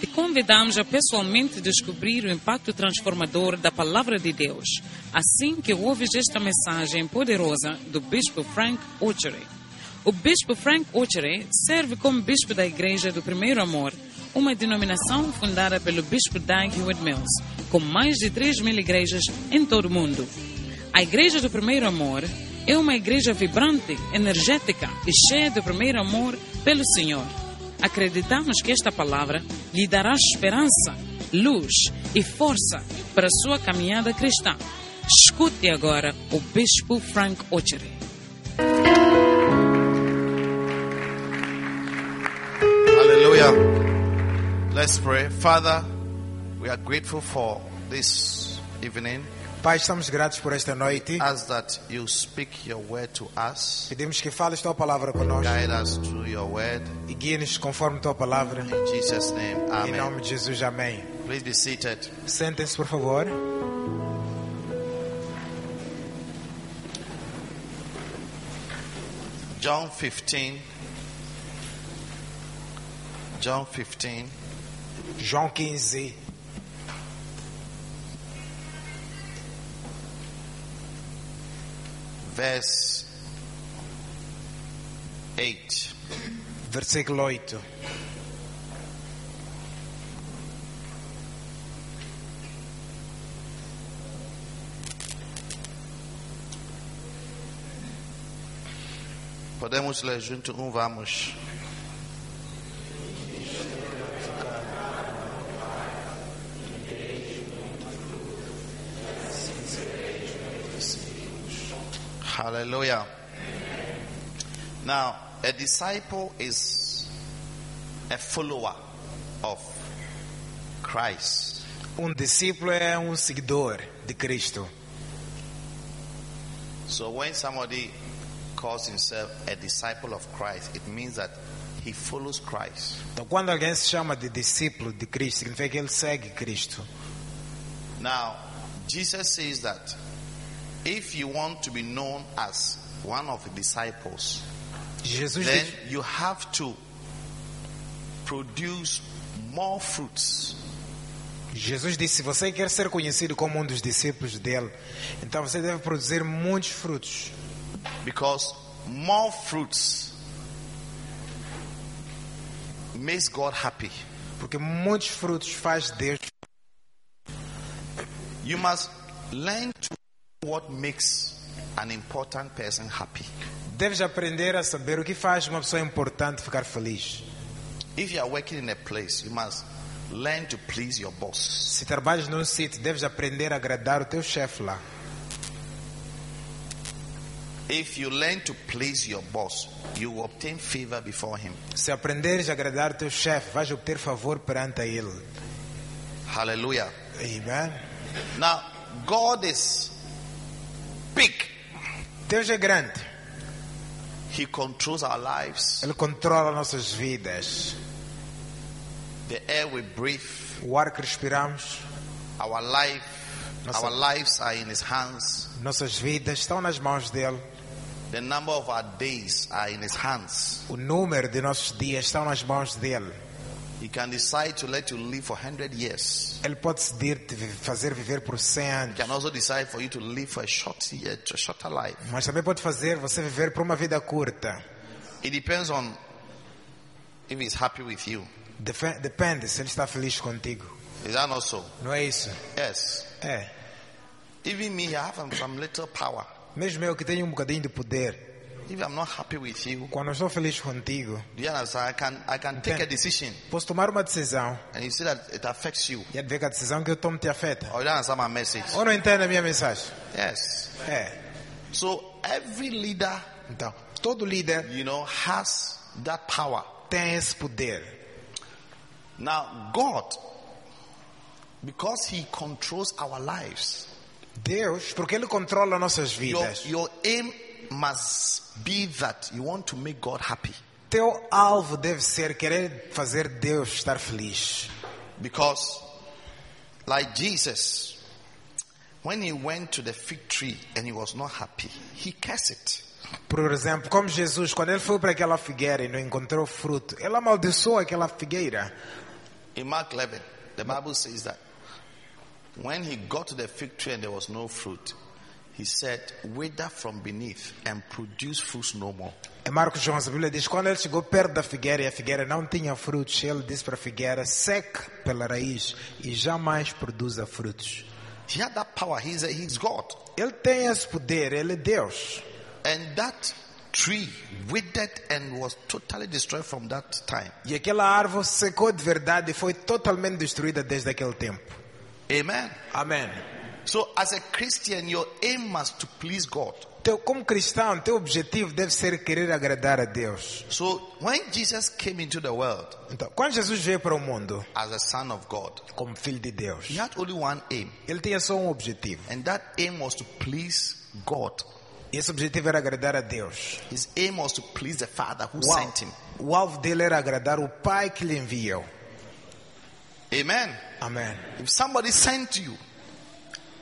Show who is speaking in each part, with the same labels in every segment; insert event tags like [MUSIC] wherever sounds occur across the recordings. Speaker 1: Te convidamos a pessoalmente descobrir o impacto transformador da Palavra de Deus, assim que ouves esta mensagem poderosa do Bispo Frank Ochery. O Bispo Frank Ochery serve como Bispo da Igreja do Primeiro Amor, uma denominação fundada pelo Bispo Doug Hewitt Mills, com mais de 3 mil igrejas em todo o mundo. A Igreja do Primeiro Amor é uma igreja vibrante, energética e cheia do primeiro amor pelo Senhor. Acreditamos que esta palavra lhe dará esperança, luz e força para a sua caminhada cristã. Escute agora o Bispo Frank Ochery.
Speaker 2: Hallelujah. Let's pray. Father, we are grateful for this evening.
Speaker 3: Pai, estamos gratos por esta noite.
Speaker 2: Ask that you speak your word to us,
Speaker 3: Pedimos que fales tua palavra conosco
Speaker 2: guide us through your word.
Speaker 3: e guie-nos conforme tua palavra.
Speaker 2: In Jesus' name,
Speaker 3: Em nome
Speaker 2: Amen.
Speaker 3: de Jesus, amém.
Speaker 2: Please be seated.
Speaker 3: Sentem-se, por favor.
Speaker 2: John 15. John 15.
Speaker 3: João 15.
Speaker 2: verse 8.
Speaker 3: Versículo 8.
Speaker 2: Podemos ler junto, um vamos. Hallelujah. Now, a disciple is a follower of Christ.
Speaker 3: Um discípulo é um seguidor de Cristo.
Speaker 2: So when somebody calls himself a disciple of Christ, it means that he follows Christ.
Speaker 3: Então, quando alguém se chama de discípulo de Cristo, significa que ele segue Cristo.
Speaker 2: Now, Jesus says that if you want to be known as one of the disciples,
Speaker 3: Jesus
Speaker 2: then
Speaker 3: diz,
Speaker 2: you have to produce more fruits.
Speaker 3: Jesus disse: se você quer ser conhecido como um dos discípulos dele, então você deve produzir muitos frutos.
Speaker 2: Because more fruits makes God happy.
Speaker 3: Porque muitos frutos faz Deus
Speaker 2: You must learn to do what makes an important person happy.
Speaker 3: Deves aprender a saber o que faz uma pessoa importante ficar feliz.
Speaker 2: If you are working in a place, you must learn to please your boss.
Speaker 3: Se trabalhas num sítio, deves aprender a agradar o teu chefe lá.
Speaker 2: If you learn to please your boss, you will obtain favor before him.
Speaker 3: Se aprenderes a agradar o teu chefe, vais obter favor perante a ele.
Speaker 2: Hallelujah.
Speaker 3: Amém?
Speaker 2: Now, God is big.
Speaker 3: Deus é grande.
Speaker 2: He controls our lives,
Speaker 3: Ele controla nossas vidas.
Speaker 2: the air we breathe,
Speaker 3: O ar que respiramos,
Speaker 2: our life,
Speaker 3: Yes, sir.
Speaker 2: our lives are in his hands.
Speaker 3: nossas vidas estão nas mãos dele.
Speaker 2: The number of our days are in his hands.
Speaker 3: O número de nossos dias estão nas mãos dele.
Speaker 2: He can decide to let you live for 100 years.
Speaker 3: Ele pode decidir te vi- fazer viver por 100
Speaker 2: He
Speaker 3: anos,
Speaker 2: can also decide for you to live for a short year, a shorter life.
Speaker 3: mas também pode fazer você viver por uma vida curta.
Speaker 2: It depends on if he's happy with you.
Speaker 3: Defe- Depende se ele está feliz contigo.
Speaker 2: Is that not so?
Speaker 3: Não é isso?
Speaker 2: Yes.
Speaker 3: É.
Speaker 2: Even me, I have some- some little power.
Speaker 3: Mesmo eu que tenho um bocadinho de poder,
Speaker 2: If I'm not happy with you,
Speaker 3: quando eu estou feliz contigo,
Speaker 2: do you understand? I can I can take
Speaker 3: Okay.
Speaker 2: a decision,
Speaker 3: posso tomar uma decisão
Speaker 2: and you see that it affects you.
Speaker 3: e há de ver que a decisão que eu tomo te afeta.
Speaker 2: Or you don't understand my message.
Speaker 3: Ou não entende a minha mensagem?
Speaker 2: Yes.
Speaker 3: É.
Speaker 2: So every leader,
Speaker 3: Então, todo líder
Speaker 2: you know, has that power.
Speaker 3: tem esse poder.
Speaker 2: Now God, because He controls our lives,
Speaker 3: Deus, porque Ele controla nossas
Speaker 2: your
Speaker 3: vidas.
Speaker 2: your aim must be that you want to make God happy.
Speaker 3: Teu alvo deve ser querer fazer Deus estar feliz.
Speaker 2: Because, like Jesus, when he went to the fig tree and he was not happy, he cursed it.
Speaker 3: Por exemplo, como Jesus, quando ele foi para aquela figueira e não encontrou fruto, ele amaldiçoou aquela figueira.
Speaker 2: In Mark 11, the Bible says that when he got to the fig tree and there was no fruit, he said, Wither from beneath and produce fruits no more.
Speaker 3: Em É Marcos 11, a Bíblia diz: quando ele chegou perto da figueira e a figueira não tinha frutos, ele disse para a figueira: seque pela raiz e jamais produza frutos.
Speaker 2: He had that power. He's, a, he's God.
Speaker 3: Ele tem esse poder, ele é Deus.
Speaker 2: And that tree withered and was totally destroyed from that time.
Speaker 3: E aquela árvore secou de verdade e foi totalmente destruída desde aquele tempo.
Speaker 2: Amen.
Speaker 3: Amém.
Speaker 2: So, as a Christian, your aim must to please God.
Speaker 3: Teu, como cristão, teu objetivo deve ser querer agradar a Deus.
Speaker 2: So, when Jesus came into the world
Speaker 3: Então, quando Jesus veio para o mundo
Speaker 2: as a Son of God,
Speaker 3: como filho de Deus,
Speaker 2: he had only one aim,
Speaker 3: ele tinha só um objetivo.
Speaker 2: and that aim was to please God.
Speaker 3: E esse objetivo era agradar a Deus.
Speaker 2: His aim was to please the Father who
Speaker 3: O al-
Speaker 2: sent him.
Speaker 3: o alvo dele era agradar o Pai que lhe enviou.
Speaker 2: Amen.
Speaker 3: Amém.
Speaker 2: If somebody sent you,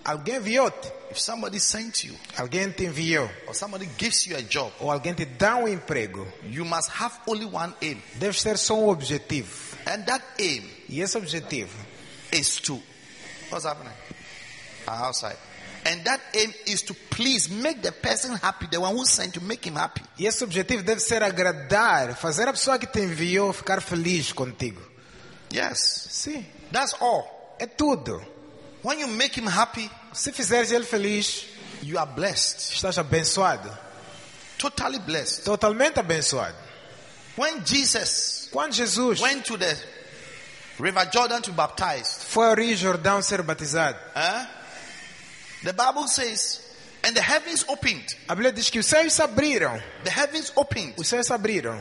Speaker 3: Alguém enviou-te,
Speaker 2: if somebody sent you,
Speaker 3: alguém te enviou,
Speaker 2: or somebody gives you a job,
Speaker 3: ou alguém te dá um emprego.
Speaker 2: you must have only one aim,
Speaker 3: Deve ter só um objetivo.
Speaker 2: and that aim
Speaker 3: E esse objetivo
Speaker 2: is to what's happening Ah, outside and that aim is to please make the person happy the one who sent you make him happy
Speaker 3: E esse objetivo deve ser agradar, fazer a pessoa que te enviou ficar feliz contigo.
Speaker 2: yes
Speaker 3: Sim,
Speaker 2: that's all
Speaker 3: é tudo.
Speaker 2: when you make him happy
Speaker 3: Se fizeres ele feliz,
Speaker 2: you are blessed
Speaker 3: estás abençoado,
Speaker 2: totally blessed
Speaker 3: totalmente abençoado.
Speaker 2: when jesus
Speaker 3: Quando Jesus
Speaker 2: went to the river jordan to baptize
Speaker 3: foi ao Rio Jordão ser batizado,
Speaker 2: eh, the bible says and the heavens opened
Speaker 3: a Bíblia diz que os céus se abriram,
Speaker 2: the heavens opened
Speaker 3: os céus se abriram,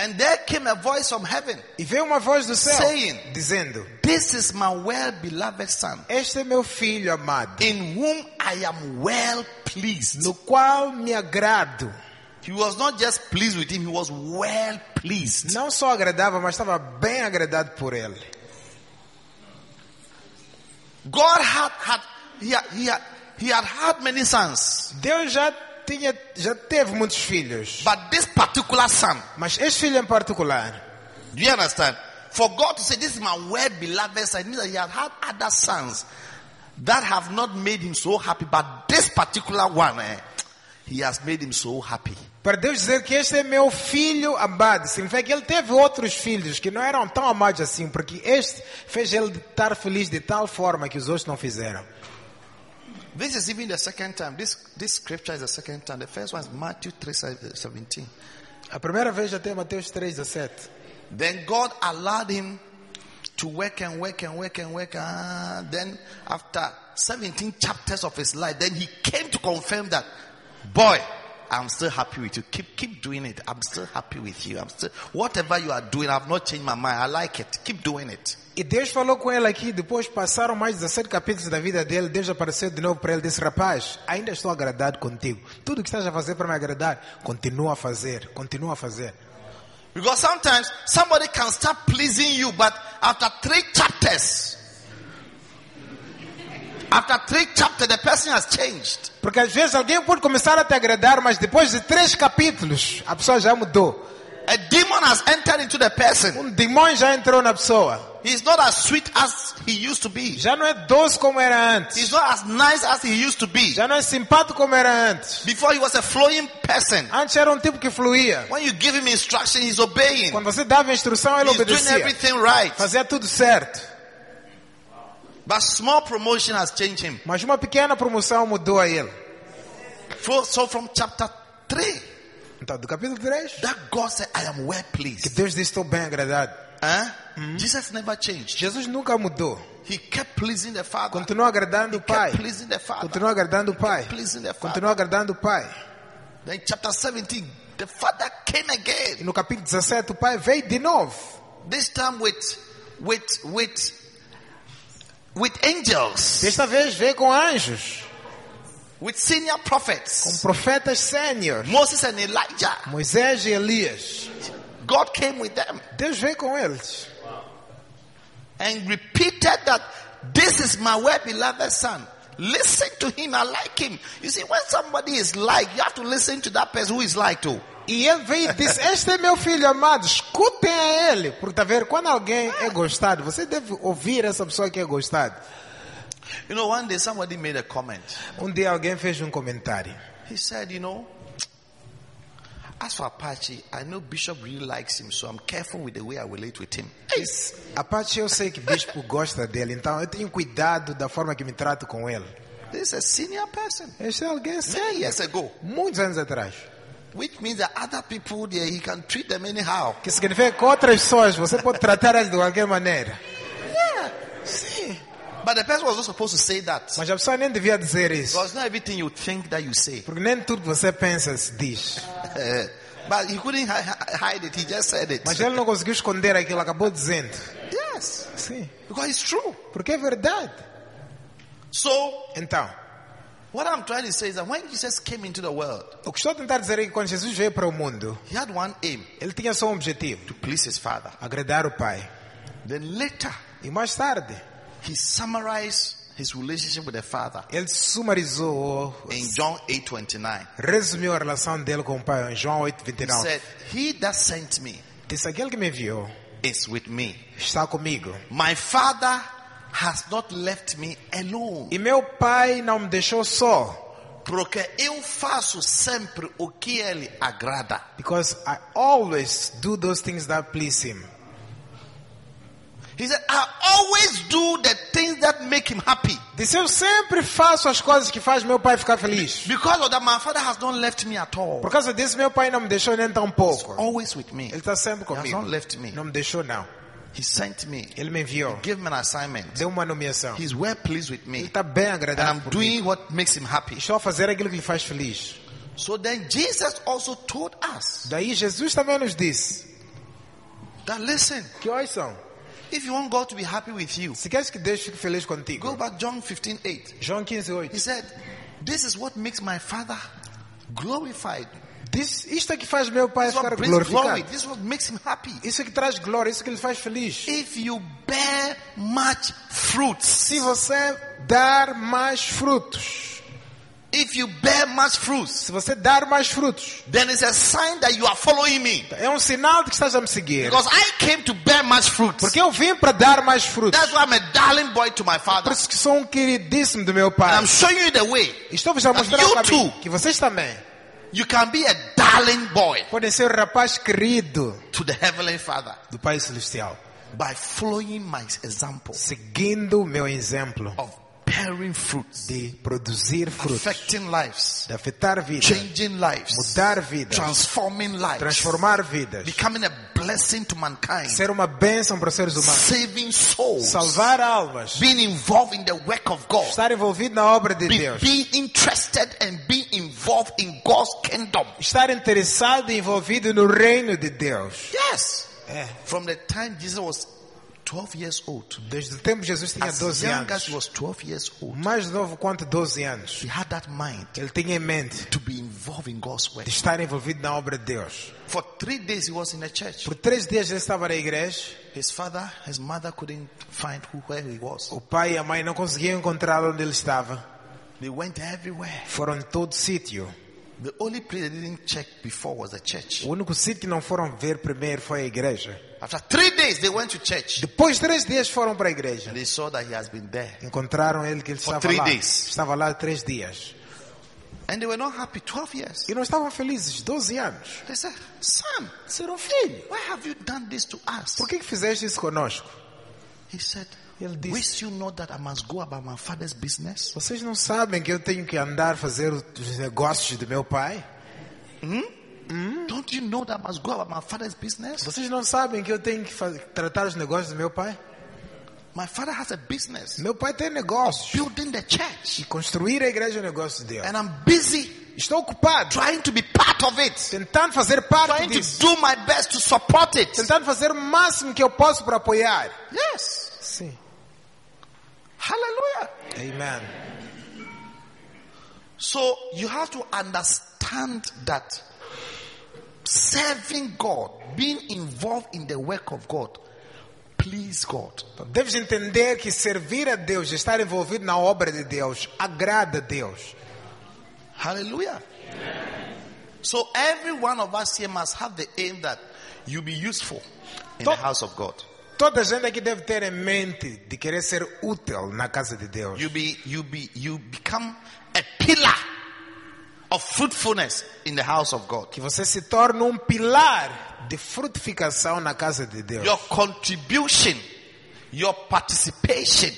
Speaker 2: and there came a voice from heaven
Speaker 3: e veio uma voz do céu
Speaker 2: Saying.
Speaker 3: dizendo:
Speaker 2: this is my well beloved son
Speaker 3: Este é meu filho amado,
Speaker 2: in whom I am well pleased.
Speaker 3: no qual me agrado.
Speaker 2: He was not just pleased with him, he was well pleased.
Speaker 3: Não só agradava, mas estava bem agradado por ele.
Speaker 2: God had had he had, he had he had had many sons,
Speaker 3: Deus já tinha, já teve muitos filhos.
Speaker 2: but this particular son,
Speaker 3: Mas este filho em particular,
Speaker 2: do you understand? For God to say, This is my well beloved son, it means that he had had other sons that have not made him so happy, but this particular one, eh, he has made him so happy.
Speaker 3: para Deus dizer que este é meu filho amado, significa que ele teve outros filhos que não eram tão amados assim, porque este fez ele estar feliz de tal forma que os outros não fizeram.
Speaker 2: This is even the second time. This this scripture is the second time. The first one is Matthew three seventeen.
Speaker 3: A primeira vez até Mateus 3, 17.
Speaker 2: Then God allowed him to work and work and work and work. Ah, then after 17 chapters of his life, then he came to confirm that, boy, I'm still happy with you. Keep, keep doing it. I'm still happy with you. I'm still, whatever you are doing, I've not changed my mind. I like it. Keep doing it.
Speaker 3: E Deus falou com ele aqui, depois passaram mais 17 capítulos da vida dele, Deus apareceu de novo para ele e disse, rapaz, ainda estou agradado contigo. Tudo o que estás a fazer para me agradar, continua a fazer, continua a fazer.
Speaker 2: Because sometimes somebody can start pleasing you, but after three chapters, after three chapters, the person has changed.
Speaker 3: Porque às vezes alguém pode começar a te agradar, mas depois de três capítulos, a pessoa já mudou.
Speaker 2: A demon has entered into the person.
Speaker 3: Um demônio já entrou na pessoa.
Speaker 2: He's not as sweet as he used to be.
Speaker 3: Já não é doce como era antes.
Speaker 2: He's not as nice as he used to be.
Speaker 3: Já não é simpático como era antes.
Speaker 2: Before he was a flowing person.
Speaker 3: Antes era um tipo que fluía.
Speaker 2: When you give him instruction, he's obeying.
Speaker 3: Quando você dava instrução, ele
Speaker 2: He's doing
Speaker 3: obedecia.
Speaker 2: everything right.
Speaker 3: Fazia tudo certo.
Speaker 2: But small promotion has changed him.
Speaker 3: Mas uma pequena promoção mudou a ele.
Speaker 2: For- So from chapter 3,
Speaker 3: Então, do capítulo 3,
Speaker 2: that God said, I am well
Speaker 3: que
Speaker 2: pleased.
Speaker 3: Deus disse, estou bem agradado.
Speaker 2: Huh? Jesus never changed.
Speaker 3: Jesus nunca mudou.
Speaker 2: He kept pleasing the Father.
Speaker 3: Continua agradando o Pai.
Speaker 2: Kept pleasing the Father.
Speaker 3: Continua agradando o Pai.
Speaker 2: Pleasing the Father.
Speaker 3: Continua agradando o Pai.
Speaker 2: Then chapter 17, the Father came
Speaker 3: E
Speaker 2: again.
Speaker 3: no capítulo 17, o Pai veio de novo.
Speaker 2: This time with, with, with, with angels.
Speaker 3: Desta vez veio com anjos,
Speaker 2: with senior
Speaker 3: com
Speaker 2: prophets,
Speaker 3: profetas sênior,
Speaker 2: Moses and Elijah.
Speaker 3: Moisés e Elias.
Speaker 2: God came with them
Speaker 3: Deus veio com eles
Speaker 2: and repeated that this is my well beloved son. Listen to him. I like him. You see, when somebody is like, you have to listen to that person who is like too.
Speaker 3: E ele veio e disse: [LAUGHS] Este é meu filho amado, escutem a ele. Porque tá vendo, quando alguém é gostado, você deve ouvir essa pessoa que é gostada.
Speaker 2: You know, one day somebody made a comment.
Speaker 3: Um dia alguém fez um comentário.
Speaker 2: He said, You know, as for Apache, I know Bishop really likes him, so I'm careful with the way I relate with him.
Speaker 3: Disse, Apache, eu sei que bispo gosta dele, então eu tenho cuidado da forma que me trato com ele.
Speaker 2: This is a senior person.
Speaker 3: Este é alguém
Speaker 2: Many
Speaker 3: sério.
Speaker 2: years ago.
Speaker 3: Muitos anos atrás.
Speaker 2: Which means that other people there, he can treat them anyhow.
Speaker 3: Que significa que outras pessoas você pode tratar elas de qualquer maneira.
Speaker 2: Yeah. See. But the person was not supposed to say that.
Speaker 3: Mas a pessoa nem devia dizer isso.
Speaker 2: Because not everything you think that you say.
Speaker 3: Porque nem tudo que você pensa se diz.
Speaker 2: Uh, but he couldn't hi- hi- hide it. He just said it.
Speaker 3: Mas ele não conseguiu esconder aquilo, acabou dizendo.
Speaker 2: Yes.
Speaker 3: Sim.
Speaker 2: Because it's true.
Speaker 3: Porque é verdade.
Speaker 2: So,
Speaker 3: Então,
Speaker 2: what I'm trying to say is that when Jesus came into the world,
Speaker 3: o que estou a tentar dizer é que quando Jesus veio para o mundo,
Speaker 2: he had one aim
Speaker 3: ele tinha só um objetivo:
Speaker 2: to please his father.
Speaker 3: agradar o Pai.
Speaker 2: Then later,
Speaker 3: E mais tarde,
Speaker 2: he summarized his relationship with the father
Speaker 3: ele sumarizou,
Speaker 2: in John 8 29.
Speaker 3: resumiu a relação dele com o Pai em João 8,
Speaker 2: He
Speaker 3: 29.
Speaker 2: said, He that sent me
Speaker 3: Disse: Aquele que me enviou
Speaker 2: is with me.
Speaker 3: está comigo.
Speaker 2: My father has not left me alone.
Speaker 3: E meu Pai não me deixou só.
Speaker 2: Porque eu faço sempre o que ele agrada.
Speaker 3: Because I always do those things that please Him.
Speaker 2: He said, I always do the things that make him happy.
Speaker 3: Disse: Eu sempre faço as coisas que faz meu Pai ficar feliz.
Speaker 2: Because of that, my father has not left me at all.
Speaker 3: Por causa disso, meu pai não me deixou nem tão pouco.
Speaker 2: Always with me.
Speaker 3: Ele está sempre
Speaker 2: He has
Speaker 3: comigo.
Speaker 2: not left me.
Speaker 3: Não me deixou, não.
Speaker 2: He sent me.
Speaker 3: Ele me enviou.
Speaker 2: Gave me an assignment.
Speaker 3: Deu uma nomeação.
Speaker 2: He's well pleased with
Speaker 3: Ele
Speaker 2: me.
Speaker 3: está bem
Speaker 2: And I'm
Speaker 3: agradado por mim.
Speaker 2: doing what makes him happy.
Speaker 3: Estou a fazer aquilo que lhe faz feliz.
Speaker 2: So then Jesus also told us
Speaker 3: Daí Jesus também nos disse
Speaker 2: that listen,
Speaker 3: que hoje são.
Speaker 2: if you want God to be happy with you,
Speaker 3: Se queres que Deus fique feliz
Speaker 2: go
Speaker 3: contigo.
Speaker 2: back John 15 8.
Speaker 3: João 15,
Speaker 2: He
Speaker 3: 8.
Speaker 2: said, This is what makes my father glorified.
Speaker 3: Diz, isto é que faz meu pai
Speaker 2: This is
Speaker 3: ficar
Speaker 2: what brings glory.
Speaker 3: glorificado.
Speaker 2: This is what makes him happy.
Speaker 3: Isso é que traz glória. Isso é que lhe faz feliz.
Speaker 2: If you bear much fruits,
Speaker 3: Se você dar mais frutos.
Speaker 2: if you bear much fruits,
Speaker 3: Se você dar mais frutos.
Speaker 2: then it's a sign that you are following me.
Speaker 3: É um sinal de que estás a me seguir.
Speaker 2: Because I came to bear much fruits.
Speaker 3: Porque eu vim para dar mais frutos.
Speaker 2: That's why I'm a darling boy to my father.
Speaker 3: Por isso que sou um queridíssimo do meu
Speaker 2: And
Speaker 3: pai.
Speaker 2: I'm showing you the way.
Speaker 3: Estou-vos a mostrar
Speaker 2: You
Speaker 3: o caminho,
Speaker 2: too.
Speaker 3: que vocês também
Speaker 2: You can be a darling boy
Speaker 3: podem ser o rapaz querido
Speaker 2: to the heavenly father
Speaker 3: do Pai Celestial,
Speaker 2: by following my example
Speaker 3: seguindo o meu exemplo
Speaker 2: of bearing fruits,
Speaker 3: de produzir frutos,
Speaker 2: affecting lives,
Speaker 3: de afetar vidas,
Speaker 2: changing lives,
Speaker 3: mudar vidas,
Speaker 2: transforming lives,
Speaker 3: transformar vidas,
Speaker 2: becoming a blessing to mankind,
Speaker 3: ser uma bênção para os seres humanos,
Speaker 2: saving souls,
Speaker 3: salvar almas,
Speaker 2: being involved in the work of God,
Speaker 3: estar envolvido na obra de
Speaker 2: be-
Speaker 3: Deus,
Speaker 2: being interested and being involved in God's kingdom.
Speaker 3: estar interessado e envolvido no reino de Deus.
Speaker 2: Yes.
Speaker 3: É.
Speaker 2: From the time Jesus was 12 years old,
Speaker 3: Desde o tempo de Jesus tinha
Speaker 2: as
Speaker 3: 12
Speaker 2: young as
Speaker 3: anos,
Speaker 2: he was 12 years old,
Speaker 3: mais novo quanto 12 anos,
Speaker 2: he had that mind
Speaker 3: ele tinha em mente
Speaker 2: to be involved in God's work.
Speaker 3: de estar envolvido na obra de Deus.
Speaker 2: For three days he was in the church.
Speaker 3: Por três dias ele estava na igreja,
Speaker 2: His father, his mother couldn't find who where he was.
Speaker 3: o pai e a mãe não conseguiam encontrá-lo onde ele estava.
Speaker 2: They went everywhere.
Speaker 3: Foram em todo sítio.
Speaker 2: The only place they didn't check before was the church.
Speaker 3: O único sítio que não foram ver primeiro foi a igreja.
Speaker 2: After three days they went to church
Speaker 3: Depois de três dias foram para a igreja.
Speaker 2: and they saw that he has been there.
Speaker 3: Encontraram ele que ele
Speaker 2: For
Speaker 3: estava
Speaker 2: three
Speaker 3: lá.
Speaker 2: days.
Speaker 3: Estava lá três dias.
Speaker 2: And they were not happy. 12 years.
Speaker 3: E não estavam felizes, 12 anos.
Speaker 2: They said, Son,
Speaker 3: Ser um filho.
Speaker 2: why have you done this to us?
Speaker 3: Por que, que fizeste isso conosco?
Speaker 2: He said,
Speaker 3: Ele disse-
Speaker 2: Wish you know that I must go about my father's business?
Speaker 3: Vocês não sabem que eu tenho que andar fazer os negócios do meu pai?
Speaker 2: Don't you know that I must go about my father's business?
Speaker 3: Vocês não sabem que eu tenho que fa- tratar os negócios do meu pai?
Speaker 2: My father has a business
Speaker 3: Meu pai tem negócios.
Speaker 2: building the church.
Speaker 3: Construir a igreja é um negócio de Deus.
Speaker 2: And I'm busy
Speaker 3: Estou ocupado,
Speaker 2: trying to be part of it,
Speaker 3: tentando fazer parte
Speaker 2: trying to
Speaker 3: disso,
Speaker 2: do my best to support it.
Speaker 3: tentando fazer o máximo que eu posso para apoiar.
Speaker 2: Yes.
Speaker 3: Sim.
Speaker 2: Hallelujah.
Speaker 3: Amen.
Speaker 2: So you have to understand that serving God, being involved in the work of God, please God.
Speaker 3: Então, Deves entender que servir a Deus, estar envolvido na obra de Deus, agrada a Deus.
Speaker 2: Hallelujah. So every one of us here must have the aim that you be useful in the
Speaker 3: Top.
Speaker 2: house of God.
Speaker 3: Toda gente aqui deve ter em mente de querer ser útil na casa de Deus.
Speaker 2: You be you be you become a pillar of fruitfulness in the house of God.
Speaker 3: Que você se torne um pilar de frutificação na casa de Deus.
Speaker 2: Your contribution, your participation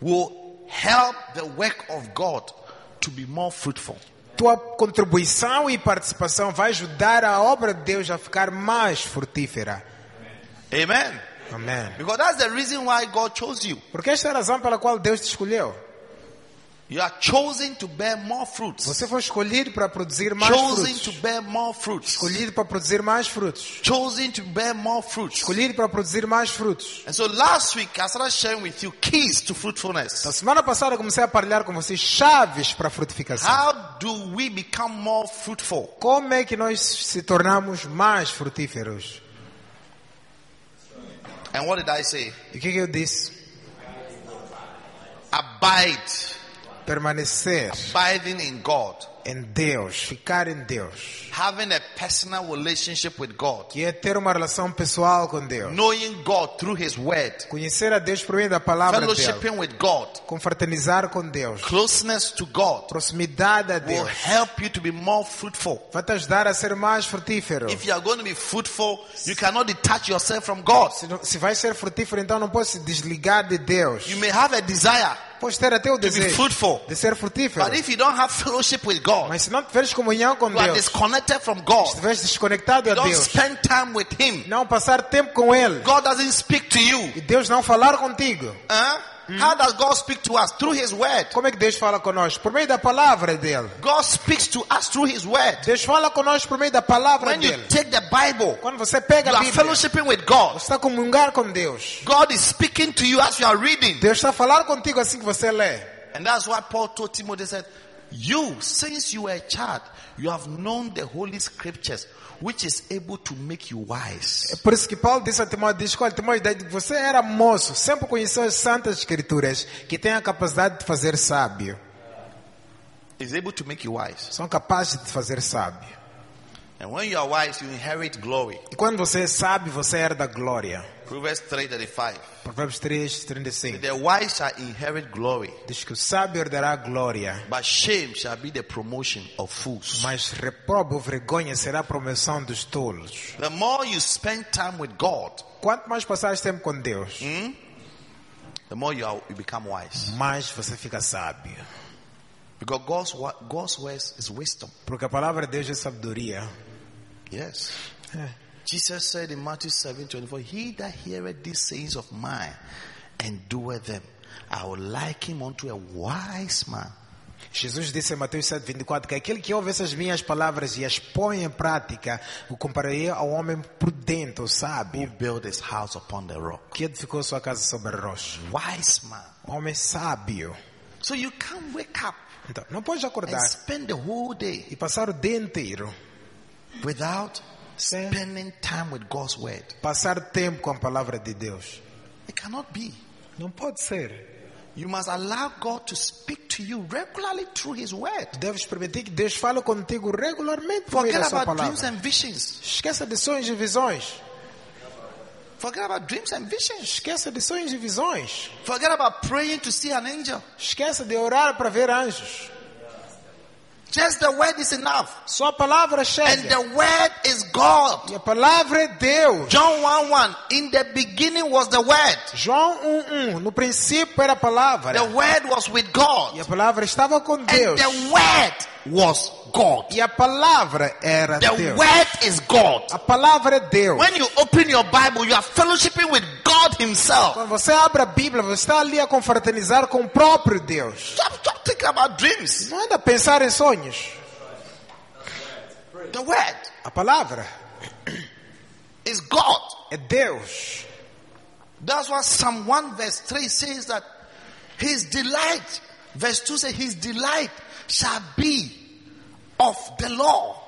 Speaker 2: will help the work of God to be more fruitful.
Speaker 3: Tua contribuição e participação vai ajudar a obra de Deus a ficar mais frutífera.
Speaker 2: Amen.
Speaker 3: Amém.
Speaker 2: Because that's the reason why God chose you.
Speaker 3: Porque esta é a razão pela qual Deus te escolheu.
Speaker 2: You are chosen to bear more fruits.
Speaker 3: Você foi escolhido para produzir mais
Speaker 2: Chosen
Speaker 3: frutos.
Speaker 2: to bear more fruits.
Speaker 3: Escolhido para produzir mais frutos.
Speaker 2: Chosen to bear more fruits.
Speaker 3: Escolhido para produzir mais frutos.
Speaker 2: And so last week I started sharing with you keys to fruitfulness.
Speaker 3: Na semana passada eu comecei a partilhar com vocês chaves para a frutificação.
Speaker 2: How do we become more fruitful?
Speaker 3: Como é que nós se tornamos mais frutíferos?
Speaker 2: And what did I say?
Speaker 3: E o que, que eu disse?
Speaker 2: Abide,
Speaker 3: Permanecer
Speaker 2: abiding in God,
Speaker 3: em Deus, ficar em Deus,
Speaker 2: having a personal relationship with God,
Speaker 3: que é ter uma relação pessoal com Deus,
Speaker 2: knowing God through His Word,
Speaker 3: conhecer a Deus por meio da palavra dele,
Speaker 2: fellowshipping with God,
Speaker 3: confraternizar com Deus,
Speaker 2: closeness to God
Speaker 3: proximidade a
Speaker 2: will
Speaker 3: Deus,
Speaker 2: help you to be more fruitful.
Speaker 3: vai te ajudar a ser mais frutífero.
Speaker 2: If you are going to be fruitful, you cannot detach yourself from God.
Speaker 3: Se, não, se vai ser frutífero, então não pode se desligar de Deus.
Speaker 2: You may have a desire,
Speaker 3: Pode ter até o
Speaker 2: be
Speaker 3: desejo
Speaker 2: fruitful.
Speaker 3: de ser frutífero,
Speaker 2: but if you don't have fellowship with God,
Speaker 3: mas se não tiveres comunhão com
Speaker 2: you are
Speaker 3: Deus, se
Speaker 2: disconnected from God.
Speaker 3: estiveres desconectado a
Speaker 2: You don't
Speaker 3: Deus,
Speaker 2: spend time with Him.
Speaker 3: não passar tempo com Ele,
Speaker 2: God doesn't speak to you.
Speaker 3: E Deus não falar contigo.
Speaker 2: Huh? How does God speak to us? Through His Word.
Speaker 3: Como é que Deus fala conosco? Por meio da palavra dele.
Speaker 2: God speaks to us through His Word.
Speaker 3: Deus fala conosco por meio da palavra
Speaker 2: When you
Speaker 3: dele.
Speaker 2: take the Bible,
Speaker 3: Quando você
Speaker 2: you
Speaker 3: pega a
Speaker 2: are
Speaker 3: Bíblia,
Speaker 2: fellowshipping with God.
Speaker 3: você está a comungar com Deus.
Speaker 2: God is speaking to you as you are reading.
Speaker 3: Deus está a falar contigo assim que você lê.
Speaker 2: And that's why Paul told Timothy, said, You, since you were a child, you have known the Holy Scriptures, which is able to make you
Speaker 3: É
Speaker 2: wise.
Speaker 3: por isso que Paulo disse a Timóteo, diz, olha, Timóteo, desde que você era moço, sempre conheceu as santas escrituras, que têm a capacidade de fazer sábio.
Speaker 2: Is able to make you wise.
Speaker 3: São capazes de te fazer sábio.
Speaker 2: And when you are wise, you inherit glory.
Speaker 3: E quando você é sábio, você herda glória.
Speaker 2: Proverbs 3:35.
Speaker 3: Provérbios 3, 35.
Speaker 2: The wise shall inherit glory,
Speaker 3: Diz que o sábio herdará glória.
Speaker 2: but shame shall be the promotion of fools.
Speaker 3: Mas reprobo ou vergonha será a promoção dos tolos.
Speaker 2: The more you spend time with God,
Speaker 3: Quanto mais passares tempo com Deus,
Speaker 2: the more you, are, you become wise.
Speaker 3: mais você fica sábio.
Speaker 2: Because God's, wa- God's words is wisdom.
Speaker 3: Porque a palavra de Deus é sabedoria.
Speaker 2: Yes. Jesus said in Matthew seven twenty four, He that heareth these sayings of mine and doeth them, I will like him unto a wise man.
Speaker 3: Jesus disse em Mateus 7, 24 que aquele que ouve essas minhas palavras e as põe em prática, o compararei ao homem prudente, ou
Speaker 2: Who
Speaker 3: sábio,
Speaker 2: built his house upon the rock.
Speaker 3: que edificou sua casa sobre a rocha. Um
Speaker 2: Wise man.
Speaker 3: Homem sábio.
Speaker 2: So you can't wake up
Speaker 3: Então, não podes
Speaker 2: and
Speaker 3: acordar
Speaker 2: spend the whole day
Speaker 3: e passar o dia inteiro
Speaker 2: without
Speaker 3: sem
Speaker 2: spending time with God's word.
Speaker 3: passar tempo com a palavra de Deus.
Speaker 2: It cannot be.
Speaker 3: Não pode ser.
Speaker 2: You must allow God to speak to you regularly through his word.
Speaker 3: Deves permitir que Deus fale contigo regularmente por meio da
Speaker 2: Forget
Speaker 3: sua
Speaker 2: about dreams
Speaker 3: palavra.
Speaker 2: and visions.
Speaker 3: Esqueça de sonhos e visões.
Speaker 2: Forget about dreams and visions.
Speaker 3: Esqueça de sonhos e visões.
Speaker 2: Forget about praying to see an angel.
Speaker 3: Esqueça de orar para ver anjos.
Speaker 2: Just the word is enough.
Speaker 3: Só a palavra
Speaker 2: And
Speaker 3: chega.
Speaker 2: the word is God.
Speaker 3: E a palavra é Deus.
Speaker 2: John 1 1. In the beginning was the word.
Speaker 3: João 1:1. No princípio era a palavra.
Speaker 2: The word was with
Speaker 3: E a
Speaker 2: God.
Speaker 3: palavra estava com
Speaker 2: And
Speaker 3: Deus.
Speaker 2: the word was God.
Speaker 3: E a palavra era
Speaker 2: The
Speaker 3: Deus.
Speaker 2: word is God.
Speaker 3: A palavra é Deus.
Speaker 2: When you open your Bible, you are fellowshipping with God Himself.
Speaker 3: Quando você abre a Bíblia, você está ali a confraternizar com o próprio Deus.
Speaker 2: Stop, stop thinking about dreams.
Speaker 3: Não anda a pensar em sonhos.
Speaker 2: The word
Speaker 3: A palavra
Speaker 2: is God.
Speaker 3: é Deus.
Speaker 2: That's why Psalm 1 verse 3 says that his delight, verse 2 says, his delight shall be of the law.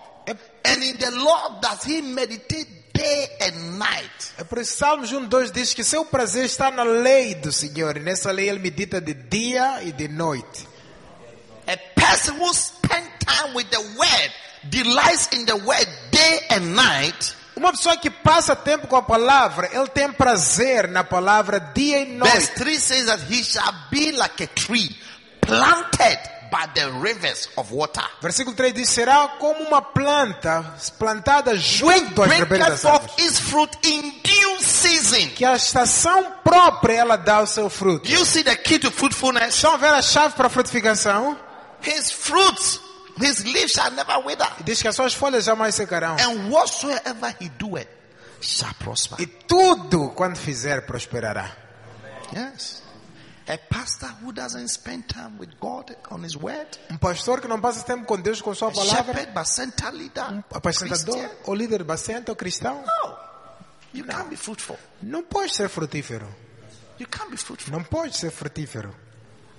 Speaker 2: And in the law does he meditate day and night.
Speaker 3: É por isso que Salmos 1, 2 diz que seu prazer está na lei do Senhor. E nessa lei ele medita de dia e de noite.
Speaker 2: A person who spend time with the word delights in the word day and night,
Speaker 3: Uma pessoa que passa tempo com a palavra, ele tem prazer na palavra dia e
Speaker 2: verse
Speaker 3: noite.
Speaker 2: 3 says that he shall be like a tree planted by the rivers of water.
Speaker 3: Versículo 3 diz: Será como uma planta plantada junto às
Speaker 2: Bringeth
Speaker 3: rebeldes das
Speaker 2: forth
Speaker 3: árvores,
Speaker 2: his fruit in due season.
Speaker 3: que a estação própria ela dá o seu fruto.
Speaker 2: Do you see the key to fruitfulness?
Speaker 3: Estão a ver a chave para a frutificação?
Speaker 2: His fruits, his leaves shall never wither.
Speaker 3: E diz que as suas folhas jamais secarão.
Speaker 2: And whatsoever he doeth shall prosper.
Speaker 3: E tudo, quando fizer, prosperará.
Speaker 2: Yes. A pastor who doesn't spend time with God on his word,
Speaker 3: Um pastor que não passa tempo com Deus, com sua
Speaker 2: a
Speaker 3: palavra,
Speaker 2: shepherd, but center leader,
Speaker 3: apacentador,
Speaker 2: Christian,
Speaker 3: ou líder bacenta, ou cristão,
Speaker 2: No. You can't be fruitful.
Speaker 3: não pode ser frutífero.
Speaker 2: You can't be fruitful.
Speaker 3: Não pode ser frutífero.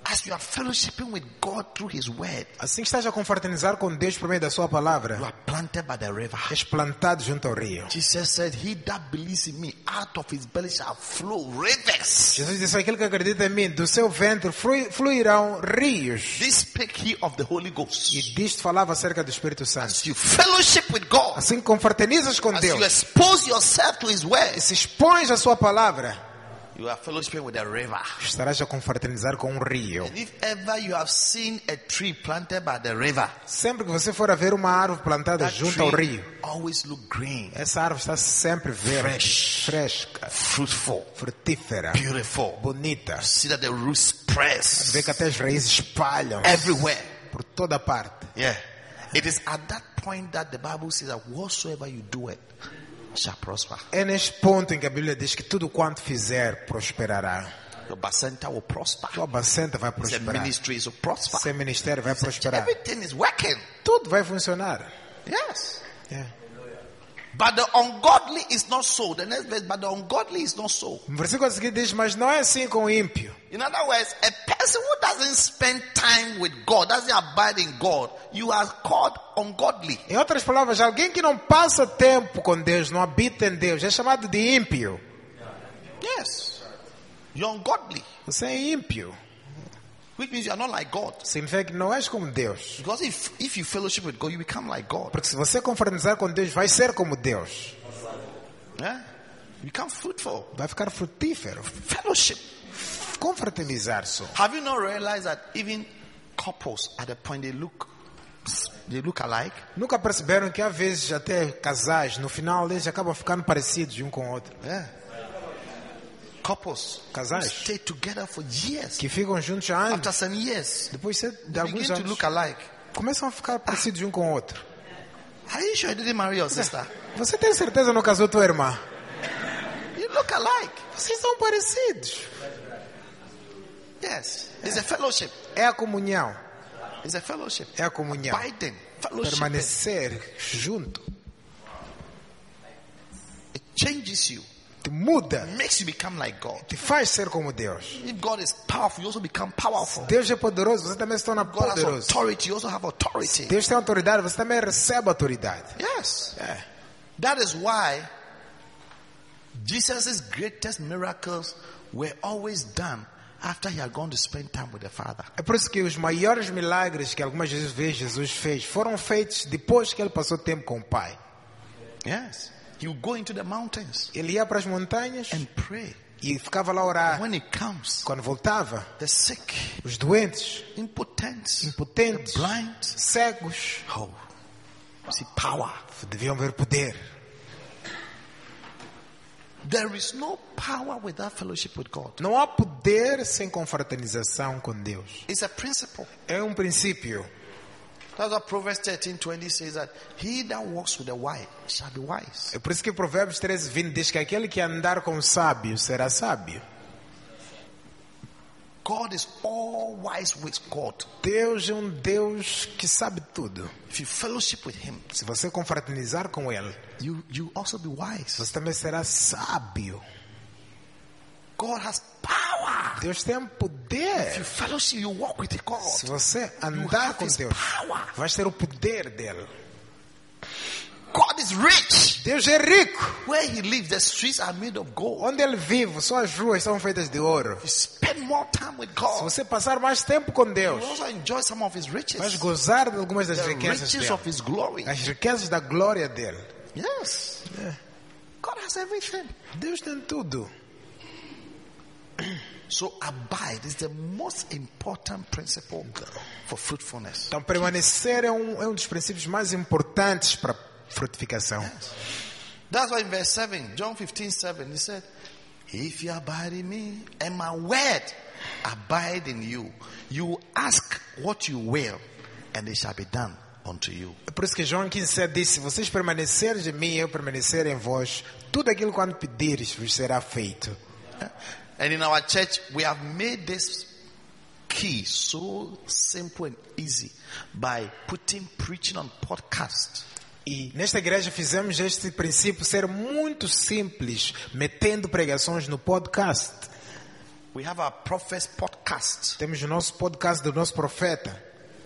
Speaker 2: As you are fellowshipping with God through his word,
Speaker 3: Assim que estás a confraternizar com Deus por meio da sua
Speaker 2: you
Speaker 3: palavra,
Speaker 2: are planted by the river.
Speaker 3: és plantado junto ao rio.
Speaker 2: Jesus said, He that believes in me, out of his belly shall flow rivers.
Speaker 3: Jesus disse, aquele que acredita em mim, do seu ventre flui- fluirão rios.
Speaker 2: This spake he of the Holy
Speaker 3: E
Speaker 2: Ghost.
Speaker 3: disto falava acerca do Espírito Santo.
Speaker 2: As you fellowship with God,
Speaker 3: Assim que confraternizas com
Speaker 2: as you
Speaker 3: Deus,
Speaker 2: expose yourself to his
Speaker 3: e
Speaker 2: words,
Speaker 3: se expões à sua palavra,
Speaker 2: you are fellowshipping with the river.
Speaker 3: estarás a confraternizar com um rio.
Speaker 2: And if ever you have seen a tree planted by the river,
Speaker 3: Sempre que você for a ver uma árvore plantada
Speaker 2: that
Speaker 3: junto ao
Speaker 2: tree
Speaker 3: rio,
Speaker 2: always look green,
Speaker 3: essa árvore está sempre verde,
Speaker 2: Fresh.
Speaker 3: fresca,
Speaker 2: fruitful,
Speaker 3: frutífera,
Speaker 2: beautiful.
Speaker 3: bonita.
Speaker 2: See that the root
Speaker 3: Vê
Speaker 2: spreads
Speaker 3: que até as raízes espalham
Speaker 2: everywhere.
Speaker 3: por toda parte.
Speaker 2: Yeah. It is at that point that the Bible says that whatsoever you do it shall prosper.
Speaker 3: É neste ponto em que a Bíblia diz que tudo quanto fizer prosperará.
Speaker 2: Your basenta will prosper.
Speaker 3: Tua bacenta vai
Speaker 2: The
Speaker 3: prosperar.
Speaker 2: ministry will prosper.
Speaker 3: Seu ministério vai prosperar.
Speaker 2: Everything is working.
Speaker 3: É, Tudo vai funcionar.
Speaker 2: Yes.
Speaker 3: É.
Speaker 2: But the ungodly is not so. The next verse, but the ungodly is not so.
Speaker 3: O Um versículo a seguir diz, mas não é assim com o ímpio.
Speaker 2: In other words, a person who doesn't spend time with God, doesn't abide in God, you are called ungodly.
Speaker 3: Em outras palavras, alguém que não passa tempo com Deus, não habita em Deus, é chamado de ímpio.
Speaker 2: Yes. You're ungodly.
Speaker 3: Você é ímpio.
Speaker 2: Which means you are not like God.
Speaker 3: Significa que não és como Deus.
Speaker 2: Because if, if you fellowship with God, you become like God.
Speaker 3: Porque se você confraternizar com Deus, vai ser como Deus.
Speaker 2: Yeah? You become fruitful.
Speaker 3: Vai ficar frutífero.
Speaker 2: Fellowship.
Speaker 3: Confraternizar só.
Speaker 2: Have you not realized that even couples at the point they look they look alike?
Speaker 3: Nunca perceberam que há vezes até casais, no final eles acabam ficando parecidos um com o outro.
Speaker 2: Yeah. Couples
Speaker 3: Casais.
Speaker 2: who stay together for years.
Speaker 3: Que ficam juntos há anos.
Speaker 2: After some years,
Speaker 3: Depois de
Speaker 2: they
Speaker 3: alguns
Speaker 2: begin to
Speaker 3: anos,
Speaker 2: look alike.
Speaker 3: começam a ficar parecidos um com o outro.
Speaker 2: Are you sure you didn't marry your sister?
Speaker 3: Você tem certeza não casou tua irmã?
Speaker 2: You look alike.
Speaker 3: Vocês são parecidos.
Speaker 2: Yes. It's a fellowship.
Speaker 3: É a comunhão.
Speaker 2: It's a fellowship.
Speaker 3: É a comunhão.
Speaker 2: Biden. Fellowship.
Speaker 3: Permanecer junto
Speaker 2: It changes you.
Speaker 3: te muda.
Speaker 2: Makes you become like God.
Speaker 3: Te faz ser como Deus.
Speaker 2: If God is powerful, you also become powerful.
Speaker 3: Deus é poderoso, você também se torna
Speaker 2: God has
Speaker 3: poderoso.
Speaker 2: authority, you also have authority.
Speaker 3: Deus tem autoridade, você também recebe autoridade.
Speaker 2: Yes.
Speaker 3: É.
Speaker 2: That is why Jesus' greatest miracles were always done after he had gone to spend time with the Father.
Speaker 3: É por isso que os maiores milagres que algumas vezes Jesus fez foram feitos depois que ele passou tempo com o Pai.
Speaker 2: Yes. He would go into the mountains
Speaker 3: Ele ia para as montanhas
Speaker 2: and pray.
Speaker 3: e ficava lá a orar.
Speaker 2: When he comes,
Speaker 3: Quando voltava,
Speaker 2: the sick,
Speaker 3: os doentes,
Speaker 2: impotent,
Speaker 3: impotentes,
Speaker 2: blind,
Speaker 3: cegos,
Speaker 2: oh, see power.
Speaker 3: deviam ver poder.
Speaker 2: There is no power without fellowship with God.
Speaker 3: Não há poder sem confraternização com Deus.
Speaker 2: It's a principle.
Speaker 3: É um princípio.
Speaker 2: That's what Proverbs thirteen twenty says that he that walks with the wise shall be wise.
Speaker 3: É por isso que Provérbios 13, 20 diz que aquele que andar com o sábio será sábio.
Speaker 2: God is all wise with God.
Speaker 3: Deus é um Deus que sabe tudo.
Speaker 2: If you fellowship with him,
Speaker 3: Se você confraternizar com Ele,
Speaker 2: you you also be wise.
Speaker 3: você também será sábio.
Speaker 2: God has power.
Speaker 3: Deus tem
Speaker 2: If you
Speaker 3: poder.
Speaker 2: fellowship, you walk with
Speaker 3: Se
Speaker 2: God.
Speaker 3: você
Speaker 2: You
Speaker 3: andar
Speaker 2: have
Speaker 3: com
Speaker 2: his
Speaker 3: Deus,
Speaker 2: power.
Speaker 3: vais ter o poder dele.
Speaker 2: God is rich.
Speaker 3: Deus é rico.
Speaker 2: Where he lives, the streets are made of gold.
Speaker 3: Onde ele vive, suas ruas são feitas de ouro.
Speaker 2: You spend more time with
Speaker 3: Se
Speaker 2: God.
Speaker 3: você passar mais tempo com
Speaker 2: You
Speaker 3: Deus,
Speaker 2: also enjoy some of his
Speaker 3: vais
Speaker 2: riches.
Speaker 3: gozar de algumas das
Speaker 2: The
Speaker 3: riquezas
Speaker 2: riches
Speaker 3: dele.
Speaker 2: of his glory.
Speaker 3: As riquezas da glória dele.
Speaker 2: Yes. God has everything.
Speaker 3: Deus tem tudo.
Speaker 2: So abide is the most important principle for fruitfulness.
Speaker 3: Então, permanecer é um, é um dos princípios mais importantes para a frutificação.
Speaker 2: That's why in verse 7, John 15, 7, he said, If you abide in me and my word abide in you, you ask what you will and it shall be done unto you.
Speaker 3: É por isso que João 15 disse: Se vocês permanecerem em mim, eu permanecer em vós, tudo aquilo quando pedires vos será feito.
Speaker 2: And in our church, we have made this key so simple and easy by putting preaching on podcast.
Speaker 3: E nesta igreja fizemos este princípio ser muito simples, metendo pregações no podcast.
Speaker 2: We have our prophet's podcast
Speaker 3: Temos o nosso podcast do nosso profeta,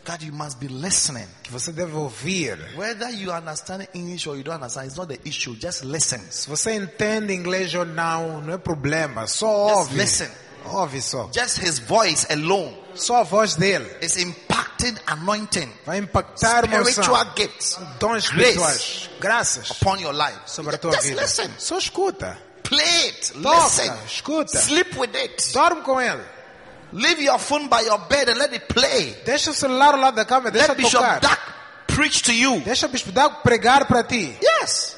Speaker 2: that you must be listening.
Speaker 3: que você deve ouvir.
Speaker 2: Whether you understand English or you don't understand, it's not the issue. Just listen.
Speaker 3: Se você entende inglês ou não, não é problema, só
Speaker 2: Just
Speaker 3: ouve.
Speaker 2: listen.
Speaker 3: Ouve só.
Speaker 2: Just his voice alone
Speaker 3: Só a voz dele
Speaker 2: is impacting anointing,
Speaker 3: vai impactar uma
Speaker 2: spiritual
Speaker 3: unção.
Speaker 2: gifts
Speaker 3: Dons espirituais, graças
Speaker 2: upon your life.
Speaker 3: sobre a tua
Speaker 2: Just
Speaker 3: vida.
Speaker 2: listen.
Speaker 3: Só escuta,
Speaker 2: Play it. Listen.
Speaker 3: toca, escuta,
Speaker 2: Sleep with it.
Speaker 3: dorme com ele.
Speaker 2: Leave your phone by your bed and let it play.
Speaker 3: Deixa o celular lá da cama, deixa
Speaker 2: Let Bishop
Speaker 3: tocar.
Speaker 2: Duck preach to you.
Speaker 3: Deixa o bispo Dago pregar para ti.
Speaker 2: Yes.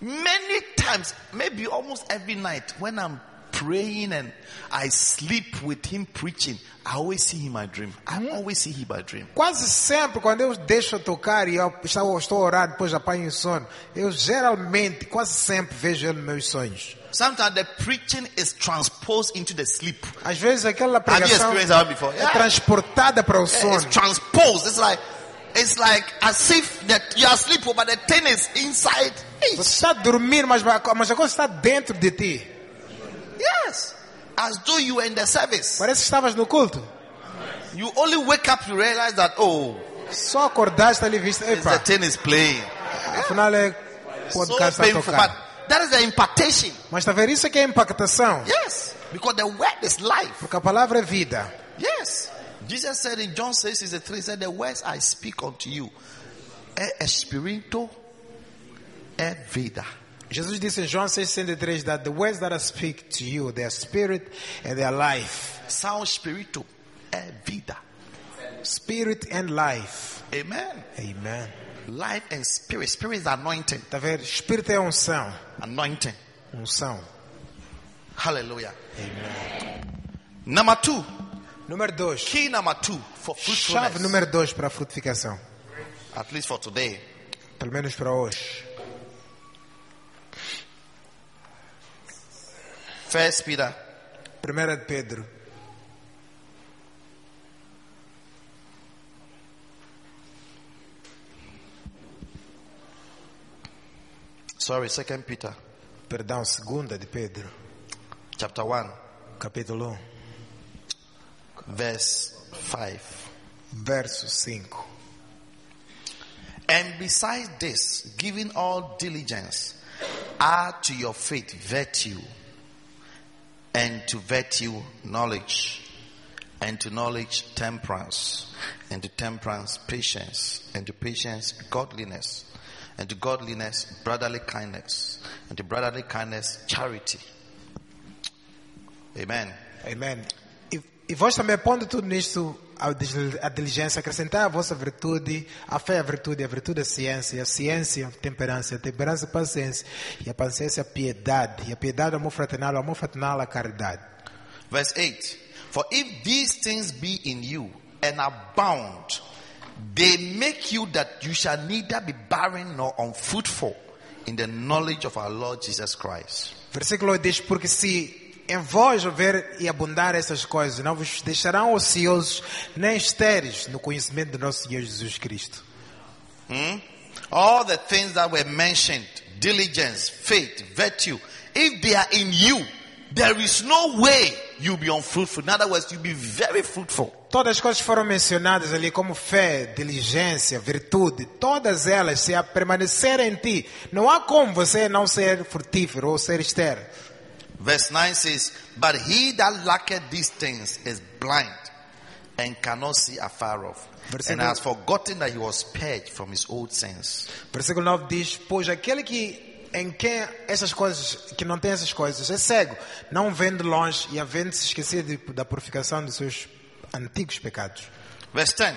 Speaker 2: Many times, maybe almost every night, when I'm praying and I sleep with him preaching, I always see him in my dream. I always see him by dream.
Speaker 3: Quase sempre, quando eu deixo tocar e eu estou, estou a orar, depois apanho o sono, eu geralmente, quase sempre, vejo ele nos meus sonhos.
Speaker 2: Sometimes the preaching is transposed into the sleep.
Speaker 3: Às vezes aquela
Speaker 2: Have you
Speaker 3: pregação
Speaker 2: experienced that before?
Speaker 3: é transportada para o
Speaker 2: Yeah,
Speaker 3: sono.
Speaker 2: It's transposed. It's like it's like as if that you are asleep, but the thing is inside. Hey,
Speaker 3: Você está a dormir, mas, mas a coisa está dentro de ti.
Speaker 2: Yes. As though you were in the service.
Speaker 3: Parece que estavas no culto.
Speaker 2: You only wake up, you realize that, oh,
Speaker 3: Só acordaste ali e viste,
Speaker 2: it's the
Speaker 3: epa,
Speaker 2: thing is playing.
Speaker 3: afinal é
Speaker 2: So
Speaker 3: podcast a
Speaker 2: painful. But
Speaker 3: tocar.
Speaker 2: that is the impartation.
Speaker 3: tá Mas está a ver, isso é que é impactação.
Speaker 2: Yes. Because the word is life.
Speaker 3: Porque a palavra é vida.
Speaker 2: Yes. Jesus said in John 6 63, he said, The words I speak unto you, e é espírito, é e vida.
Speaker 3: Jesus disse em João 6,63 that the words that I speak to you, they are spirit and they are life.
Speaker 2: Sound espírito, é vida.
Speaker 3: Spirit and life.
Speaker 2: Amen.
Speaker 3: Amen.
Speaker 2: Life and spirit. Spirit is anointing.
Speaker 3: Tá vendo? Espírito é unção.
Speaker 2: Anointing.
Speaker 3: Unção.
Speaker 2: Hallelujah. Number two.
Speaker 3: Número 2.
Speaker 2: Key number two for
Speaker 3: Chave
Speaker 2: fruitfulness.
Speaker 3: número 2 para a frutificação.
Speaker 2: At least for today.
Speaker 3: Pelo menos para hoje.
Speaker 2: First Peter
Speaker 3: 1 de Pedro,
Speaker 2: Sorry, Second Peter,
Speaker 3: perdão, 2 de Pedro,
Speaker 2: chapter one,
Speaker 3: capítulo 1,
Speaker 2: verse five.
Speaker 3: verso 5.
Speaker 2: And besides this, giving all diligence, add to your faith virtue, and to virtue knowledge, and to knowledge temperance, and to temperance patience, and to patience godliness, and to godliness brotherly kindness, and to brotherly kindness charity. Amen.
Speaker 3: Amém. E, e vós também pondo tudo nisto a dis- a diligência, acrescentar a vossa virtude, a fé a virtude, a virtude a ciência, a ciência a temperança, a temperança a paciência, e a paciência a piedade, e a piedade o amor fraternal, o amor fraternal a caridade.
Speaker 2: Verse 8 For if these things be in you and abound, they make you that you shall neither be barren nor unfruitful in the knowledge of our Lord Jesus Christ.
Speaker 3: Versículo 8 diz, porque se em vós houver e abundar essas coisas, não vos deixarão ociosos nem estéreis no conhecimento do nosso Senhor Jesus Cristo.
Speaker 2: All the things that were mentioned diligence, faith, virtue if they are in you, there is no way you'll be unfruitful. In other words, you'll be very fruitful.
Speaker 3: Todas as coisas foram mencionadas ali como fé, diligência, virtude. Todas elas, se a permanecerem em ti, não há como você não ser frutífero ou ser estéril.
Speaker 2: Verse 9 says, But he that lacketh these things is blind and cannot see afar off, and
Speaker 3: Versículo-
Speaker 2: has forgotten that he was purged from his old sins.
Speaker 3: Versículo 9 diz: Pois aquele que em quem essas coisas, que não tem essas coisas, é cego, não vendo longe e havendo se esquecido de- da purificação dos seus antigos pecados.
Speaker 2: Verse 10.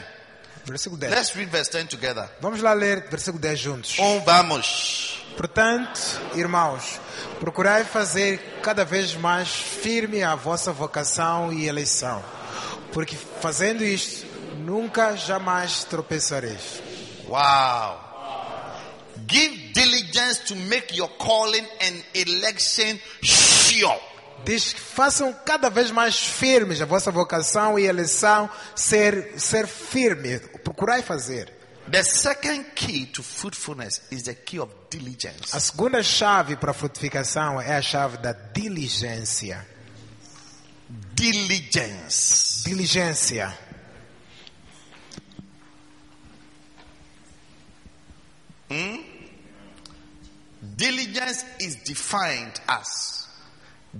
Speaker 3: Versículo 10.
Speaker 2: Let's read verse 10 together.
Speaker 3: Vamos lá ler versículo 10 juntos.
Speaker 2: Um vamos.
Speaker 3: Portanto, irmãos, procurai fazer cada vez mais firme a vossa vocação e eleição, porque fazendo isto, nunca jamais tropeçareis.
Speaker 2: Wow. Give diligence to make your calling and election sure.
Speaker 3: Diz que façam cada vez mais firmes a vossa vocação e eleição, ser, ser firme, procurai fazer.
Speaker 2: The second key to fruitfulness is the key of diligence.
Speaker 3: A segunda chave para a frutificação é a chave da diligência.
Speaker 2: Diligence.
Speaker 3: Diligência.
Speaker 2: Diligence is defined as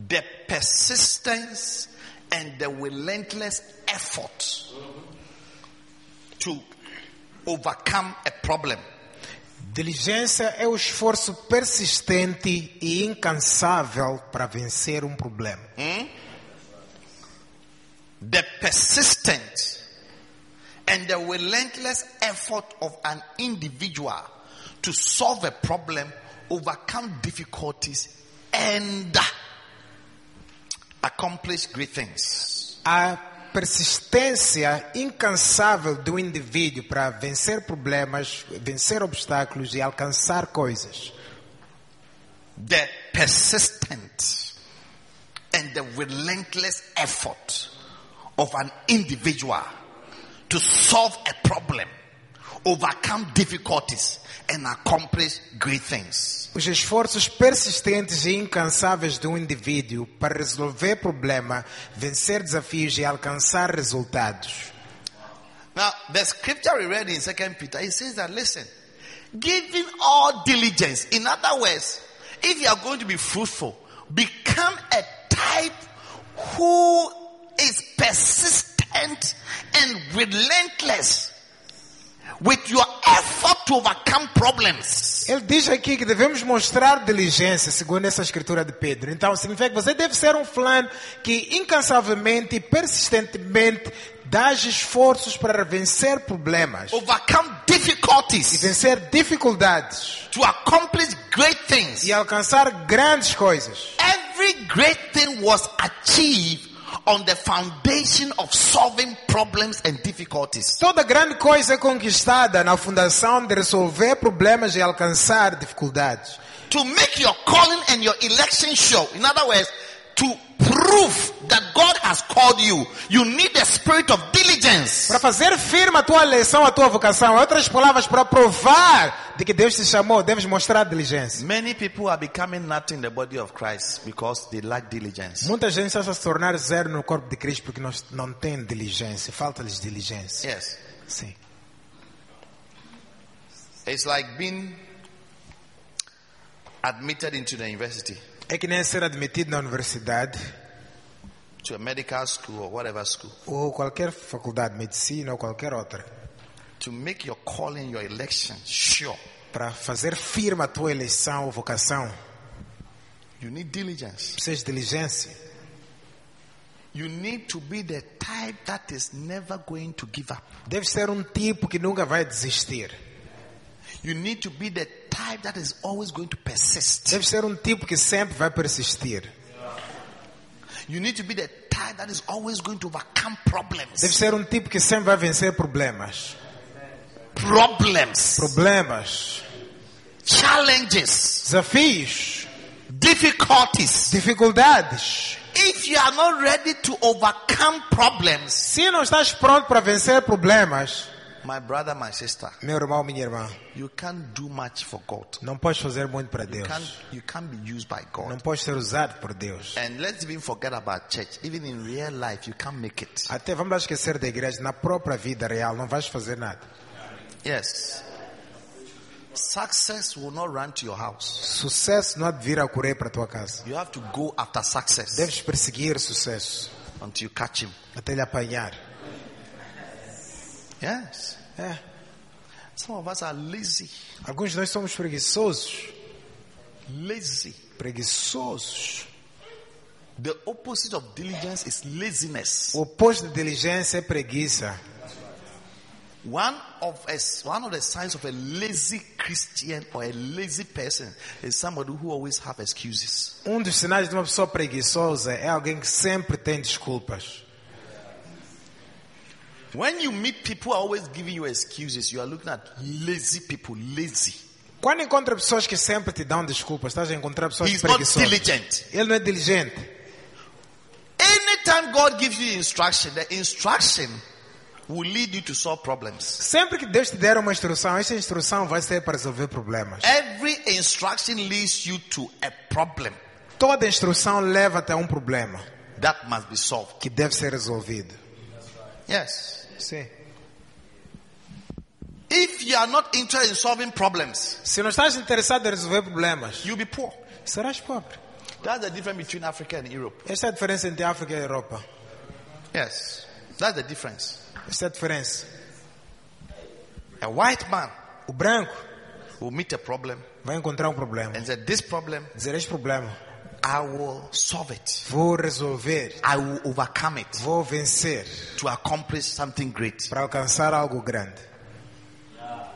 Speaker 2: the persistence and the relentless effort to overcome a problem.
Speaker 3: Diligência é o esforço persistente e incansável para vencer um problema.
Speaker 2: The persistent and the relentless effort of an individual to solve a problem, overcome difficulties, and accomplish great things.
Speaker 3: A persistência incansável do indivíduo para vencer problemas, vencer obstáculos e alcançar coisas.
Speaker 2: the persistent and the relentless effort of an individual to solve a problem, overcome difficulties, and accomplish great things.
Speaker 3: Os esforços persistentes e incansáveis do indivíduo para resolver problema, vencer desafios e alcançar resultados.
Speaker 2: Now, the scripture we read in Second Peter, it says that listen, giving all diligence. In other words, if you are going to be fruitful, become a type who is persistent and relentless with your effort to overcome problems.
Speaker 3: Ele diz aqui que devemos mostrar diligência, segundo essa escritura de Pedro. Então, significa que você deve ser um fulano que incansavelmente e persistentemente dá esforços para vencer problemas
Speaker 2: Overcome
Speaker 3: e
Speaker 2: difficulties
Speaker 3: vencer dificuldades
Speaker 2: to accomplish great things.
Speaker 3: e alcançar grandes coisas.
Speaker 2: Every great thing was achieved on the foundation of solving problems and difficulties.
Speaker 3: Toda grande coisa é conquistada na fundação de resolver problemas e alcançar dificuldades.
Speaker 2: To make your calling and your election sure. In other words, to prove that God has called you, you need the spirit of diligence.
Speaker 3: Para fazer firme a tua eleição, a tua vocação, em outras palavras, para provar de que Deus te chamou, deves mostrar diligência.
Speaker 2: Many people are becoming nothing in the body of Christ because they lack diligence.
Speaker 3: Muita gente está a se tornar zero no corpo de Cristo porque nós não tem diligência, falta-lhes diligência.
Speaker 2: Yes.
Speaker 3: Sim.
Speaker 2: It's like being admitted into the university,
Speaker 3: É que nem ser admitido na universidade
Speaker 2: to a medical school or whatever school.
Speaker 3: ou qualquer faculdade de medicina ou qualquer outra
Speaker 2: To make your calling, your election sure.
Speaker 3: para fazer firme a tua eleição ou vocação.
Speaker 2: You need diligence.
Speaker 3: Precisas de diligência.
Speaker 2: You need to be the type that is never going to give up.
Speaker 3: Deves ser um tipo que nunca vai desistir.
Speaker 2: You need to be the type that is always going to persist.
Speaker 3: Deves ser um tipo que sempre vai persistir.
Speaker 2: You need to be the type that is always going to overcome
Speaker 3: Deves
Speaker 2: problems.
Speaker 3: ser um tipo que sempre vai vencer problemas.
Speaker 2: Problems,
Speaker 3: Problemas,
Speaker 2: challenges,
Speaker 3: desafios,
Speaker 2: difficulties.
Speaker 3: dificuldades.
Speaker 2: If you are not ready to overcome problems,
Speaker 3: Se não estás pronto para vencer problemas,
Speaker 2: My brother, my sister,
Speaker 3: Meu irmão, minha irmã,
Speaker 2: you can't do much for God.
Speaker 3: não podes fazer muito para
Speaker 2: You can't,
Speaker 3: Deus.
Speaker 2: you can't be used by
Speaker 3: Não
Speaker 2: God.
Speaker 3: podes ser usado por Deus.
Speaker 2: And let's even forget about church. Even in real life, you can't make it.
Speaker 3: Até vamos lá esquecer da igreja, na própria vida real, não vais fazer nada.
Speaker 2: Yes. Success will not run to your house.
Speaker 3: Sucesso não há de vir a correr para a tua casa.
Speaker 2: You have to go after success
Speaker 3: Deves perseguir sucesso
Speaker 2: until you catch him.
Speaker 3: até lhe apanhar.
Speaker 2: Yes.
Speaker 3: É.
Speaker 2: Some of us are lazy.
Speaker 3: Alguns de nós somos preguiçosos.
Speaker 2: Lazy.
Speaker 3: Preguiçosos.
Speaker 2: The opposite of diligence is laziness.
Speaker 3: O oposto de diligência é preguiça.
Speaker 2: One of us, one of the signs of a lazy Christian or a lazy person is somebody who always have excuses.
Speaker 3: Um dos sinais de uma pessoa preguiçosa é alguém que sempre tem desculpas.
Speaker 2: When you meet people who are always giving you excuses, you are looking at lazy people, lazy.
Speaker 3: Quando encontra pessoas que sempre te dão desculpas, estás a encontrar pessoas
Speaker 2: He's not
Speaker 3: preguiçosas.
Speaker 2: diligent.
Speaker 3: Ele não é diligente.
Speaker 2: Anytime God gives you instruction, the instruction will lead you to solve problems.
Speaker 3: Sempre que Deus te der uma instrução, essa instrução vai ser para resolver problemas.
Speaker 2: Every instruction leads you to a problem
Speaker 3: Toda instrução leva até um problema
Speaker 2: that must be solved.
Speaker 3: que deve ser resolvido.
Speaker 2: Yes.
Speaker 3: Sim.
Speaker 2: If you are not interested in solving problems,
Speaker 3: Se não estás interessado em resolver problemas,
Speaker 2: you'll be poor.
Speaker 3: serás pobre.
Speaker 2: That's the difference between Africa and Europe.
Speaker 3: Esta é a diferença entre África e Europa.
Speaker 2: Yes. That's the difference.
Speaker 3: Esta é a diferença.
Speaker 2: A white man
Speaker 3: O branco
Speaker 2: will meet a problem
Speaker 3: vai encontrar um problema.
Speaker 2: and say, This problem,
Speaker 3: Dizer este problema,
Speaker 2: I will solve it.
Speaker 3: vou resolver,
Speaker 2: I will overcome it
Speaker 3: vou vencer
Speaker 2: to accomplish something great.
Speaker 3: para alcançar algo grande.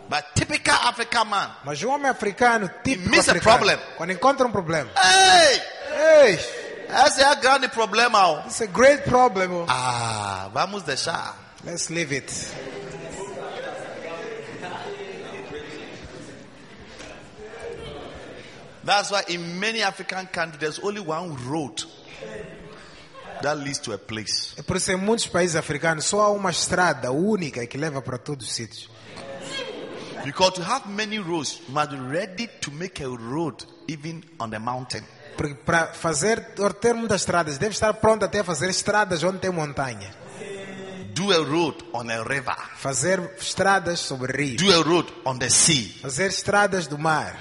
Speaker 2: But typical African man,
Speaker 3: Mas o homem africano, típico
Speaker 2: He miss a
Speaker 3: africano,
Speaker 2: problem.
Speaker 3: quando encontra um problema,
Speaker 2: hey,
Speaker 3: ei,
Speaker 2: esse é o grande problema. ó."
Speaker 3: it's a great problem.
Speaker 2: Ah, vamos deixar.
Speaker 3: Let's leave it.
Speaker 2: That's why in many African countries, there's only one road that leads to a place.
Speaker 3: É por isso que em muitos países africanos só há uma estrada única que leva para todos os sítios.
Speaker 2: Because to have many roads, you must be ready to make a road even on the mountain.
Speaker 3: Porque para fazer, ou ter muitas estradas, deve estar pronto até a fazer estradas onde tem montanha.
Speaker 2: Do a road on a river.
Speaker 3: Fazer estradas sobre rios.
Speaker 2: Do a road on the sea.
Speaker 3: Fazer estradas do mar.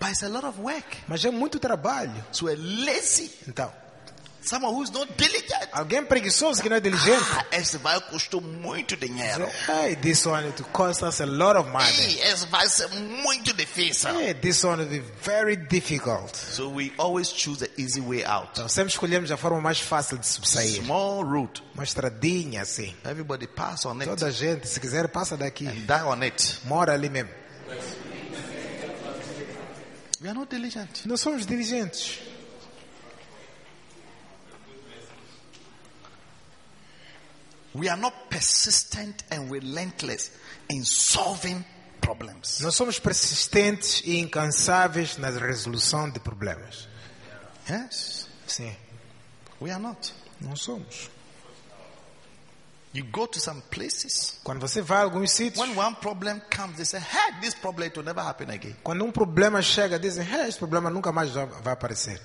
Speaker 2: But it's a lot of work.
Speaker 3: Mas é muito trabalho.
Speaker 2: So a lazy,
Speaker 3: Então,
Speaker 2: someone who's not diligent.
Speaker 3: alguém preguiçoso que não é diligente.
Speaker 2: Ah, esse vai custar muito dinheiro.
Speaker 3: Hey, this one it cost us a lot of money.
Speaker 2: Ei, esse vai ser muito difícil.
Speaker 3: Hey, this one will be very difficult.
Speaker 2: So we always choose the easy way out.
Speaker 3: Então, sempre escolhemos a forma mais fácil de subsair.
Speaker 2: Small road.
Speaker 3: Uma estradinha assim.
Speaker 2: Everybody pass on it.
Speaker 3: Toda a gente, se quiser, passa daqui.
Speaker 2: Die on it.
Speaker 3: Mora ali mesmo.
Speaker 2: We are not diligent.
Speaker 3: Não somos diligentes.
Speaker 2: We are not persistent and relentless in solving problems.
Speaker 3: Não somos persistentes e incansáveis na resolução de problemas.
Speaker 2: Yes,
Speaker 3: Sim,
Speaker 2: we are not.
Speaker 3: não somos.
Speaker 2: You go to some places.
Speaker 3: Quando você vai a alguns sítios,
Speaker 2: When one problem comes, they say, "Hey, this problem it will never happen again."
Speaker 3: quando um problema chega, dizem, "Hey, este problema nunca mais vai vai aparecer.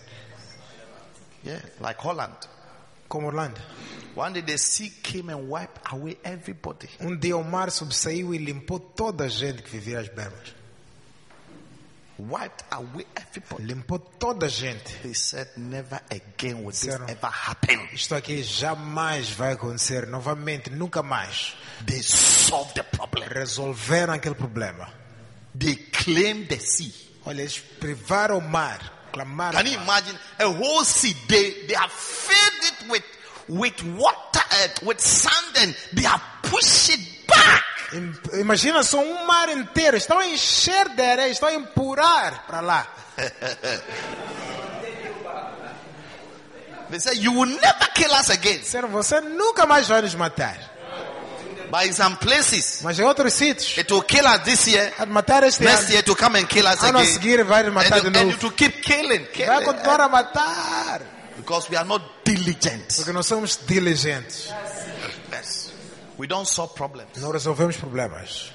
Speaker 2: Yeah, like Holland.
Speaker 3: Como Orlando.
Speaker 2: One day the sea came and wiped away everybody.
Speaker 3: Um dia o mar subsaiu e limpou toda a gente que vivia às bermas.
Speaker 2: Wiped away everybody.
Speaker 3: Limpou toda a gente.
Speaker 2: They said, "Never again will this
Speaker 3: Zero.
Speaker 2: ever happen."
Speaker 3: Isto aqui jamais vai acontecer novamente, nunca mais.
Speaker 2: They solved the problem.
Speaker 3: Resolveram aquele problema.
Speaker 2: They claimed the sea.
Speaker 3: Olha, eles privaram o mar, clamaram.
Speaker 2: Can you
Speaker 3: o mar.
Speaker 2: imagine a whole sea? They, they have filled it with, with water, uh, with sand, and they have pushed it back.
Speaker 3: Im- Imagina só um mar inteiro. Estão a encher de areia, estão a empurrar para lá.
Speaker 2: They say, You will never kill us again.
Speaker 3: Disseram, você nunca mais vai nos matar.
Speaker 2: But in some places,
Speaker 3: Mas em outros sítios,
Speaker 2: it will kill us this year.
Speaker 3: vai matar este
Speaker 2: Next
Speaker 3: ano.
Speaker 2: year, it will come and kill us
Speaker 3: Ano a
Speaker 2: again.
Speaker 3: seguir vai nos matar de
Speaker 2: And, and
Speaker 3: novo.
Speaker 2: it will keep killing,
Speaker 3: Vai
Speaker 2: killing.
Speaker 3: continuar a matar.
Speaker 2: Because we are not diligent.
Speaker 3: Porque nós somos diligentes.
Speaker 2: Yes. We don't solve problems.
Speaker 3: Não resolvemos problemas.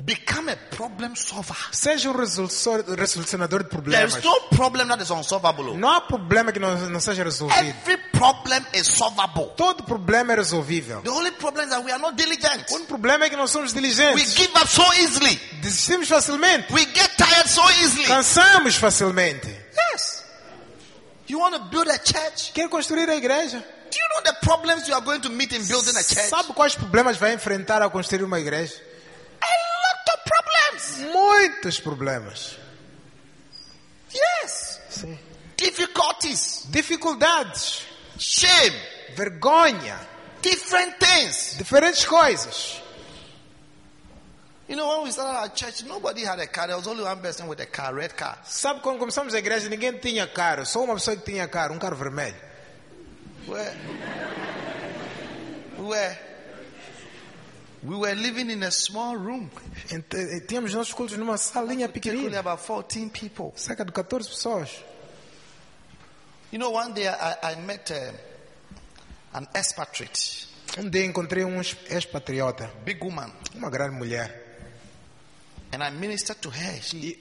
Speaker 2: Become a problem solver.
Speaker 3: Seja um resolução- resolucionador de
Speaker 2: There
Speaker 3: problemas.
Speaker 2: is no problem that is unsolvable.
Speaker 3: Não há problema que não, não seja resolvido.
Speaker 2: Every problem is solvable.
Speaker 3: Todo problema é resolvível.
Speaker 2: The only problem is that we are not diligent.
Speaker 3: O único problema é que não somos
Speaker 2: We
Speaker 3: diligentes.
Speaker 2: give up so easily.
Speaker 3: Desistimos facilmente.
Speaker 2: We get tired so easily.
Speaker 3: Cansamos facilmente.
Speaker 2: Yes. You want to build a church?
Speaker 3: Quer construir a igreja?
Speaker 2: Do you know the problems you are going to meet in building a church?
Speaker 3: Sabe quais problemas vai enfrentar ao construir uma igreja?
Speaker 2: A lot of problems.
Speaker 3: Muitos problemas.
Speaker 2: Yes.
Speaker 3: Sim.
Speaker 2: Difficulties,
Speaker 3: Dificuldades,
Speaker 2: shame,
Speaker 3: vergonha,
Speaker 2: different things.
Speaker 3: diferentes coisas.
Speaker 2: You know, when we started our church, nobody had a car. There was only one person with a car, red car.
Speaker 3: Sabe quando começamos a igreja ninguém tinha carro, só uma pessoa que tinha carro, um carro vermelho.
Speaker 2: Where? Where? We were living in a small room,
Speaker 3: Ent- eh, Tínhamos nossos cultos numa salinha
Speaker 2: only
Speaker 3: pequenina,
Speaker 2: about 14 people.
Speaker 3: cerca de 14 pessoas.
Speaker 2: You know, one day I, I met um, an expatriate,
Speaker 3: Um dia encontrei um ex- ex-patriota,
Speaker 2: big woman,
Speaker 3: uma grande mulher,
Speaker 2: and I ministered to her. She,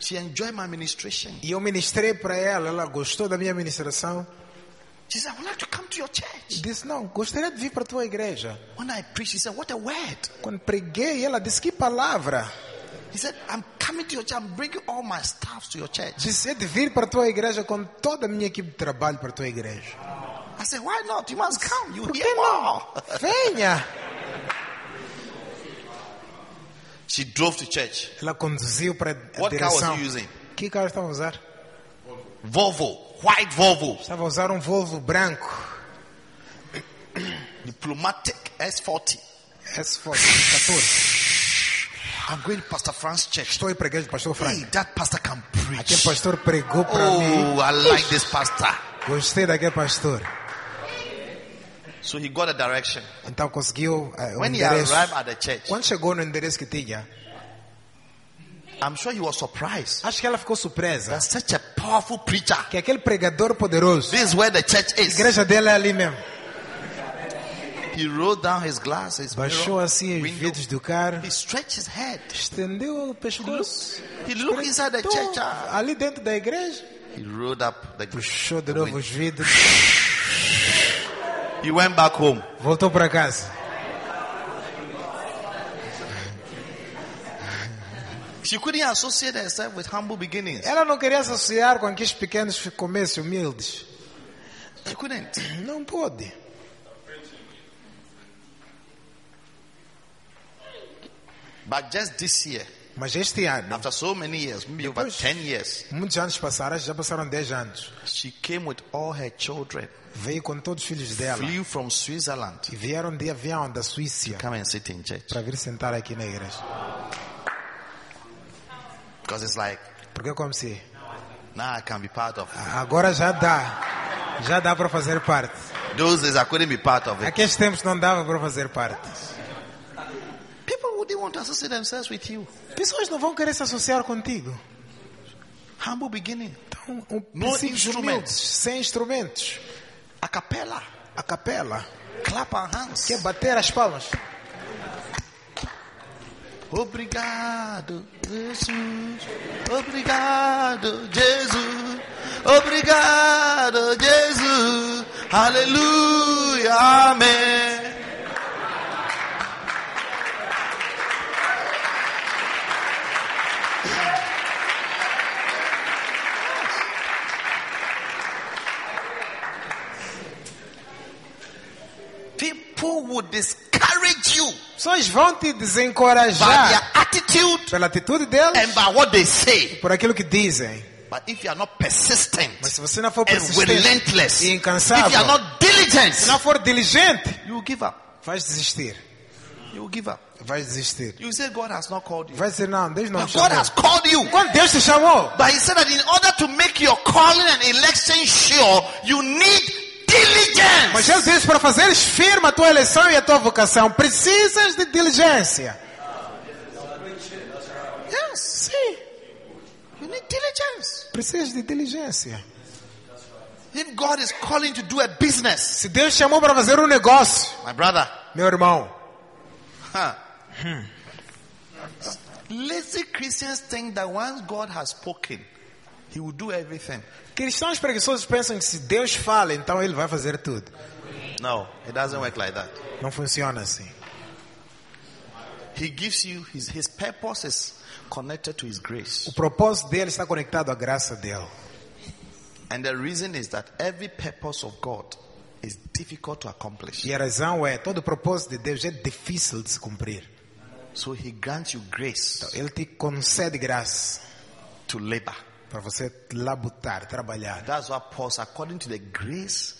Speaker 2: she enjoyed my ministration.
Speaker 3: e eu ministrei para ela, ela gostou da minha ministração.
Speaker 2: She said, I would like to come to your
Speaker 3: E
Speaker 2: church.
Speaker 3: disse, não, gostaria de vir para a tua igreja.
Speaker 2: When I preached, she said, What a word.
Speaker 3: Quando preguei, ela disse, que palavra?
Speaker 2: He said, I'm coming to your church. I'm bringing all my staffs to your church.
Speaker 3: Disse, é de vir para a tua igreja com toda a minha equipe de trabalho para a tua igreja.
Speaker 2: I said, Why not? You must come. You
Speaker 3: Por
Speaker 2: hear
Speaker 3: que não?
Speaker 2: more. [LAUGHS]
Speaker 3: Venha!
Speaker 2: She drove to church.
Speaker 3: Ela conduziu para a
Speaker 2: What car was
Speaker 3: direção.
Speaker 2: he using?
Speaker 3: Que carro estava a usar?
Speaker 2: Volvo, white Volvo,
Speaker 3: Estava a usar um Volvo branco.
Speaker 2: diplomatic S40.
Speaker 3: S Ford 14.
Speaker 2: I'm going to Pastor Francis church.
Speaker 3: Estou aí para a igreja do pastor
Speaker 2: Hey,
Speaker 3: Frank.
Speaker 2: that pastor can
Speaker 3: Aquele
Speaker 2: preach.
Speaker 3: pastor pregou para mim.
Speaker 2: Oh, I like this pastor.
Speaker 3: Gostei daquele pastor.
Speaker 2: So he got a direction.
Speaker 3: Então conseguiu eh, o
Speaker 2: When he
Speaker 3: endereço.
Speaker 2: arrived at the church,
Speaker 3: Quando chegou no endereço que tinha,
Speaker 2: I'm sure he was surprised.
Speaker 3: acho que ela ficou surpresa.
Speaker 2: That's such a powerful preacher.
Speaker 3: Que aquele pregador poderoso,
Speaker 2: This is where the church
Speaker 3: a
Speaker 2: is.
Speaker 3: igreja dela é ali mesmo.
Speaker 2: He rolled down his glasses.
Speaker 3: Baixou assim os
Speaker 2: window.
Speaker 3: vidros do carro.
Speaker 2: He stretched his head.
Speaker 3: Estendeu o pescoço. Então,
Speaker 2: He looked inside the church. ah.
Speaker 3: ali dentro da igreja.
Speaker 2: He rolled up the
Speaker 3: Puxou de novo os vidros.
Speaker 2: He went back home.
Speaker 3: Voltou para casa.
Speaker 2: She couldn't associate herself with humble beginnings.
Speaker 3: Ela não queria se associar com aqueles pequenos comércios humildes.
Speaker 2: She couldn't.
Speaker 3: Não pôde.
Speaker 2: But just this year,
Speaker 3: Mas este ano,
Speaker 2: after so many years, maybe over 10 years,
Speaker 3: muitos anos passaram, já passaram 10 anos.
Speaker 2: she came with all her children,
Speaker 3: Veio com todos os filhos dela.
Speaker 2: flew from Switzerland
Speaker 3: E
Speaker 2: to
Speaker 3: vieram de avião da Suíça
Speaker 2: come and sit in church.
Speaker 3: para vir sentar aqui na igreja.
Speaker 2: Because it's like,
Speaker 3: Porque é como se
Speaker 2: now I can be part of it.
Speaker 3: agora já dá. Já dá para fazer parte.
Speaker 2: Those days I couldn't be part of it.
Speaker 3: Aqueles tempos não dava para fazer parte.
Speaker 2: People wouldn't want to associate themselves with you.
Speaker 3: Pessoas não vão querer se associar contigo.
Speaker 2: Humble beginning.
Speaker 3: Então, um,
Speaker 2: No
Speaker 3: princípios
Speaker 2: instrumentos.
Speaker 3: humildes, sem instrumentos.
Speaker 2: A cappella.
Speaker 3: A capela.
Speaker 2: Clap our hands.
Speaker 3: Quer bater as palmas?
Speaker 2: Obrigado, Jesus. Obrigado, Jesus. Obrigado, Jesus. Aleluia, amém. People would discourage you
Speaker 3: Pessoas vão
Speaker 2: by
Speaker 3: te desencorajar
Speaker 2: their attitude
Speaker 3: pela atitude delas,
Speaker 2: and by what they say.
Speaker 3: por aquilo que dizem.
Speaker 2: But if you are not persistent
Speaker 3: Mas se você não for
Speaker 2: and
Speaker 3: persistente
Speaker 2: É relentless, if you
Speaker 3: e
Speaker 2: are
Speaker 3: incansável,
Speaker 2: not
Speaker 3: se
Speaker 2: diligent,
Speaker 3: não for diligente,
Speaker 2: you will give up.
Speaker 3: vais desistir.
Speaker 2: You will give up.
Speaker 3: Vais desistir.
Speaker 2: You will say God has not called you.
Speaker 3: Vai dizer, não, Deus não me
Speaker 2: But God has
Speaker 3: chamou.
Speaker 2: called you.
Speaker 3: Quando Deus te chamou,
Speaker 2: But He said that in order to make your calling and election sure, you need
Speaker 3: mas
Speaker 2: diligence.
Speaker 3: Ele disse para fazeres firme a tua eleição e a tua vocação, precisas de diligência.
Speaker 2: Yes, see, you need diligence.
Speaker 3: Precisas de diligência.
Speaker 2: If God is calling to do a business,
Speaker 3: Se Deus chamou para fazer um negócio,
Speaker 2: my brother,
Speaker 3: meu irmão,
Speaker 2: huh? Hmm. lazy Christians think that once God has spoken, He will do everything.
Speaker 3: cristãos preguiçosos pensam que se Deus fala, então ele vai fazer tudo.
Speaker 2: No, it doesn't work like that.
Speaker 3: Não funciona assim.
Speaker 2: He gives you His, his purpose is connected to His grace.
Speaker 3: O propósito dele está conectado à graça dele.
Speaker 2: And the reason is that every purpose of God is difficult to accomplish.
Speaker 3: E a razão é, todo o propósito de Deus é difícil de se cumprir. Então,
Speaker 2: So He grants you grace
Speaker 3: Ele te concede graça
Speaker 2: to labor.
Speaker 3: para você labutar, trabalhar.
Speaker 2: That's why Paul said, according to the grace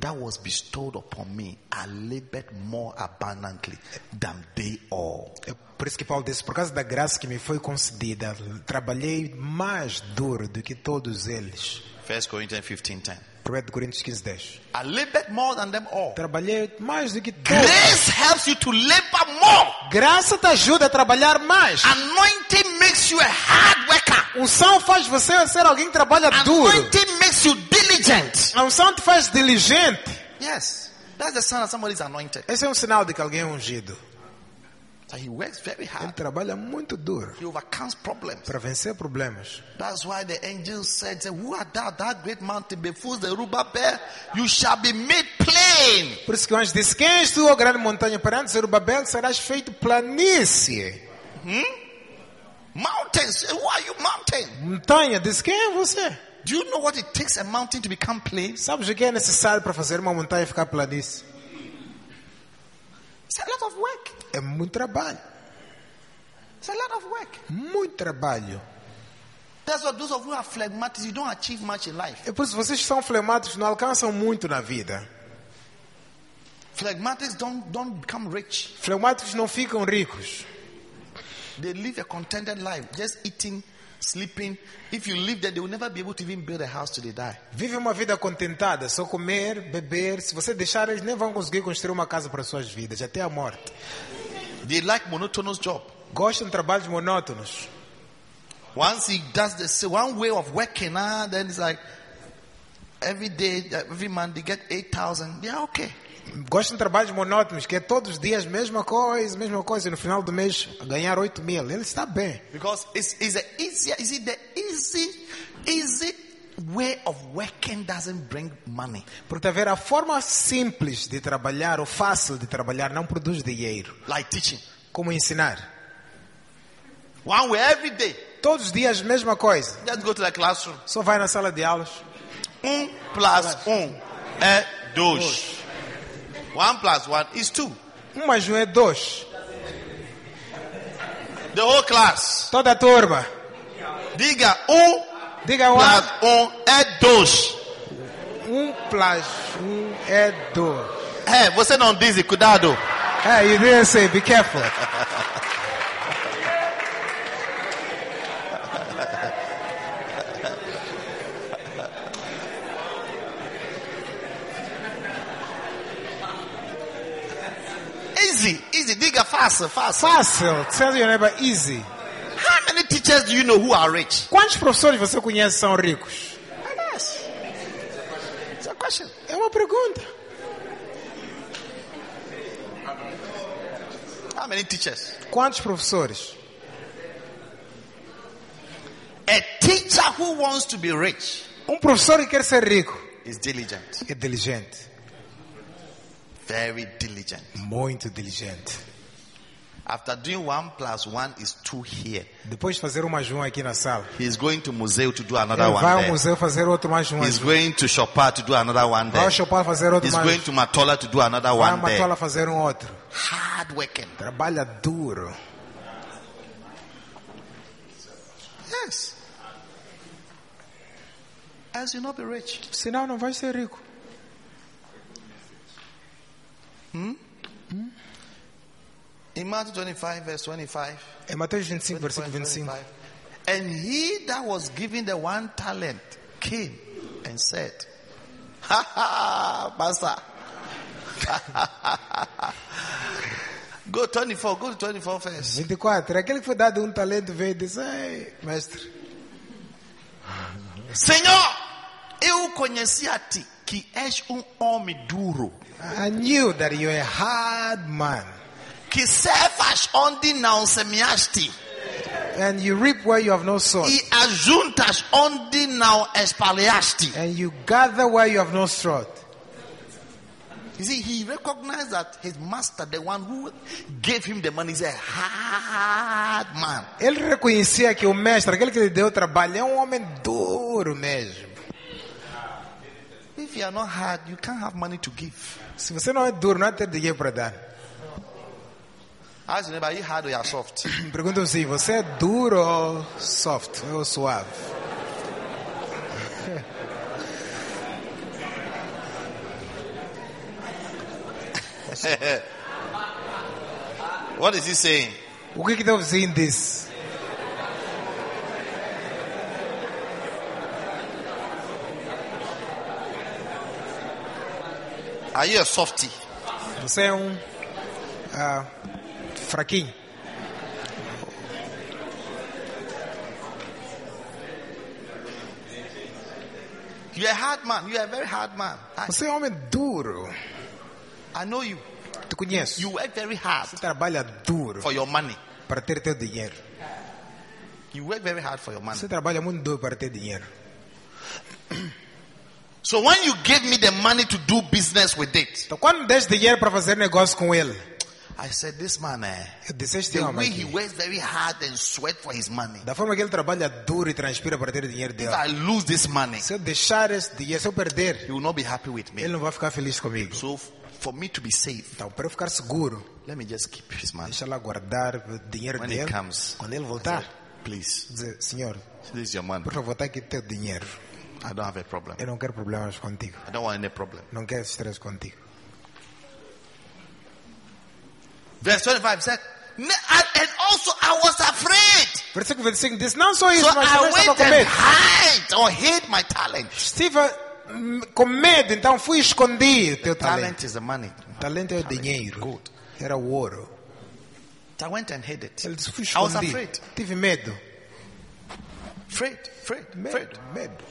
Speaker 2: that was bestowed upon me, I labored more abundantly than they all.
Speaker 3: É por isso que Paulo disse, por causa da graça que me foi concedida, trabalhei mais duro do que todos eles.
Speaker 2: First Corinthians 15:10.
Speaker 3: 1 Coríntios 15, 10.
Speaker 2: I labored more than them all.
Speaker 3: Trabalhei mais do que todos.
Speaker 2: Grace helps you to labor more.
Speaker 3: Graça te ajuda a trabalhar mais.
Speaker 2: Anointing makes you a hard worker.
Speaker 3: Unção Um faz você ser alguém que trabalha duro.
Speaker 2: Anointing makes you diligent.
Speaker 3: A unção te faz diligente.
Speaker 2: Yes. That's the sign that somebody is anointed.
Speaker 3: Esse é um sinal de que alguém é ungido.
Speaker 2: So he works very
Speaker 3: Ele
Speaker 2: hard.
Speaker 3: trabalha muito duro
Speaker 2: He overcomes problems.
Speaker 3: para vencer problemas.
Speaker 2: That's why the angel said, Who art thou, that great mountain? Before the Ruba bear, you shall be made plain.
Speaker 3: Por isso que o anjo disse, quem és tu, ó grande montanha, perante Zerubabel, serás feito planície.
Speaker 2: Mountains, who are you, mountain?
Speaker 3: Montanha, disse, quem é você?
Speaker 2: Do you know what it takes a mountain to become plain?
Speaker 3: Sabes o que é necessário para fazer uma montanha ficar planície?
Speaker 2: It's a lot of work.
Speaker 3: É muito trabalho,
Speaker 2: It's a lot of work.
Speaker 3: muito trabalho.
Speaker 2: That's why those of you who are phlegmatic, you don't achieve much in life.
Speaker 3: É por isso que vocês que são fleumáticos, não alcançam muito na vida.
Speaker 2: Phlegmatics don't, don't become rich.
Speaker 3: Fleumáticos não ficam ricos.
Speaker 2: They live a contented life, just eating, sleeping. If you live there, they will never be able to even build a house till they die.
Speaker 3: Vivem uma vida contentada, só comer, beber. Se você deixar, eles nem vão conseguir construir uma casa para suas vidas, até a morte.
Speaker 2: They like monotonous job.
Speaker 3: Gostam de trabalhos monótonos.
Speaker 2: Once he does the same one way of working, ah, then it's like every day, every month they get eight thousand. They are okay.
Speaker 3: Gostam de trabalhos monótonos, que é todos os dias mesma coisa, mesma coisa. E no final do mês, ganhar 8 mil. Ele está bem.
Speaker 2: Because it's it's the easier. Is it the easy, easy way of working doesn't bring money?
Speaker 3: Porque a ver, a forma simples de trabalhar, ou fácil de trabalhar, não produz dinheiro.
Speaker 2: Like teaching,
Speaker 3: Como ensinar?
Speaker 2: one way every day.
Speaker 3: Todos os dias, mesma coisa.
Speaker 2: Just go to the classroom.
Speaker 3: Só vai na sala de aulas.
Speaker 2: Um plus um é dois. One plus one is two.
Speaker 3: Um mais um é dois.
Speaker 2: The whole class.
Speaker 3: Toda a turma.
Speaker 2: Diga um
Speaker 3: Diga um.
Speaker 2: plus um é dois.
Speaker 3: Um plus um é dois.
Speaker 2: É, você não diz, cuidado.
Speaker 3: Hey, you didn't say, be careful.
Speaker 2: Easy, easy. Diga fácil, fácil.
Speaker 3: Fácil. Tell your neighbor, easy.
Speaker 2: How many teachers do you know who are rich?
Speaker 3: Quantos professores você conhece são ricos?
Speaker 2: Yes. It's a question.
Speaker 3: É uma pergunta.
Speaker 2: How many teachers?
Speaker 3: Quantos professores?
Speaker 2: A teacher who wants to be rich
Speaker 3: Um professor que quer ser rico
Speaker 2: is diligent.
Speaker 3: é diligente.
Speaker 2: Very diligent.
Speaker 3: Muito diligente.
Speaker 2: After doing one plus one is two here,
Speaker 3: Depois de fazer um mais um aqui na sala.
Speaker 2: he's going to museu to do another
Speaker 3: Ele
Speaker 2: one
Speaker 3: vai ao
Speaker 2: there.
Speaker 3: museu fazer outro mais um.
Speaker 2: He's
Speaker 3: Vai
Speaker 2: going to Shopa to do another one there.
Speaker 3: ao Chopin fazer outro
Speaker 2: He's
Speaker 3: mais um.
Speaker 2: going to Matola to do another
Speaker 3: Vai a
Speaker 2: one there.
Speaker 3: Matola fazer um outro.
Speaker 2: Hard working.
Speaker 3: Trabalha duro.
Speaker 2: Yes. As you not be rich.
Speaker 3: Senão não vai ser rico.
Speaker 2: In Matthew 25 verse 25.
Speaker 3: É Mateus 25, versículo 25.
Speaker 2: And he that was given the one talent came and said, Ha ha, Master. [LAUGHS] go 24, go to 24 first.
Speaker 3: 24. Aquele que foi dado um talento veio e disse: Ei, mestre,
Speaker 2: Senhor, eu conhecia ati que és um homem duro,
Speaker 3: I knew that you're a hard man,
Speaker 2: que servas onde não semeaste
Speaker 3: and you reap where you have no sown,
Speaker 2: e ajuntas onde não espalhaste.
Speaker 3: and you gather where you have no strawed.
Speaker 2: You see, he recognized that his master, the one who gave him the money, is a hard man.
Speaker 3: Ele reconhecia que o mestre, aquele que lhe deu o trabalho, é um homem duro mesmo.
Speaker 2: If you are not hard, you can't have money to give.
Speaker 3: Se você não é duro, não é ter dinheiro para dar. [CLEARS THROAT]
Speaker 2: Ask your neighbor, are you hard or you are soft?
Speaker 3: Perguntam assim: você é duro ou soft ou suave?
Speaker 2: [COUGHS] what is he saying?
Speaker 3: O que que Deus diz disso?
Speaker 2: Are you a softy?
Speaker 3: Você é um ah, fraquinho.
Speaker 2: You are a hard man. You are a very hard man. I,
Speaker 3: Você é um homem duro.
Speaker 2: I know you.
Speaker 3: Te conheço.
Speaker 2: You work very hard
Speaker 3: Você trabalha duro
Speaker 2: for your money.
Speaker 3: para ter teu dinheiro.
Speaker 2: You work very hard for your money.
Speaker 3: Você trabalha muito duro para ter dinheiro.
Speaker 2: So when you gave me the money to do business with it,
Speaker 3: Então, quando me deste dinheiro para fazer negócio com ele,
Speaker 2: I said, this man, eh,
Speaker 3: eu disse este
Speaker 2: the way
Speaker 3: homem
Speaker 2: he
Speaker 3: aqui,
Speaker 2: works very hard and sweat for his money.
Speaker 3: da forma que ele trabalha duro e transpira para ter dinheiro
Speaker 2: If
Speaker 3: dele,
Speaker 2: I lose this money,
Speaker 3: se eu deixar esse dinheiro, se eu perder,
Speaker 2: he will not be happy with me.
Speaker 3: ele não vai ficar feliz comigo.
Speaker 2: So f- for me to be safe,
Speaker 3: Então, para eu ficar seguro,
Speaker 2: let me just keep his money.
Speaker 3: deixa lá guardar o dinheiro
Speaker 2: When he
Speaker 3: dele.
Speaker 2: comes,
Speaker 3: Quando ele voltar,
Speaker 2: please,
Speaker 3: dizer, senhor,
Speaker 2: this is your money.
Speaker 3: por favor, tá aqui teu dinheiro.
Speaker 2: I don't have a problem.
Speaker 3: Eu não quero problemas contigo.
Speaker 2: I don't want any problem.
Speaker 3: Não quero estresse contigo.
Speaker 2: Verse 25 said, "Ne- And and also I was afraid.
Speaker 3: Versículo 25 diz, não só isso,
Speaker 2: So
Speaker 3: mas também
Speaker 2: I
Speaker 3: estava
Speaker 2: went
Speaker 3: com
Speaker 2: and
Speaker 3: medo.
Speaker 2: hid or hid my talent.
Speaker 3: Estive hum, com medo, então fui esconder o teu talento.
Speaker 2: Talent is the money.
Speaker 3: Talento é o dinheiro. Era o ouro.
Speaker 2: So I went and hid it.
Speaker 3: Ele disse, fui
Speaker 2: I was
Speaker 3: esconder.
Speaker 2: afraid.
Speaker 3: Tive medo.
Speaker 2: Afraid, afraid, afraid.
Speaker 3: Medo, medo.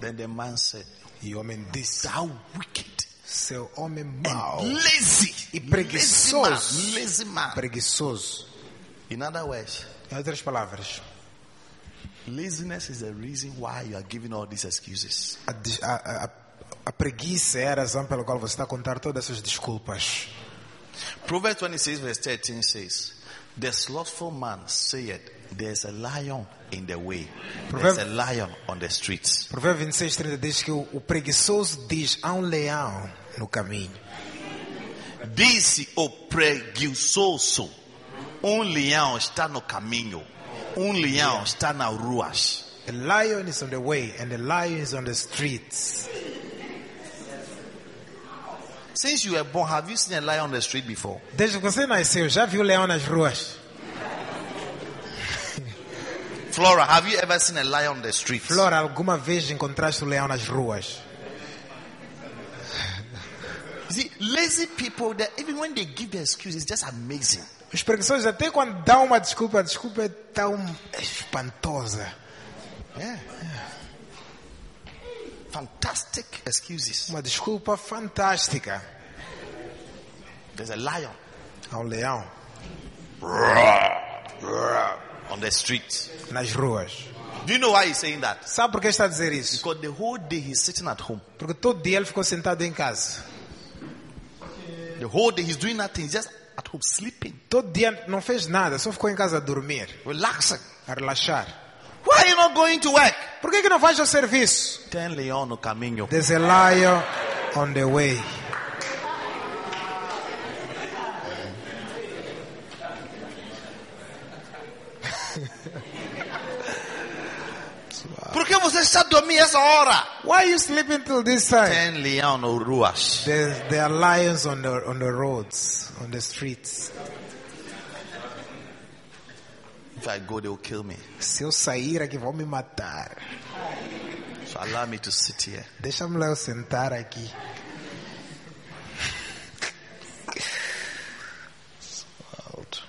Speaker 2: Then the man said,
Speaker 3: E o homem disse,
Speaker 2: Thou wicked,
Speaker 3: seu homem mau,
Speaker 2: lazy,
Speaker 3: E
Speaker 2: lazy man,
Speaker 3: preguiçoso.
Speaker 2: lazy man.
Speaker 3: preguiçoso.
Speaker 2: In other words,
Speaker 3: Em outras palavras,
Speaker 2: laziness is the reason why you are giving all these excuses.
Speaker 3: a, des- a, a, a- a preguiça é a razão pela qual você está a contar todas essas desculpas.
Speaker 2: Proverbs 26, verse 13 says, The slothful man saith, There's a lion in the way. There's
Speaker 3: Proverb-
Speaker 2: a lion on the streets.
Speaker 3: Provérbio 26, 30 diz que o, o preguiçoso diz, há um leão no caminho.
Speaker 2: Disse o preguiçoso: Um leão está no caminho, um leão está nas ruas.
Speaker 3: A lion is on the way and the lion is on the streets.
Speaker 2: Since you were born, have you seen a lion on the street before?
Speaker 3: Desde que você nasceu, já viu leão nas ruas?
Speaker 2: Flora, have you ever seen a lion on the street?
Speaker 3: Flora, alguma vez encontraste o leão nas ruas?
Speaker 2: See, lazy people, that even when they give the excuse, it's just amazing.
Speaker 3: Os preguiçosos, até quando dão uma desculpa, a desculpa é tão espantosa.
Speaker 2: Yeah. Fantastic excuses.
Speaker 3: Uma desculpa fantástica.
Speaker 2: There's a lion
Speaker 3: Há um leão
Speaker 2: on the street.
Speaker 3: nas ruas.
Speaker 2: Do you know why he's saying that?
Speaker 3: Sabe por que está a dizer isso?
Speaker 2: Because the whole day he's sitting at home.
Speaker 3: Porque todo dia ele ficou sentado em casa.
Speaker 2: The whole day he's doing nothing, he's just at home sleeping,
Speaker 3: Todo dia não fez nada, só ficou em casa a dormir,
Speaker 2: relaxing.
Speaker 3: a relaxar.
Speaker 2: Why are you not going to work?
Speaker 3: Por que, que não faz o serviço?
Speaker 2: Ten leon no caminho.
Speaker 3: There's a lion on the way.
Speaker 2: Por que você está dormindo essa hora?
Speaker 3: Why are you sleeping till this time?
Speaker 2: Ten leão no ruas.
Speaker 3: There's, there are lions on the, on the roads, on the streets.
Speaker 2: If I go, they will kill me.
Speaker 3: Se eu sair aqui, vão me matar.
Speaker 2: So allow me to sit here.
Speaker 3: Deixa-me lá eu sentar aqui.
Speaker 2: Out.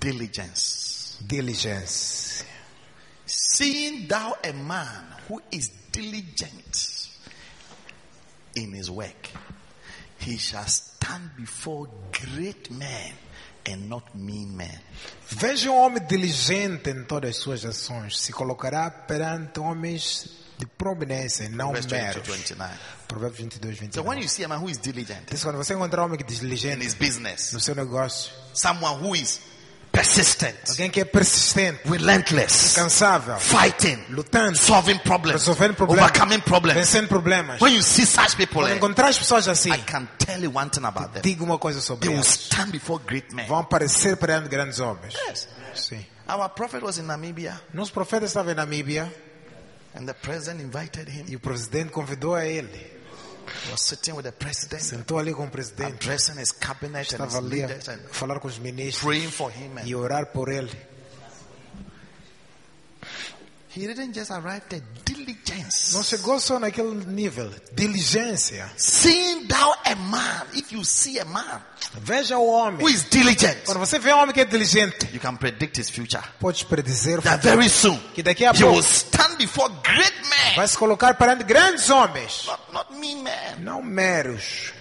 Speaker 2: Diligence.
Speaker 3: Diligence.
Speaker 2: Seeing thou a man who is diligent in his work, he shall stand before great men and not mean men.
Speaker 3: Veja um homem diligente em todas as suas ações, se colocará perante homens de prominência, não
Speaker 2: Verse 20 to
Speaker 3: meros.
Speaker 2: 29.
Speaker 3: Provérbios 22, 29.
Speaker 2: So when you see a man who is diligent
Speaker 3: Diz quando você encontrar um homem
Speaker 2: in his
Speaker 3: diligente
Speaker 2: business,
Speaker 3: no seu negócio,
Speaker 2: someone who is persistent,
Speaker 3: alguém que é persistente,
Speaker 2: relentless,
Speaker 3: incansável,
Speaker 2: fighting,
Speaker 3: lutando,
Speaker 2: solving problems,
Speaker 3: resolvendo problemas,
Speaker 2: overcoming problems.
Speaker 3: vencendo problemas.
Speaker 2: When you see such people,
Speaker 3: Quando
Speaker 2: eh,
Speaker 3: encontrar as pessoas assim,
Speaker 2: I can tell you one thing about them.
Speaker 3: diga uma coisa sobre
Speaker 2: They will
Speaker 3: elas.
Speaker 2: stand before great men.
Speaker 3: Vão aparecer perante grandes homens.
Speaker 2: Yes.
Speaker 3: Sim.
Speaker 2: Our prophet was in Namibia,
Speaker 3: Nosso profeta estava em Namíbia
Speaker 2: and the president invited him.
Speaker 3: e o presidente convidou a ele.
Speaker 2: He was sitting with the president,
Speaker 3: Sentou ali com o presidente.
Speaker 2: addressing his cabinet and
Speaker 3: Estava
Speaker 2: his
Speaker 3: ali
Speaker 2: leaders, and
Speaker 3: a falar com os ministros
Speaker 2: praying for him.
Speaker 3: e
Speaker 2: And
Speaker 3: orar por ele.
Speaker 2: he didn't just arrive there.
Speaker 3: Não
Speaker 2: Diligence.
Speaker 3: chegou só naquele nível. Diligência.
Speaker 2: Seeing thou a man, if you see a man
Speaker 3: Veja o
Speaker 2: who
Speaker 3: homem.
Speaker 2: is diligent,
Speaker 3: Quando você vê um homem que é diligente,
Speaker 2: you can predict his future.
Speaker 3: pode predizer o
Speaker 2: That
Speaker 3: futuro,
Speaker 2: very soon
Speaker 3: que daqui a
Speaker 2: he will
Speaker 3: pouco
Speaker 2: stand before great men,
Speaker 3: vai se colocar perante grandes homens.
Speaker 2: not, not mean men.
Speaker 3: Não meros.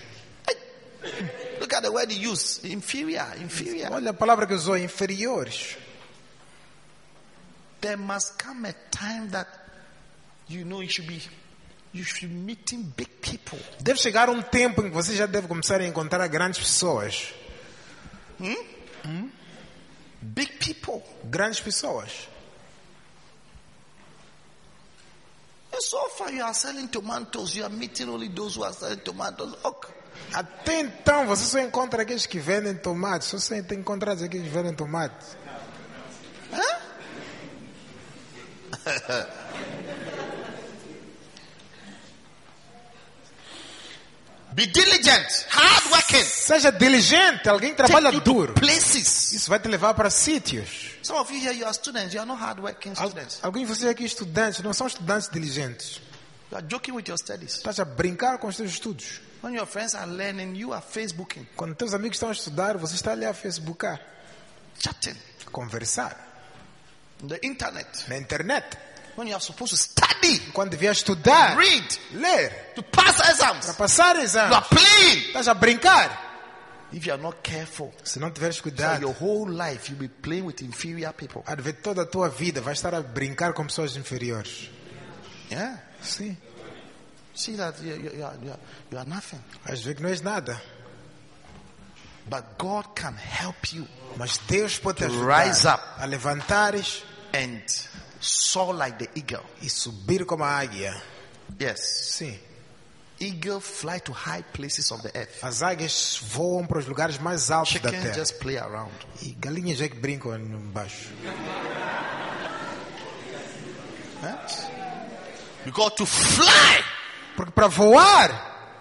Speaker 2: Look at the word he used: inferior, inferior.
Speaker 3: Olha a palavra que usou, inferiores.
Speaker 2: There must come a time that you know you should be you should be meeting big people.
Speaker 3: Deve chegar um tempo em que você já deve começar a encontrar grandes pessoas.
Speaker 2: Big people.
Speaker 3: Grandes pessoas.
Speaker 2: And so far you are selling tomatoes, you are meeting only those who are selling tomatoes. Look,
Speaker 3: Até então você só encontra aqueles que vendem tomates. Só você tem encontrado aqueles que vendem tomates.
Speaker 2: be diligent, hard working.
Speaker 3: Seja diligente, alguém que trabalha duro.
Speaker 2: Places.
Speaker 3: Isso vai te levar para sítios.
Speaker 2: Some of you here, you are students. You are not hardworking
Speaker 3: Al-
Speaker 2: students.
Speaker 3: Alguns de vocês aqui estudantes não são estudantes diligentes.
Speaker 2: You are joking with your studies.
Speaker 3: Estás a brincar com os teus estudos.
Speaker 2: When your friends are learning, you are Facebooking,
Speaker 3: Quando teus amigos estão a estudar, você está ali a facebookar,
Speaker 2: chatting,
Speaker 3: a conversar
Speaker 2: on the internet.
Speaker 3: na internet.
Speaker 2: When you are supposed to study,
Speaker 3: Quando devia estudar,
Speaker 2: read,
Speaker 3: ler,
Speaker 2: to pass exams,
Speaker 3: para passar
Speaker 2: you are
Speaker 3: exame,
Speaker 2: playing.
Speaker 3: estás a brincar.
Speaker 2: If you are not careful,
Speaker 3: Se não tiveres
Speaker 2: so your
Speaker 3: cuidado,
Speaker 2: whole life you'll be playing with inferior people.
Speaker 3: há de ver toda a tua vida vai estar a brincar com pessoas inferiores.
Speaker 2: Yeah.
Speaker 3: Sim.
Speaker 2: See that you, you, you, are, you, are, you are nothing.
Speaker 3: Às vezes que não és nada.
Speaker 2: But God can help you
Speaker 3: Mas Deus pode
Speaker 2: To
Speaker 3: te ajudar
Speaker 2: rise up.
Speaker 3: a levantares
Speaker 2: and soar like the eagle.
Speaker 3: e subir como a águia.
Speaker 2: Yes.
Speaker 3: Sim.
Speaker 2: Eagle fly to high places of the earth.
Speaker 3: As águias voam para os lugares mais altos da
Speaker 2: Chickens
Speaker 3: terra.
Speaker 2: just play around.
Speaker 3: E galinhas é que brincam ali embaixo.
Speaker 2: Huh? Because to fly,
Speaker 3: Porque para voar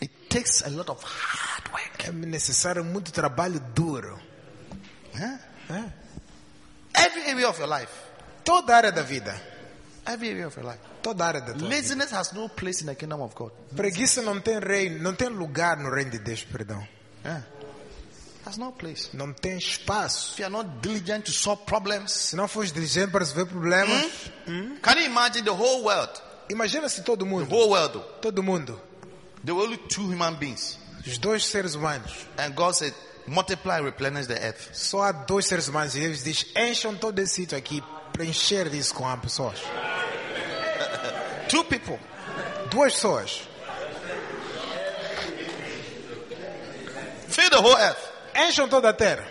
Speaker 2: it takes a lot of hard work.
Speaker 3: é necessário muito trabalho duro.
Speaker 2: Huh?
Speaker 3: né?
Speaker 2: Every area of your life.
Speaker 3: Toda a área da vida.
Speaker 2: Every area of your life.
Speaker 3: Toda a área da tua vida.
Speaker 2: Laziness has no place in the kingdom of God.
Speaker 3: Preguiça não tem reino, não tem lugar no reino de Deus, perdão.
Speaker 2: Yeah. Has no place.
Speaker 3: Não tem espaço.
Speaker 2: If you are not diligent to solve problems,
Speaker 3: Se não fores diligente para resolver
Speaker 2: Hum?
Speaker 3: problemas,
Speaker 2: can you imagine the whole world?
Speaker 3: imagina se todo
Speaker 2: The
Speaker 3: mundo,
Speaker 2: whole world. though.
Speaker 3: todo mundo,
Speaker 2: There were only two human beings.
Speaker 3: os dois seres humanos,
Speaker 2: And God said, multiply, replenish the earth.
Speaker 3: Só há dois seres humanos e eles diz: encham todo esse sítio aqui, preencher isso com as pessoas.
Speaker 2: Two people.
Speaker 3: Duas pessoas.
Speaker 2: Fill the whole earth.
Speaker 3: Encham toda a terra.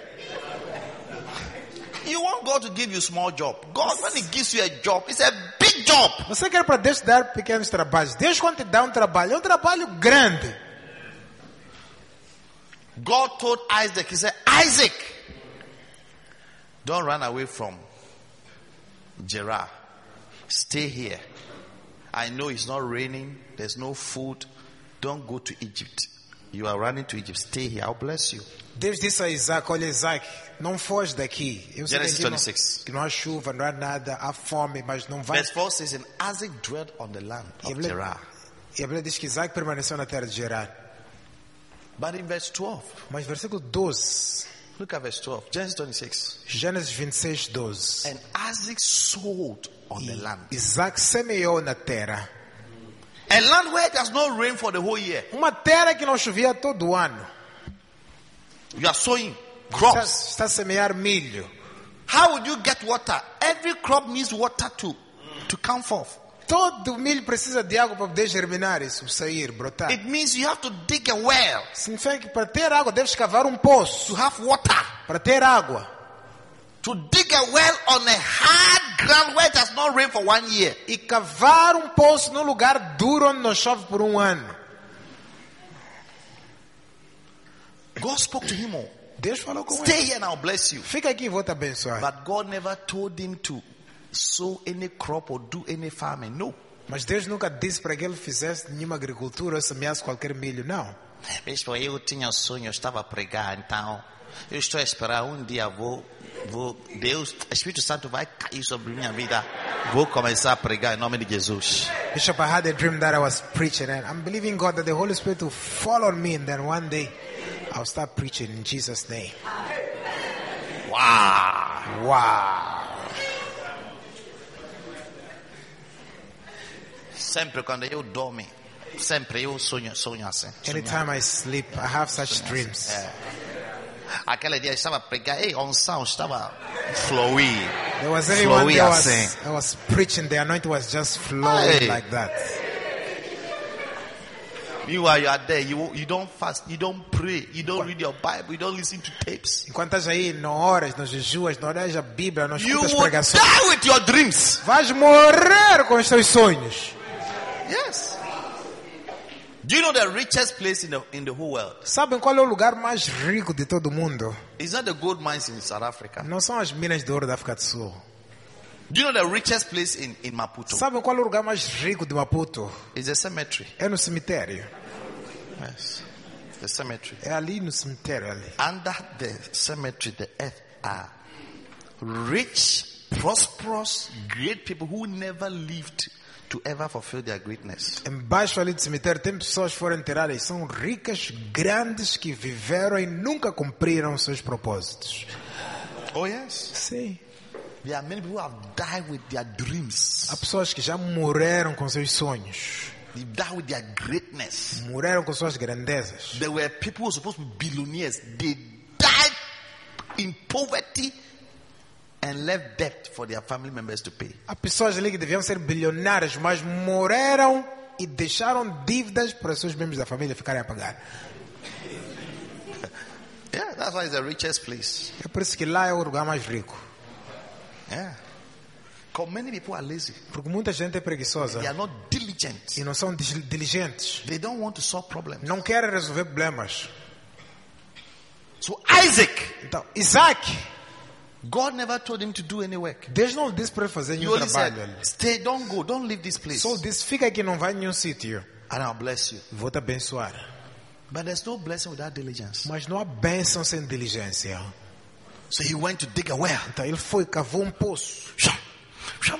Speaker 2: You want God to give you small job. God, when He gives you a job, it's a big job.
Speaker 3: Você quer para Deus te dar pequenos trabalhos. Deus quando te dá um trabalho, é um trabalho grande.
Speaker 2: God told Isaac, He said, Isaac, don't run away from Jerah. Stay here. I know it's not raining, there's no food. Don't go to Egypt. You are running to Egypt. Stay here. I'll bless you.
Speaker 3: Deus disse a Isaac, olha Isaac, não foge daqui. Eu sei que
Speaker 2: Gênesis
Speaker 3: aqui não,
Speaker 2: 26.
Speaker 3: que não há chuva, não há nada, há fome, mas não vai.
Speaker 2: Verse 4 says, And Isaac dwelt on the land
Speaker 3: E a
Speaker 2: of
Speaker 3: Bíblia,
Speaker 2: Jerah.
Speaker 3: e a Bíblia diz que Isaac permaneceu na terra de Gerar.
Speaker 2: But in verse 12,
Speaker 3: Mas versículo 12.
Speaker 2: Look at verse 12, Genesis 26.
Speaker 3: Gênesis 26, 12.
Speaker 2: And Isaac sold on the land.
Speaker 3: Isaac semeou na terra.
Speaker 2: A land where there's no rain for the whole year.
Speaker 3: Uma terra que não chovia todo o ano.
Speaker 2: You are sowing
Speaker 3: Está,
Speaker 2: crops.
Speaker 3: está a semear milho.
Speaker 2: How would you get water? Every crop needs water to, to come forth.
Speaker 3: Todo milho precisa de água para poder germinar e subsair, brotar.
Speaker 2: It means you have to dig a well
Speaker 3: Significa que para ter água deves cavar um
Speaker 2: to
Speaker 3: poço.
Speaker 2: have water.
Speaker 3: Para ter água.
Speaker 2: To dig a well on a hard ground where there's no rain for one year.
Speaker 3: E cavar um poço num lugar duro onde não chove por um ano.
Speaker 2: God spoke to him. oh,
Speaker 3: Deus falou com ele.
Speaker 2: Stay here and I'll bless you.
Speaker 3: Fica aqui e vou te abençoar.
Speaker 2: But God never told him to sow any crop or do any farming. No.
Speaker 3: Mas Deus nunca disse para que ele fizesse nenhuma agricultura ou semeasse qualquer milho, não.
Speaker 2: Bispo, eu tinha sonho, eu estava a pregar, então eu estou a esperar um dia, vou, vou, Deus, Espírito Santo vai cair sobre minha vida. Vou começar a pregar em nome de Jesus.
Speaker 3: Bishop, I had a dream that I was preaching, and I'm believing God that the Holy Spirit will fall on me, and then one day I'll start preaching in Jesus' name.
Speaker 2: Uau!
Speaker 3: Wow!
Speaker 2: Sempre quando eu dorme, sempre eu sonho, sonho assim. Sonho. assim.
Speaker 3: Anytime I sleep, I have such dreams.
Speaker 2: Aquele dia eu estava a pregar, ei, unção estava fluir.
Speaker 3: There was anyone
Speaker 2: Flowing
Speaker 3: that
Speaker 2: assim.
Speaker 3: was, I was preaching, the anointing was just flowing
Speaker 2: Hey.
Speaker 3: like that.
Speaker 2: You are, you are there, you, you don't fast, you don't pray, you don't read your Bible, you don't listen to tapes.
Speaker 3: Enquanto estás aí, não oras, não jejuas, não oras a Bíblia, não
Speaker 2: You
Speaker 3: escutas
Speaker 2: will die
Speaker 3: pregações,
Speaker 2: with your dreams.
Speaker 3: vais morrer com os teus sonhos.
Speaker 2: Yes. Do you know the richest place in the, in the whole world?
Speaker 3: Sabem qual é o lugar mais rico de todo o mundo?
Speaker 2: It's not the gold mines in South Africa.
Speaker 3: Não são as minas de ouro da África do Sul.
Speaker 2: Do you know the richest place in, in Maputo?
Speaker 3: Sabem qual é o lugar mais rico de Maputo?
Speaker 2: It's a cemetery.
Speaker 3: É no cemitério.
Speaker 2: Yes. The cemetery.
Speaker 3: É ali no cemitério ali.
Speaker 2: Under the cemetery, the earth are rich, prosperous, great people who never lived to ever fulfill their greatness.
Speaker 3: Embaixo ali do cemitério tem pessoas que foram enterradas, são ricas, grandes, que viveram e nunca cumpriram os seus propósitos.
Speaker 2: Oh, yes.
Speaker 3: Sim.
Speaker 2: There are many people who have died with their
Speaker 3: Há
Speaker 2: dreams,
Speaker 3: pessoas que já morreram com seus sonhos,
Speaker 2: they died with their greatness.
Speaker 3: morreram com suas grandezas.
Speaker 2: There were people who were supposed to be billionaires. They died in poverty and left debt for their family members to pay.
Speaker 3: Há pessoas ali que deviam ser bilionárias, mas morreram e deixaram dívidas para seus membros da família ficarem a pagar.
Speaker 2: Yeah, that's why it's the richest place.
Speaker 3: É por isso que lá é o lugar mais rico.
Speaker 2: Yeah. Because many people are lazy.
Speaker 3: Porque muita gente é
Speaker 2: They
Speaker 3: preguiçosa
Speaker 2: are not diligent.
Speaker 3: e não são dis- diligentes.
Speaker 2: They don't want to solve problems.
Speaker 3: Não querem resolver problemas.
Speaker 2: So Isaac,
Speaker 3: Então, Isaac,
Speaker 2: God never told him to do any work.
Speaker 3: Deus não lhe disse para ele fazer
Speaker 2: He
Speaker 3: nenhum
Speaker 2: only
Speaker 3: trabalho. ali.
Speaker 2: said, stay, don't go, don't leave this place.
Speaker 3: Só lhe disse, fica aqui, não vai em nenhum sítio.
Speaker 2: And I'll bless you.
Speaker 3: Vou te abençoar.
Speaker 2: But there's no blessing without diligence.
Speaker 3: Mas não há bênção sem diligência.
Speaker 2: So he went to dig a well.
Speaker 3: Então ele foi, cavou um poço.
Speaker 2: Shum, shum.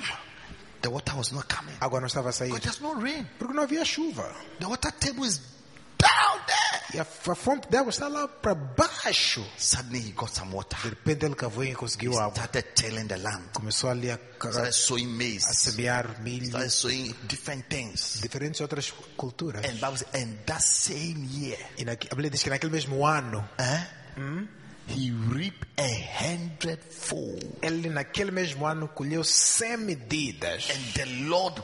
Speaker 2: The water was not coming.
Speaker 3: A água não estava a sair.
Speaker 2: Because there's no rain.
Speaker 3: Porque não havia chuva.
Speaker 2: The water table is down there.
Speaker 3: E a, a fonte de água está lá para baixo.
Speaker 2: Suddenly he got some water.
Speaker 3: De repente ele cavou e conseguiu água.
Speaker 2: Started tilling the land.
Speaker 3: Começou ali a, ca-
Speaker 2: Started sowing
Speaker 3: a
Speaker 2: maize.
Speaker 3: semear milho,
Speaker 2: Started sowing different things.
Speaker 3: diferentes outras culturas.
Speaker 2: And Bible says, and that same year,
Speaker 3: E naqui- a Bíblia diz que naquele mesmo ano,
Speaker 2: eh, he reaped a hundredfold.
Speaker 3: ele naquele mesmo ano colheu cem medidas.
Speaker 2: And the Lord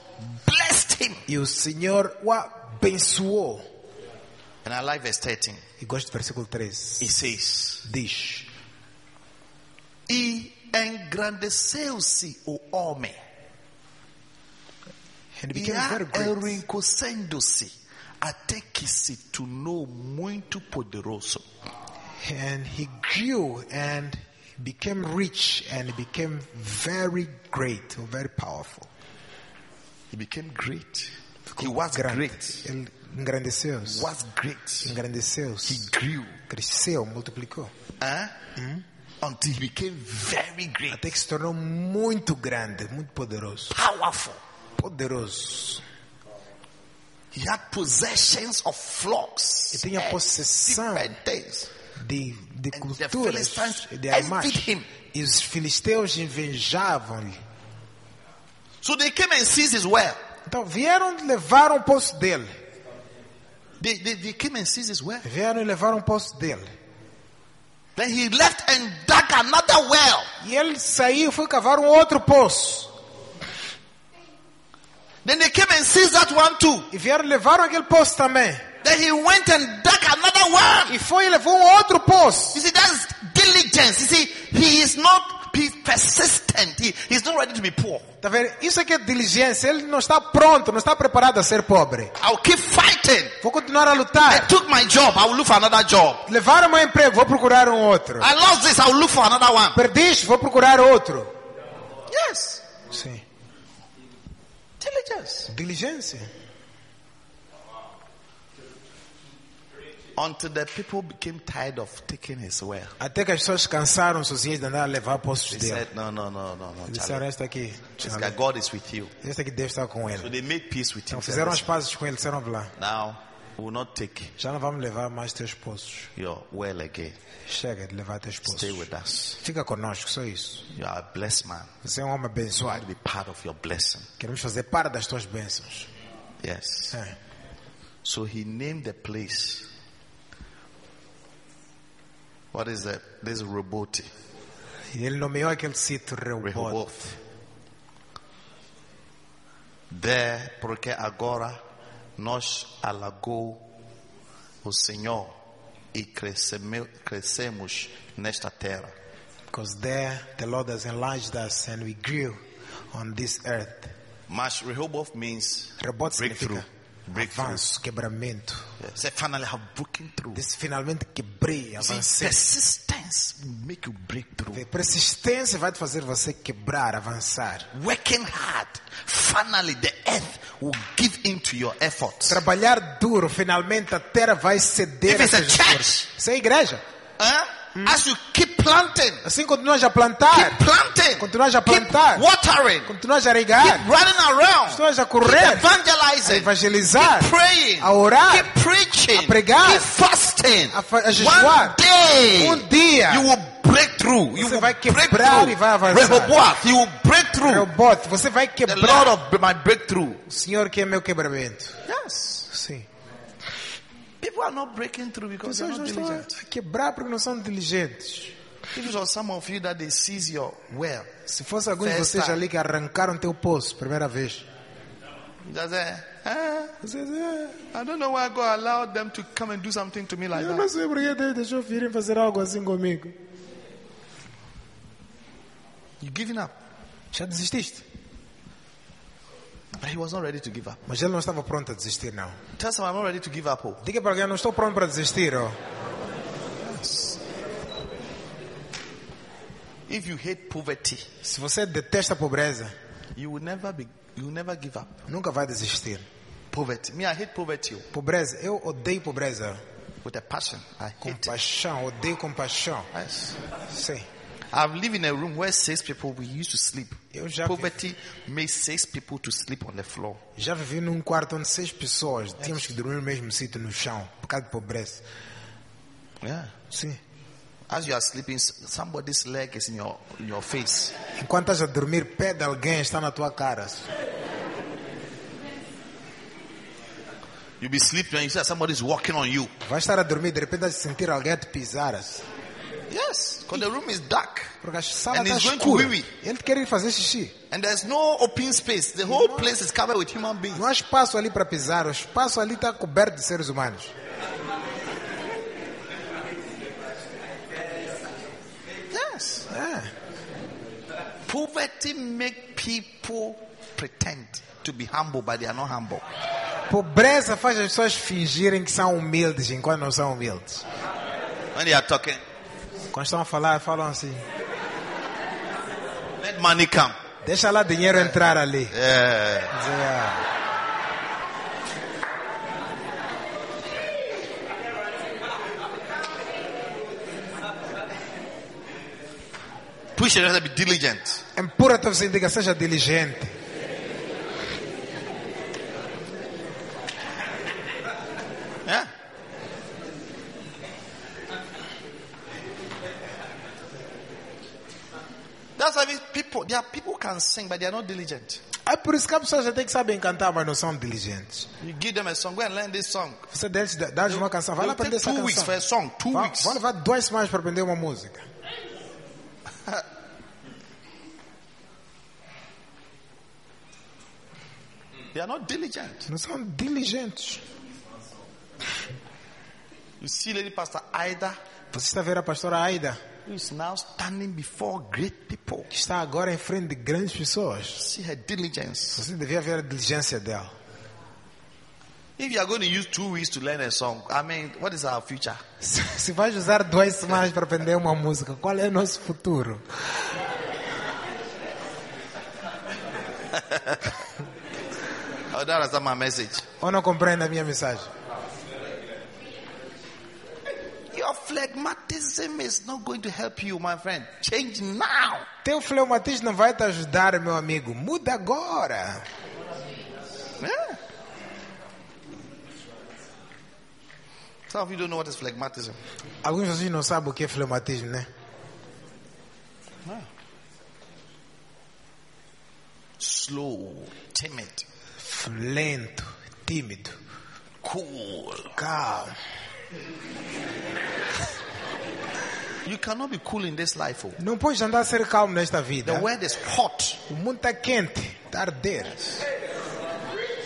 Speaker 2: blessed him.
Speaker 3: E o Senhor o abençoou.
Speaker 2: And I like verse 13.
Speaker 3: E gosto do versículo 13.
Speaker 2: It says,
Speaker 3: Diz:
Speaker 2: E engrandeceu-se o homem.
Speaker 3: And
Speaker 2: E
Speaker 3: became very great.
Speaker 2: enriquecendo-se até que se tornou muito poderoso.
Speaker 3: And he grew and became rich and became very great, or very powerful.
Speaker 2: He became great. He was great.
Speaker 3: Ele engrandeceu-se.
Speaker 2: Was great. He
Speaker 3: Engrandeceu-se.
Speaker 2: grew.
Speaker 3: Cresceu, multiplicou.
Speaker 2: Huh?
Speaker 3: Hmm?
Speaker 2: Until he became very great.
Speaker 3: Até que se tornou muito grande, muito poderoso.
Speaker 2: Powerful.
Speaker 3: Poderoso.
Speaker 2: He had possessions of flocks.
Speaker 3: E tinha
Speaker 2: and
Speaker 3: possessão
Speaker 2: different things.
Speaker 3: de, de
Speaker 2: And the
Speaker 3: culturas,
Speaker 2: Philistines
Speaker 3: de armas.
Speaker 2: envied him.
Speaker 3: E os filisteus invejavam-lhe.
Speaker 2: So they came and seized his well.
Speaker 3: Então vieram levar o poço dele.
Speaker 2: They, they, they came and seized his well.
Speaker 3: Vieram e levaram o poço dele.
Speaker 2: Then he left and dug another well.
Speaker 3: E ele saiu e foi cavar um outro poço.
Speaker 2: Then they came and seized that one too.
Speaker 3: E vieram e levaram aquele poço também.
Speaker 2: Then he went and dug another one.
Speaker 3: E foi e levou um outro poço.
Speaker 2: You see, that's diligence. You see, he is not pe- persistent. He, he's not ready to be poor.
Speaker 3: Tá vendo? Isso aqui é diligência. Ele não está pronto, não está preparado a ser pobre.
Speaker 2: I'll keep fighting.
Speaker 3: Vou continuar a
Speaker 2: They
Speaker 3: lutar.
Speaker 2: took my job. I'll look for another job.
Speaker 3: Levaram meu emprego, vou procurar um outro.
Speaker 2: I lost this. I'll look for another one.
Speaker 3: Perdi isto, vou procurar outro.
Speaker 2: Yes.
Speaker 3: Sim.
Speaker 2: Diligence.
Speaker 3: Diligência.
Speaker 2: Until the people became tired of taking his well.
Speaker 3: Até que as pessoas cansaram sozinhas de andar a levar postos
Speaker 2: They
Speaker 3: dele.
Speaker 2: said, no, no, no, no, no,
Speaker 3: Disseram,
Speaker 2: Charlie.
Speaker 3: esta aqui,
Speaker 2: This guy, God is with you.
Speaker 3: esta aqui Deus está com
Speaker 2: So
Speaker 3: ele.
Speaker 2: they made peace with him.
Speaker 3: Então fizeram as
Speaker 2: Said,
Speaker 3: pazes com ele, disseram, "Vá lá,
Speaker 2: "Listen, now, we will not take
Speaker 3: já não vamos levar mais teus postos.
Speaker 2: your well again.
Speaker 3: Chega de levar teus postos.
Speaker 2: Stay with us.
Speaker 3: Fica conosco, só isso.
Speaker 2: You are a blessed man.
Speaker 3: Você é um
Speaker 2: To
Speaker 3: homem abençoado.
Speaker 2: be part of your blessing.
Speaker 3: Queremos fazer parte das tuas bênçãos.
Speaker 2: Yes.
Speaker 3: É.
Speaker 2: So he named the place. What is that? This is Rehoboth.
Speaker 3: E ele nomeou aquele sítio Rehoboth.
Speaker 2: Rehoboth. There, porque agora nós alagou o Senhor e cresceme- crescemos nesta terra.
Speaker 3: Because there the Lord has enlarged us and we grew on this earth.
Speaker 2: Mas Rehoboth means
Speaker 3: Rehoboth
Speaker 2: breakthrough.
Speaker 3: significa
Speaker 2: Breakthrough.
Speaker 3: avanço, quebramento.
Speaker 2: Yes. Say, finally, I have broken through.
Speaker 3: Disse finalmente quebrei,
Speaker 2: See,
Speaker 3: avancei.
Speaker 2: persistence will make you break through.
Speaker 3: Vê, Persistência vai te fazer você quebrar, avançar.
Speaker 2: Working hard, finally, the earth will give in to your efforts.
Speaker 3: Trabalhar duro, finalmente a terra vai ceder
Speaker 2: If it's a
Speaker 3: seus
Speaker 2: church.
Speaker 3: esforços. Isso é igreja.
Speaker 2: Huh? Eh?
Speaker 3: Hmm.
Speaker 2: As you keep planting,
Speaker 3: Assim continuas a
Speaker 2: Keep
Speaker 3: plantar,
Speaker 2: planting.
Speaker 3: Continuas a
Speaker 2: Keep
Speaker 3: plantar.
Speaker 2: watering.
Speaker 3: continuas a regar,
Speaker 2: Keep running around.
Speaker 3: continuas a
Speaker 2: Keep
Speaker 3: correr, a
Speaker 2: evangelizing.
Speaker 3: evangelizar,
Speaker 2: Praying.
Speaker 3: a orar.
Speaker 2: Keep preaching.
Speaker 3: a pregar,
Speaker 2: Keep fasting.
Speaker 3: a fa- a
Speaker 2: One
Speaker 3: jejuar.
Speaker 2: day.
Speaker 3: Um dia.
Speaker 2: You will break through. You
Speaker 3: Você
Speaker 2: will
Speaker 3: vai
Speaker 2: break
Speaker 3: quebrar
Speaker 2: through.
Speaker 3: e vai avançar.
Speaker 2: Rehoboth, you will break through.
Speaker 3: Rehoboth, você vai
Speaker 2: The Lord
Speaker 3: quebrar.
Speaker 2: of my breakthrough.
Speaker 3: O Senhor que é meu quebramento.
Speaker 2: Yes.
Speaker 3: Sim. Então,
Speaker 2: People are not breaking through because they're
Speaker 3: Pessoas
Speaker 2: not
Speaker 3: não estão
Speaker 2: diligent.
Speaker 3: a quebrar porque não são diligentes.
Speaker 2: If it's some of you that they seize your well,
Speaker 3: Se fosse algum de
Speaker 2: Festa.
Speaker 3: vocês ali que arrancaram teu poço, primeira vez.
Speaker 2: that's it. Eh,
Speaker 3: Vocês, "Ah,
Speaker 2: I don't know why God allowed them to come and do something to me like
Speaker 3: eu
Speaker 2: that.
Speaker 3: não sei porque Deus deixou virem fazer algo assim comigo.
Speaker 2: You giving up.
Speaker 3: Já desististe?
Speaker 2: But he was not ready to give up.
Speaker 3: Mas ele não estava pronto a desistir, não.
Speaker 2: Tell someone I'm not ready to give up. Oh.
Speaker 3: Diga para alguém, não estou pronto para desistir. ó.
Speaker 2: If you hate poverty,
Speaker 3: Se você detesta a pobreza,
Speaker 2: you will never be you will never give up.
Speaker 3: nunca vai desistir.
Speaker 2: Poverty. Me, I hate poverty oh,
Speaker 3: Pobreza, eu odeio pobreza.
Speaker 2: with a passion. I hate it.
Speaker 3: Compaixão, odeio compaixão.
Speaker 2: Yes.
Speaker 3: Sim.
Speaker 2: I've lived in a room where six people we used to sleep.
Speaker 3: Eu já vi-
Speaker 2: Poverty made six people to sleep on the floor.
Speaker 3: Já vivi num quarto onde seis pessoas tínhamos que dormir no mesmo sítio, no chão, por causa de pobreza.
Speaker 2: Yeah.
Speaker 3: Sim.
Speaker 2: As you are sleeping, s- somebody's leg is in your in your face.
Speaker 3: Enquanto estás a dormir, pé de alguém está na tua cara.
Speaker 2: You be sleeping and you see somebody's walking on you.
Speaker 3: Vai estar a dormir, de repente vais sentir alguém a te pisar.
Speaker 2: Yes, because the room is dark
Speaker 3: Porque a sala
Speaker 2: And
Speaker 3: está
Speaker 2: he's going to
Speaker 3: escura.
Speaker 2: wee-wee.
Speaker 3: Ele quer ir fazer xixi.
Speaker 2: and there's no open space. The whole place is covered with human beings.
Speaker 3: Não há espaço ali para pisar, o espaço ali está coberto de seres humanos.
Speaker 2: Yes.
Speaker 3: É.
Speaker 2: Poverty make people pretend to be humble, but they are not humble.
Speaker 3: Pobreza faz as pessoas fingirem que são humildes enquanto não são humildes.
Speaker 2: When they are talking,
Speaker 3: Quando estão a falar, falam assim:
Speaker 2: let money come.
Speaker 3: deixa lá dinheiro entrar ali.
Speaker 2: Yeah.
Speaker 3: Dizer, "Ah,
Speaker 2: Push it, be diligent.
Speaker 3: Empurra teu vizinho, diga, seja diligente.
Speaker 2: Yeah. There are people who can sing, but they are not diligent.
Speaker 3: É por isso que há pessoas até que sabem cantar, mas não são diligentes.
Speaker 2: You give them a song, go and learn this song.
Speaker 3: Você deles dá-lhes uma canção, vai lá
Speaker 2: It'll
Speaker 3: aprender
Speaker 2: take
Speaker 3: essa
Speaker 2: two weeks
Speaker 3: canção.
Speaker 2: for a song. Two
Speaker 3: Vai,
Speaker 2: weeks.
Speaker 3: vai levar duas semanas para aprender uma música.
Speaker 2: They are not diligent.
Speaker 3: Não são diligentes.
Speaker 2: You see, Lady Pastor Ida
Speaker 3: Você está a ver a pastora Aida,
Speaker 2: who is now standing before great people.
Speaker 3: que está agora em frente de grandes pessoas.
Speaker 2: See her diligence.
Speaker 3: Você devia ver a diligência dela.
Speaker 2: If you are going to use two weeks to learn a song, I mean, what is our future?
Speaker 3: Se, se vais usar duas semanas para aprender uma música, qual é o nosso futuro?
Speaker 2: Oh, that is not my message.
Speaker 3: Ou não compreende a minha mensagem?
Speaker 2: Your phlegmatism is not going to help you, my friend. Change now.
Speaker 3: Teu fleumatismo não vai te ajudar, meu amigo. Muda agora.
Speaker 2: Yeah. Some of you don't know what is phlegmatism.
Speaker 3: Alguns de vocês não sabem o que é fleumatismo, né?
Speaker 2: Slow, timid,
Speaker 3: Lento, tímido,
Speaker 2: cool.
Speaker 3: calmo.
Speaker 2: You cannot be cool in this life. Oh.
Speaker 3: Não podes andar a ser calmo nesta vida.
Speaker 2: The word is hot.
Speaker 3: O mundo está quente, está a arder.
Speaker 2: And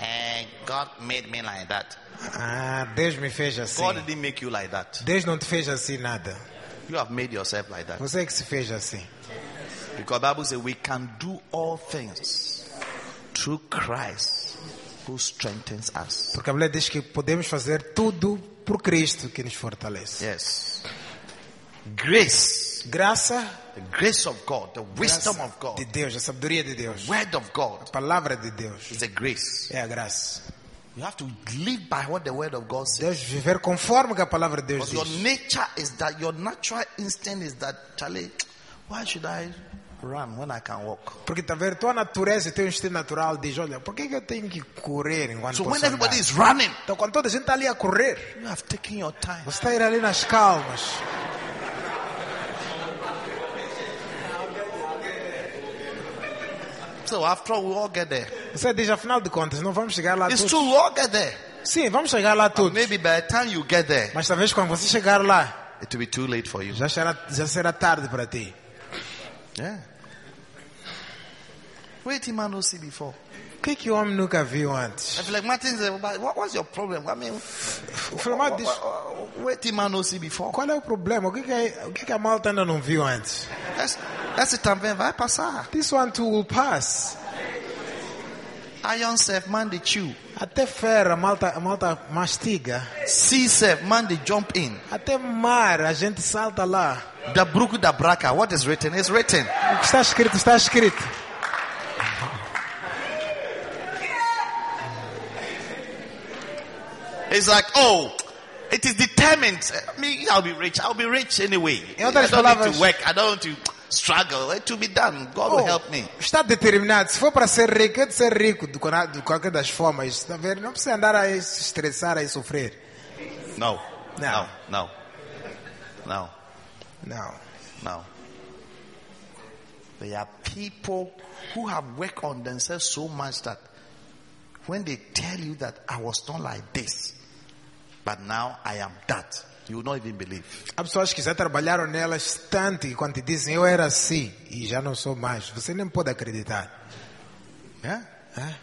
Speaker 2: Eh, God made me like that.
Speaker 3: Ah, Deus me fez assim.
Speaker 2: God didn't make you like that.
Speaker 3: Deus não te fez assim nada.
Speaker 2: You have made yourself like that.
Speaker 3: Você é que se fez assim.
Speaker 2: Because Bible says we can do all things through Christ who strengthens us.
Speaker 3: Porque a Bíblia diz que podemos fazer tudo por Cristo que nos fortalece.
Speaker 2: Yes. Grace.
Speaker 3: Graça
Speaker 2: The grace of God. The wisdom of God.
Speaker 3: de Deus, a sabedoria de Deus,
Speaker 2: Word of God
Speaker 3: a palavra de Deus
Speaker 2: is a grace.
Speaker 3: é a graça.
Speaker 2: You have to live by what the Word of God says.
Speaker 3: Deus viver conforme que a palavra de Deus
Speaker 2: Because your
Speaker 3: diz.
Speaker 2: nature is that your natural instinct is that, Charlie, why should I run when I can walk?
Speaker 3: Porque tá vendo, tua natureza e teu instinto natural diz, olha, por que que eu tenho que correr enquanto
Speaker 2: So when
Speaker 3: posso andar?
Speaker 2: everybody is running,
Speaker 3: Então quando toda a gente está ali a correr,
Speaker 2: you have taken your time.
Speaker 3: você está a ir ali nas calmas.
Speaker 2: So after all, we all get there.
Speaker 3: Você diz, afinal de contas, não vamos chegar lá
Speaker 2: It's
Speaker 3: todos.
Speaker 2: true, we all get there.
Speaker 3: Sim, vamos chegar lá todos.
Speaker 2: Maybe by the time you get there,
Speaker 3: Mas talvez quando você chegar lá,
Speaker 2: it will be too late for you.
Speaker 3: já será, já será tarde para ti.
Speaker 2: Yeah. Wait, him man, no see before.
Speaker 3: O que é que o homem nunca viu antes?
Speaker 2: If like Martin said, "But what was your problem? I mean,
Speaker 3: O Flamado diz,
Speaker 2: wait, him man, no see before.
Speaker 3: qual é o problema? O que, que, é- o que, que a malta ainda não viu antes?
Speaker 2: That's that's it. I'm vai passar.
Speaker 3: This one too will pass.
Speaker 2: Iron self, man, they chew.
Speaker 3: Até ferro a malta, a malta mastiga.
Speaker 2: Sea self, man, they jump in.
Speaker 3: Até mar a gente salta lá.
Speaker 2: The brook, the braka. What is written is written.
Speaker 3: O que está escrito, está escrito.
Speaker 2: It's like, oh, it is determined. I mean, I'll be rich. I'll be rich anyway.
Speaker 3: In
Speaker 2: I
Speaker 3: other
Speaker 2: don't need
Speaker 3: words-
Speaker 2: to work. I don't need to struggle. It will be done. God
Speaker 3: Oh.
Speaker 2: will help me.
Speaker 3: Está determinado. Se for para ser rico, é de ser rico de, qual- de qualquer das formas. Está vendo? Não precisa andar a se estressar, a sofrer.
Speaker 2: No.
Speaker 3: No.
Speaker 2: No. No. No.
Speaker 3: Não.
Speaker 2: No. There are people who have worked on themselves so much that when they tell you that I was not like this, but now I am that, you will not even believe.
Speaker 3: Há pessoas que já trabalharam nelas tanto e quando te dizem eu era assim e já não sou mais, você nem pode acreditar. É?
Speaker 2: Yeah?
Speaker 3: Hã?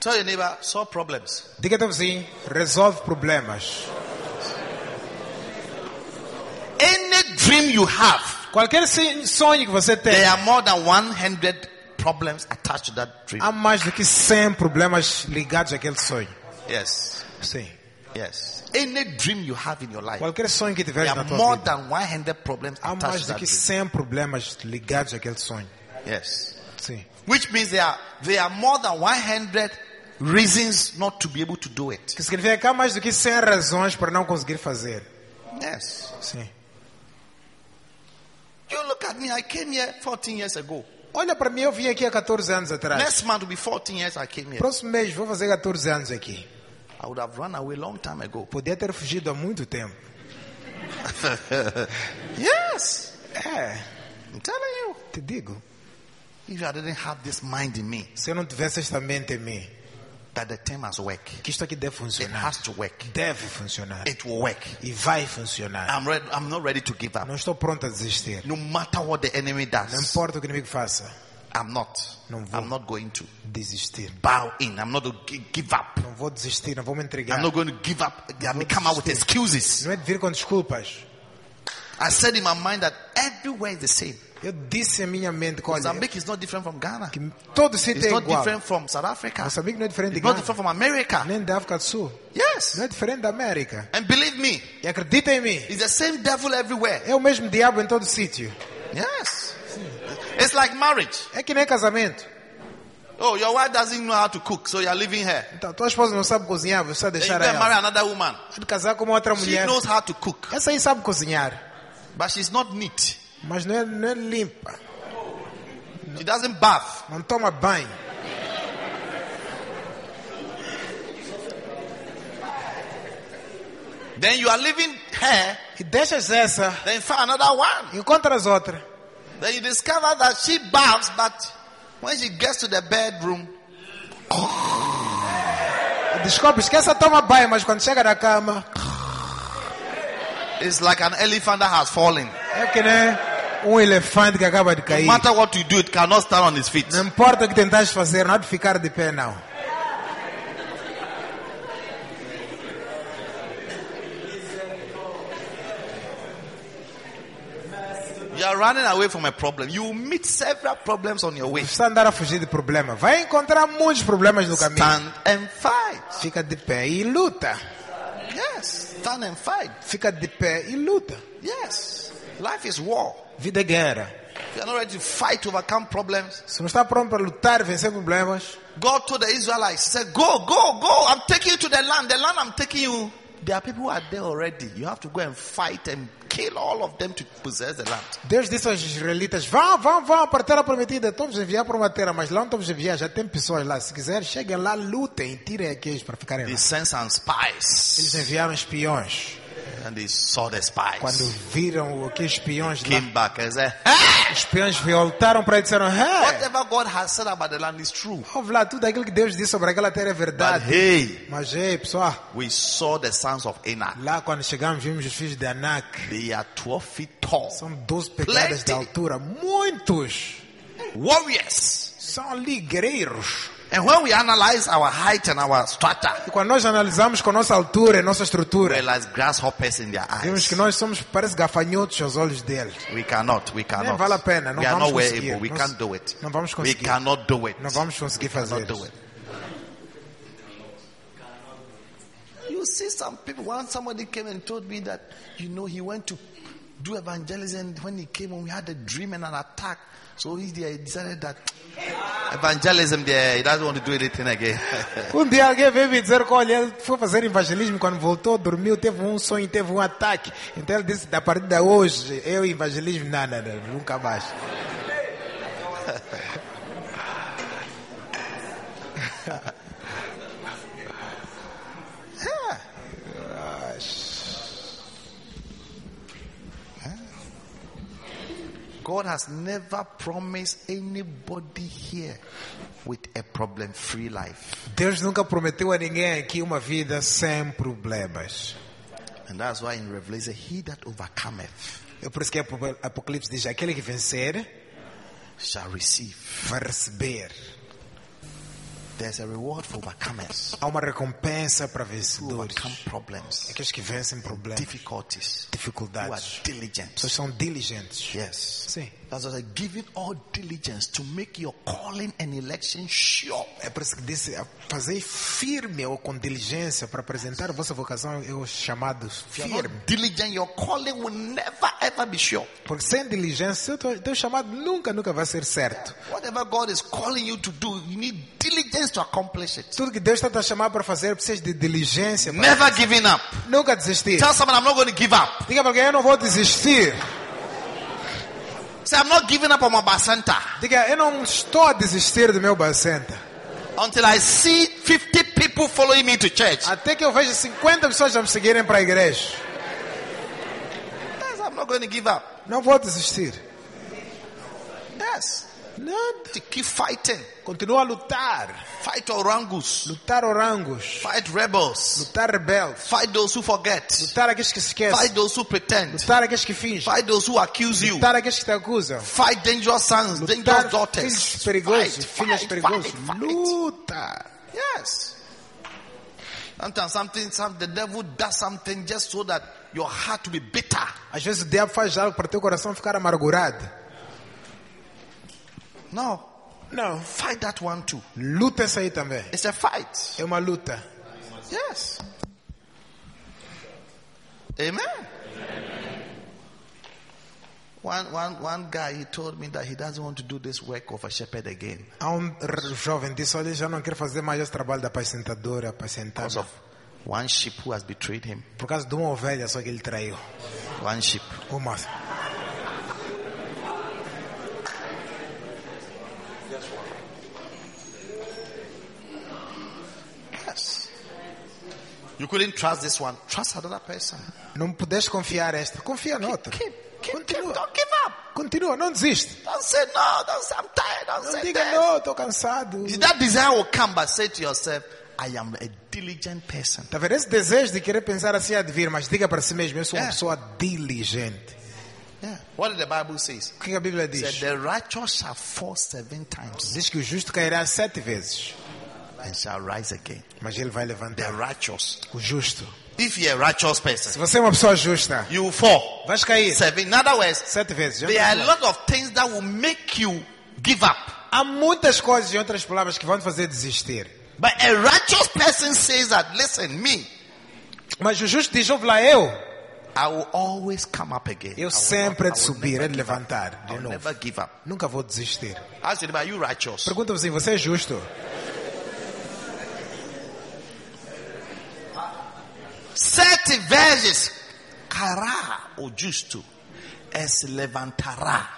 Speaker 2: Tell your neighbor, solve problems.
Speaker 3: Diga ao vizinho, resolve problemas.
Speaker 2: Any dream you have,
Speaker 3: Qualquer si- sonho que você
Speaker 2: There
Speaker 3: tem,
Speaker 2: are more than 100 problems attached to that dream.
Speaker 3: há mais do que 100 problemas ligados àquele sonho.
Speaker 2: yes,
Speaker 3: Sim.
Speaker 2: yes. Any dream you have in your life,
Speaker 3: Qualquer sonho que tiver
Speaker 2: there
Speaker 3: na
Speaker 2: are
Speaker 3: tua
Speaker 2: more
Speaker 3: vida,
Speaker 2: than 100 problems
Speaker 3: há
Speaker 2: attached
Speaker 3: mais
Speaker 2: to
Speaker 3: do
Speaker 2: that
Speaker 3: que
Speaker 2: dream.
Speaker 3: 100 problemas ligados àquele sonho.
Speaker 2: Yes.
Speaker 3: Sim.
Speaker 2: Which means there are, there are more than 100 reasons not to be able to do it.
Speaker 3: Que significa que há mais do que 100 razões para não conseguir fazer.
Speaker 2: Yes.
Speaker 3: Sim.
Speaker 2: You look at me, I came here 14 years ago.
Speaker 3: Olha para mim, eu vim aqui há 14 anos atrás.
Speaker 2: Next month will be 14 years I came here.
Speaker 3: Próximo mês vou fazer 14 anos aqui.
Speaker 2: I would have run away long time ago.
Speaker 3: Podia ter fugido há muito tempo.
Speaker 2: yes. Eh,
Speaker 3: É,
Speaker 2: I'm telling you.
Speaker 3: te digo.
Speaker 2: If I didn't have this mind in me,
Speaker 3: Se eu não tivesse esta mente em mim,
Speaker 2: that the thing must work.
Speaker 3: que isto aqui deve
Speaker 2: It
Speaker 3: funcionar.
Speaker 2: has to work.
Speaker 3: Deve funcionar.
Speaker 2: It will work.
Speaker 3: E vai funcionar.
Speaker 2: I'm ready. I'm not ready to give up.
Speaker 3: Não estou pronto a desistir.
Speaker 2: No matter what the enemy
Speaker 3: Não
Speaker 2: does,
Speaker 3: importa o que o inimigo faça,
Speaker 2: I'm not.
Speaker 3: Não vou.
Speaker 2: I'm not going to
Speaker 3: desistir.
Speaker 2: bow in. I'm not going to gi- give up.
Speaker 3: Não vou desistir, não vou me entregar.
Speaker 2: I'm not going to give up. I mean, come out with excuses.
Speaker 3: Não é de vir com desculpas.
Speaker 2: I said in my mind that everywhere is the same.
Speaker 3: Eu disse à minha mente que, olha,
Speaker 2: Mozambique is not different from Ghana.
Speaker 3: que todo sítio
Speaker 2: It's
Speaker 3: é
Speaker 2: not
Speaker 3: igual.
Speaker 2: different from South Africa.
Speaker 3: Moçambique não é diferente de
Speaker 2: It's not different
Speaker 3: Ghana,
Speaker 2: from America.
Speaker 3: nem da África do Sul.
Speaker 2: Yes.
Speaker 3: Não é diferente da América.
Speaker 2: And believe me,
Speaker 3: E acredita em mim,
Speaker 2: it's the same devil everywhere.
Speaker 3: é o mesmo diabo em todo sítio.
Speaker 2: Yes. It's like marriage.
Speaker 3: É que nem casamento.
Speaker 2: Oh, your wife doesn't know how to cook, so you're leaving her.
Speaker 3: Então, tua esposa não sabe cozinhar, você está a
Speaker 2: Then you
Speaker 3: deixar
Speaker 2: go and marry
Speaker 3: ela.
Speaker 2: another woman.
Speaker 3: De casar com uma outra
Speaker 2: She
Speaker 3: mulher.
Speaker 2: knows how to cook,
Speaker 3: Essa aí sabe cozinhar,
Speaker 2: but she's not neat.
Speaker 3: mas não é, não é limpa.
Speaker 2: She doesn't bath.
Speaker 3: Não toma banho.
Speaker 2: Then you are leaving her,
Speaker 3: E deixas essa,
Speaker 2: then find another one.
Speaker 3: encontras outra.
Speaker 2: Then you discover that she baths, but when she gets to the bedroom,
Speaker 3: Descobres que essa toma banho, mas quando chega na cama,
Speaker 2: it's like an elephant that has fallen.
Speaker 3: é que nem um elefante que acaba de
Speaker 2: No
Speaker 3: cair.
Speaker 2: matter what you do, it cannot stand on its feet.
Speaker 3: Não importa o que tentaste fazer, não há de ficar de pé, não.
Speaker 2: You are running away from a problem. You will meet several problems on your way.
Speaker 3: Está a andar a fugir de problema. Vai encontrar muitos problemas no caminho.
Speaker 2: Stand and fight.
Speaker 3: Fica de pé e luta.
Speaker 2: Yes. Stand and fight.
Speaker 3: Fica de pé e luta.
Speaker 2: Yes. Life is war.
Speaker 3: Vida é guerra.
Speaker 2: If you are not ready to fight to overcome problems,
Speaker 3: Se não está pronto para lutar e vencer problemas,
Speaker 2: God told the Israelites, He said, Go, go, go. I'm taking you to the land. The land I'm taking you. There are people who are there already. You have to go and fight and kill all of them to possess the land.
Speaker 3: Deus disse aos israelitas: vão, vão, vão para a terra prometida. Estamos a enviar para uma terra, mas lá não estamos a enviar. Já tem pessoas lá. Se quiserem, cheguem lá, lutem e tirem aqueles para ficarem
Speaker 2: They
Speaker 3: lá.
Speaker 2: sent some
Speaker 3: Eles
Speaker 2: spies.
Speaker 3: enviaram espiões.
Speaker 2: And they saw the spies.
Speaker 3: Quando viram aqueles espiões lá,
Speaker 2: Came back and said,
Speaker 3: os espiões voltaram para ele e disseram: hey,
Speaker 2: Whatever God has said about the land is true.
Speaker 3: ouve lá, tudo aquilo que Deus disse sobre aquela terra é
Speaker 2: But
Speaker 3: verdade.
Speaker 2: hey,
Speaker 3: Mas, ei, pessoal,
Speaker 2: we saw the sons of Anak.
Speaker 3: lá quando chegamos, vimos os filhos de Anak.
Speaker 2: They are 12 feet tall.
Speaker 3: São 12 pegadas
Speaker 2: Plenty.
Speaker 3: de altura. Muitos
Speaker 2: Warriors.
Speaker 3: são ali guerreiros.
Speaker 2: And when we analyze our height and our strata,
Speaker 3: E quando nós analisamos com a nossa altura e nossa
Speaker 2: we
Speaker 3: estrutura,
Speaker 2: realize grasshoppers in their
Speaker 3: Vimos
Speaker 2: eyes.
Speaker 3: que nós somos, parece gafanhotos aos olhos dele.
Speaker 2: We cannot. We
Speaker 3: Nem
Speaker 2: cannot.
Speaker 3: vale a pena, não
Speaker 2: we are
Speaker 3: vamos
Speaker 2: not well
Speaker 3: conseguir.
Speaker 2: able. We
Speaker 3: Nós-
Speaker 2: can't do it.
Speaker 3: não vamos
Speaker 2: we
Speaker 3: conseguir.
Speaker 2: cannot do it.
Speaker 3: Não vamos conseguir fazer.
Speaker 2: Cannot do it. You see some people. Once somebody came and told me that you know he went to do evangelism. and When he came, home, we had a dream and an attack. So he they decided that evangelism. There, he doesn't want to do anything again. [LAUGHS]
Speaker 3: Um dia alguém veio me dizer que olha, ele foi fazer evangelismo, quando voltou, dormiu, teve um sonho, teve um ataque. Então ele disse, da partir de hoje, eu e evangelismo, não, não, não, nunca mais.
Speaker 2: God has never promised anybody here with a problem-free life.
Speaker 3: Deus nunca prometeu a ninguém aqui uma vida sem problemas.
Speaker 2: And that's why in Revelation, he that overcometh
Speaker 3: É por isso que Apo- Apocalipse diz, aquele que vencer,
Speaker 2: shall receive.
Speaker 3: vai receber.
Speaker 2: There's a reward for overcomers
Speaker 3: Há uma recompensa para
Speaker 2: who
Speaker 3: vencedores.
Speaker 2: overcome problems,
Speaker 3: Aqueles que vencem problemas,
Speaker 2: difficulties, who are
Speaker 3: dificuldades. Pessoas
Speaker 2: diligent.
Speaker 3: são diligentes.
Speaker 2: Yes.
Speaker 3: Sim.
Speaker 2: That's why giving all diligence to make your calling and election sure.
Speaker 3: É por isso que disse, fazer firme ou com diligência para apresentar a vossa vocação é o chamado
Speaker 2: If you are
Speaker 3: firme.
Speaker 2: not diligent, your calling will never ever be sure.
Speaker 3: Porque sem diligência, teu, teu chamado nunca, nunca vai ser certo.
Speaker 2: Whatever God is calling you to do, you need diligence to accomplish it.
Speaker 3: Tudo que Deus está te chamando para fazer, precisa de diligência. para-
Speaker 2: Never giving up.
Speaker 3: Nunca desistir.
Speaker 2: Tell someone I'm not going to give up.
Speaker 3: Diga para alguém, eu não vou desistir.
Speaker 2: Say I'm not giving up on my basanta
Speaker 3: Diga, eu não estou a desistir do meu bacenta.
Speaker 2: until I see 50 people following me to church.
Speaker 3: Até que eu veja 50 pessoas a me seguirem para a igreja.
Speaker 2: not going to give up.
Speaker 3: Não vou desistir.
Speaker 2: Yes.
Speaker 3: Não.
Speaker 2: To keep fighting.
Speaker 3: Continua a lutar.
Speaker 2: Fight orangus.
Speaker 3: Lutar orangos.
Speaker 2: Fight rebels.
Speaker 3: Lutar rebeldes.
Speaker 2: Fight those who forget.
Speaker 3: Lutar aqueles que esquecem.
Speaker 2: Fight those who pretend.
Speaker 3: Lutar aqueles que fingem.
Speaker 2: Fight those who accuse you.
Speaker 3: Lutar aqueles que te acusam.
Speaker 2: Fight dangerous sons, dangerous
Speaker 3: Lutar
Speaker 2: daughters.
Speaker 3: filhos perigosos.
Speaker 2: Fight,
Speaker 3: Filhas
Speaker 2: fight,
Speaker 3: perigosas.
Speaker 2: fight, fight.
Speaker 3: Luta.
Speaker 2: Yes. Sometimes something, some, the devil does something just so that your heart will be bitter.
Speaker 3: Às vezes o diabo faz algo para teu coração ficar amargurado.
Speaker 2: No,
Speaker 3: Não.
Speaker 2: fight that one too.
Speaker 3: Luta essa aí também.
Speaker 2: It's a fight.
Speaker 3: É uma luta.
Speaker 2: Yes. Amen. One, one, one guy, he told me that he doesn't want to do this work of a shepherd again
Speaker 3: Há um r- jovem disse, olha, já não quero fazer mais esse trabalho da apacentadora, apacentada.
Speaker 2: because of one sheep who has betrayed him.
Speaker 3: Por causa de uma ovelha só que ele traiu.
Speaker 2: One sheep.
Speaker 3: Uma.
Speaker 2: Yes. You couldn't trust this one. Trust another person.
Speaker 3: Não pudeste confiar esta. Confia na outra.
Speaker 2: Keep, keep, keep.
Speaker 3: Continua.
Speaker 2: Don't give up.
Speaker 3: Continua, não desiste.
Speaker 2: Don't say no. Don't say I'm tired. Don't
Speaker 3: Não
Speaker 2: say
Speaker 3: diga
Speaker 2: this.
Speaker 3: não, estou cansado.
Speaker 2: That desire will come, but say to yourself, I am a diligent person.
Speaker 3: Tá vendo? Esse desejo de querer pensar assim há de vir, mas diga para si mesmo, eu sou uma
Speaker 2: É.
Speaker 3: pessoa diligente.
Speaker 2: Yeah. What did the Bible says?
Speaker 3: O que a Bíblia
Speaker 2: It
Speaker 3: diz?
Speaker 2: said the righteous shall fall seven times
Speaker 3: Diz que o justo cairá sete vezes,
Speaker 2: and shall rise again.
Speaker 3: mas ele vai
Speaker 2: The
Speaker 3: levantar.
Speaker 2: righteous.
Speaker 3: O justo.
Speaker 2: If you're a righteous
Speaker 3: Se
Speaker 2: person,
Speaker 3: você é uma pessoa justa,
Speaker 2: you will fall
Speaker 3: vais cair
Speaker 2: seven. In other words,
Speaker 3: sete vezes. Em
Speaker 2: there are a
Speaker 3: outras
Speaker 2: lot of things that will make you give up.
Speaker 3: palavras, Há muitas coisas, em outras palavras, que vão te fazer desistir.
Speaker 2: But a righteous person says that, listen, me,
Speaker 3: Mas o justo diz, ouve lá, eu,
Speaker 2: I will always come up again. I
Speaker 3: eu
Speaker 2: will
Speaker 3: sempre
Speaker 2: not-
Speaker 3: hei de
Speaker 2: I will
Speaker 3: subir,
Speaker 2: never
Speaker 3: hei de
Speaker 2: give up.
Speaker 3: levantar,
Speaker 2: I
Speaker 3: de
Speaker 2: will
Speaker 3: novo.
Speaker 2: never give up.
Speaker 3: Nunca vou desistir.
Speaker 2: Ask him, are you righteous?
Speaker 3: Pergunta-me assim, você é justo?
Speaker 2: Sete vezes cará o justo e se levantará,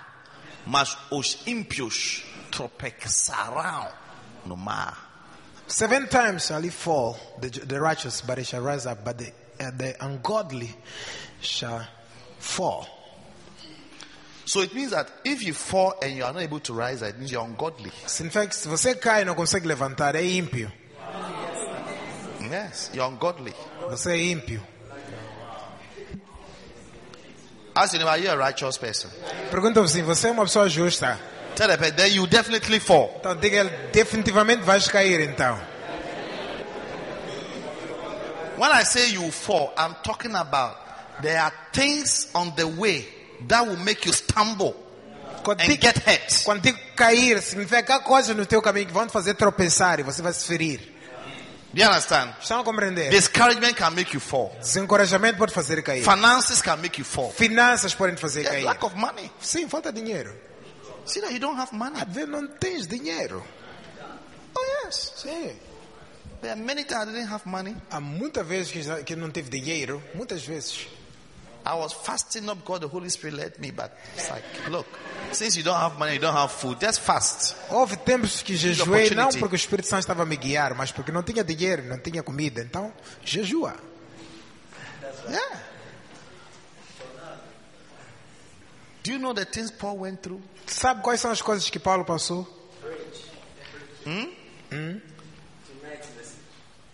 Speaker 2: mas os ímpios tropeçarão no mar.
Speaker 3: Seven times shall he fall, the, the righteous, but he shall rise up, but the, uh, the ungodly shall fall.
Speaker 2: So it means that if you fall and you are not able to rise, it means you're ungodly.
Speaker 3: Significa que se você cai e não consegue levantar, é ímpio.
Speaker 2: Yes, you're ungodly.
Speaker 3: Você é ímpio.
Speaker 2: Ask you, are you a righteous person?
Speaker 3: Pergunta-me assim, você é uma pessoa justa?
Speaker 2: Tell the person, then you definitely fall.
Speaker 3: Então diga ele, definitivamente vais cair então.
Speaker 2: When I say you fall, I'm talking about there are things on the way that will make you stumble
Speaker 3: Quando
Speaker 2: and
Speaker 3: digo,
Speaker 2: get hurt.
Speaker 3: quando digo cair, significa que há coisas no teu caminho que vão te fazer tropeçar e você vai se ferir.
Speaker 2: Do you understand?
Speaker 3: Estão a compreender?
Speaker 2: Discouragement can make you fall.
Speaker 3: Desencorajamento pode fazer cair.
Speaker 2: Finances can make you fall.
Speaker 3: Finanças podem te fazer
Speaker 2: Yeah,
Speaker 3: cair.
Speaker 2: Eh. lack of money.
Speaker 3: Sim, falta dinheiro.
Speaker 2: See that you don't have money.
Speaker 3: Às vezes não tens dinheiro.
Speaker 2: Oh yes.
Speaker 3: Sim.
Speaker 2: There are many times I didn't have money.
Speaker 3: Há muitas vezes que, já- que não teve dinheiro, muitas vezes.
Speaker 2: I was fasting up God, the Holy Spirit led me, but it's like, look, since you don't have money, you don't have food, just fast.
Speaker 3: Houve tempos que jejuei, não
Speaker 2: opportunity.
Speaker 3: porque o Espírito Santo estava a me guiar, mas porque não tinha dinheiro, não tinha comida. Então, jejua.
Speaker 2: Yeah. Do you know the things Paul went through?
Speaker 3: Tu sabe quais são as coisas que Paulo passou?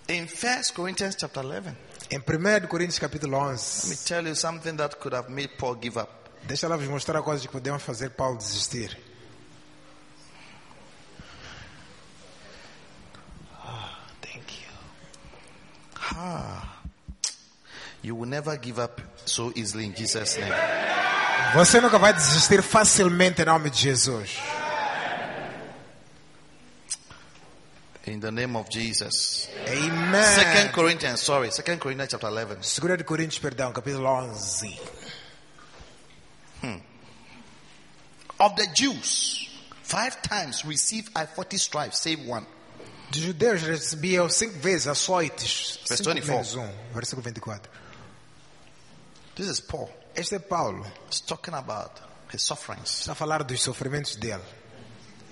Speaker 2: In First Corinthians chapter eleven.
Speaker 3: Em 1 Coríntios capítulo
Speaker 2: Let
Speaker 3: 11.
Speaker 2: me tell you something that could have made Paul give up.
Speaker 3: Deixa lá vos mostrar coisas que podemos fazer Paulo desistir.
Speaker 2: Thank you. Ah. You will never give up so easily in Jesus' name.
Speaker 3: Você nunca vai desistir facilmente em nome de Jesus.
Speaker 2: In the name of Jesus. Second
Speaker 3: Amém.
Speaker 2: Corinthians, sorry, Second Corinthians chapter 11.
Speaker 3: 2 de Coríntios, perdão, capítulo 11.
Speaker 2: Of the Jews, five times received I 40 stripes, save one.
Speaker 3: De judeus recebiam cinco vezes açoites.
Speaker 2: Verse
Speaker 3: Cinco
Speaker 2: 24.
Speaker 3: menos um, versículo 24.
Speaker 2: This is Paul.
Speaker 3: Este é Paulo.
Speaker 2: He's talking about his sufferings.
Speaker 3: Está a falar dos sofrimentos dele.